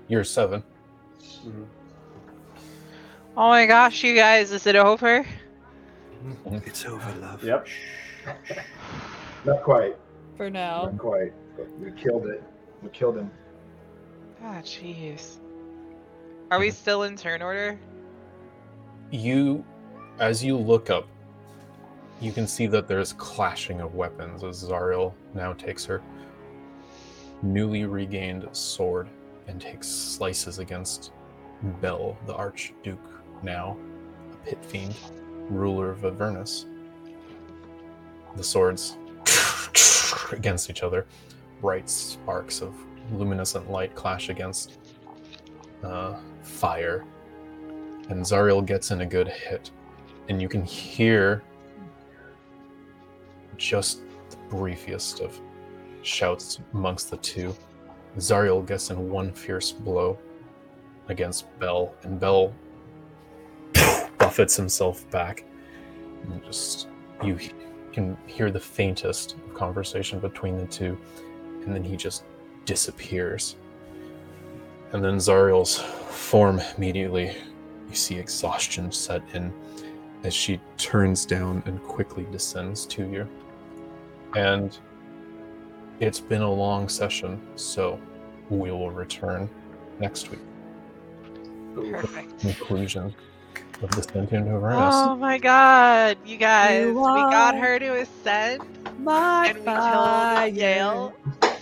S2: You're seven.
S6: Oh my gosh, you guys, is it over?
S5: It's over, love.
S4: Yep.
S13: Not quite.
S3: For now.
S13: Not quite. We killed it. We killed him.
S6: Ah, jeez. Are we still in turn order?
S2: you as you look up you can see that there's clashing of weapons as zariel now takes her newly regained sword and takes slices against bell the archduke now a pit fiend ruler of avernus the swords against each other bright sparks of luminescent light clash against uh, fire and Zariel gets in a good hit, and you can hear just the briefest of shouts amongst the two. Zariel gets in one fierce blow against Bell, and Bell buffets himself back. And just you he- can hear the faintest of conversation between the two, and then he just disappears. And then Zariel's form immediately You see exhaustion set in as she turns down and quickly descends to you. And it's been a long session, so we will return next week.
S6: Perfect.
S2: Conclusion of the sentient over us.
S6: Oh my god, you guys.
S8: You
S6: we got
S8: are
S6: her to ascend.
S3: My
S6: and we killed Dale.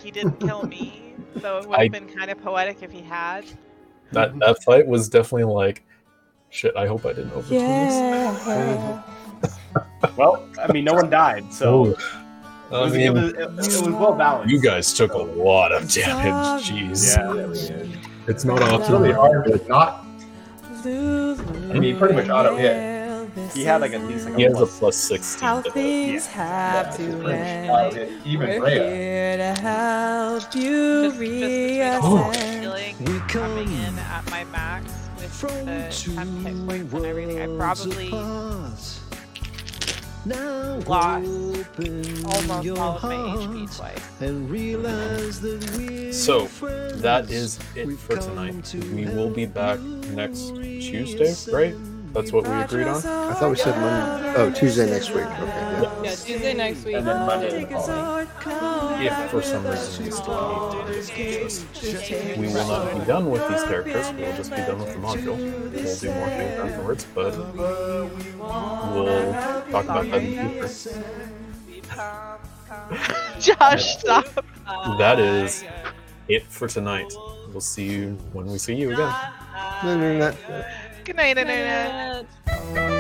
S6: He didn't kill me. So it would
S2: I-
S6: have been kind of poetic if he had.
S2: That that fight was definitely like, shit. I hope I didn't open.
S4: Yeah. well, I mean, no one died, so
S28: Oh.
S4: it,
S2: Oh, I
S4: was,
S2: mean,
S4: it, was, it, it was well balanced.
S2: you guys took a lot of damage. Jeez. It's not
S28: It's really hard to not.
S8: I
S28: mean, pretty much auto hit.
S8: This
S4: He had like at least like
S2: He
S4: a
S2: has a
S4: plus.
S2: plus sixteen.
S8: How things have to end.
S28: Even
S8: We're
S28: Rhea.
S8: here to help you reassess.
S6: feeling coming in at my max with the temp hit points and everything. I probably lost almost all of my HP twice.
S11: and realize that we
S2: So that is it for tonight. We will be back next Tuesday, right? That's what we agreed on.
S5: I thought we said Monday. Oh, Tuesday next week. Okay. Yeah.
S3: Yeah, Tuesday next week.
S2: And then Monday the following. If for some reason we still need to discuss this, we will not be done with these characters. We'll just be done with the module. We'll do more things afterwards, but we'll talk about that in the future.
S6: Josh, stop.
S2: That is it for tonight. We'll see you when we see you again.
S5: No, no, no.
S6: Good night, internet.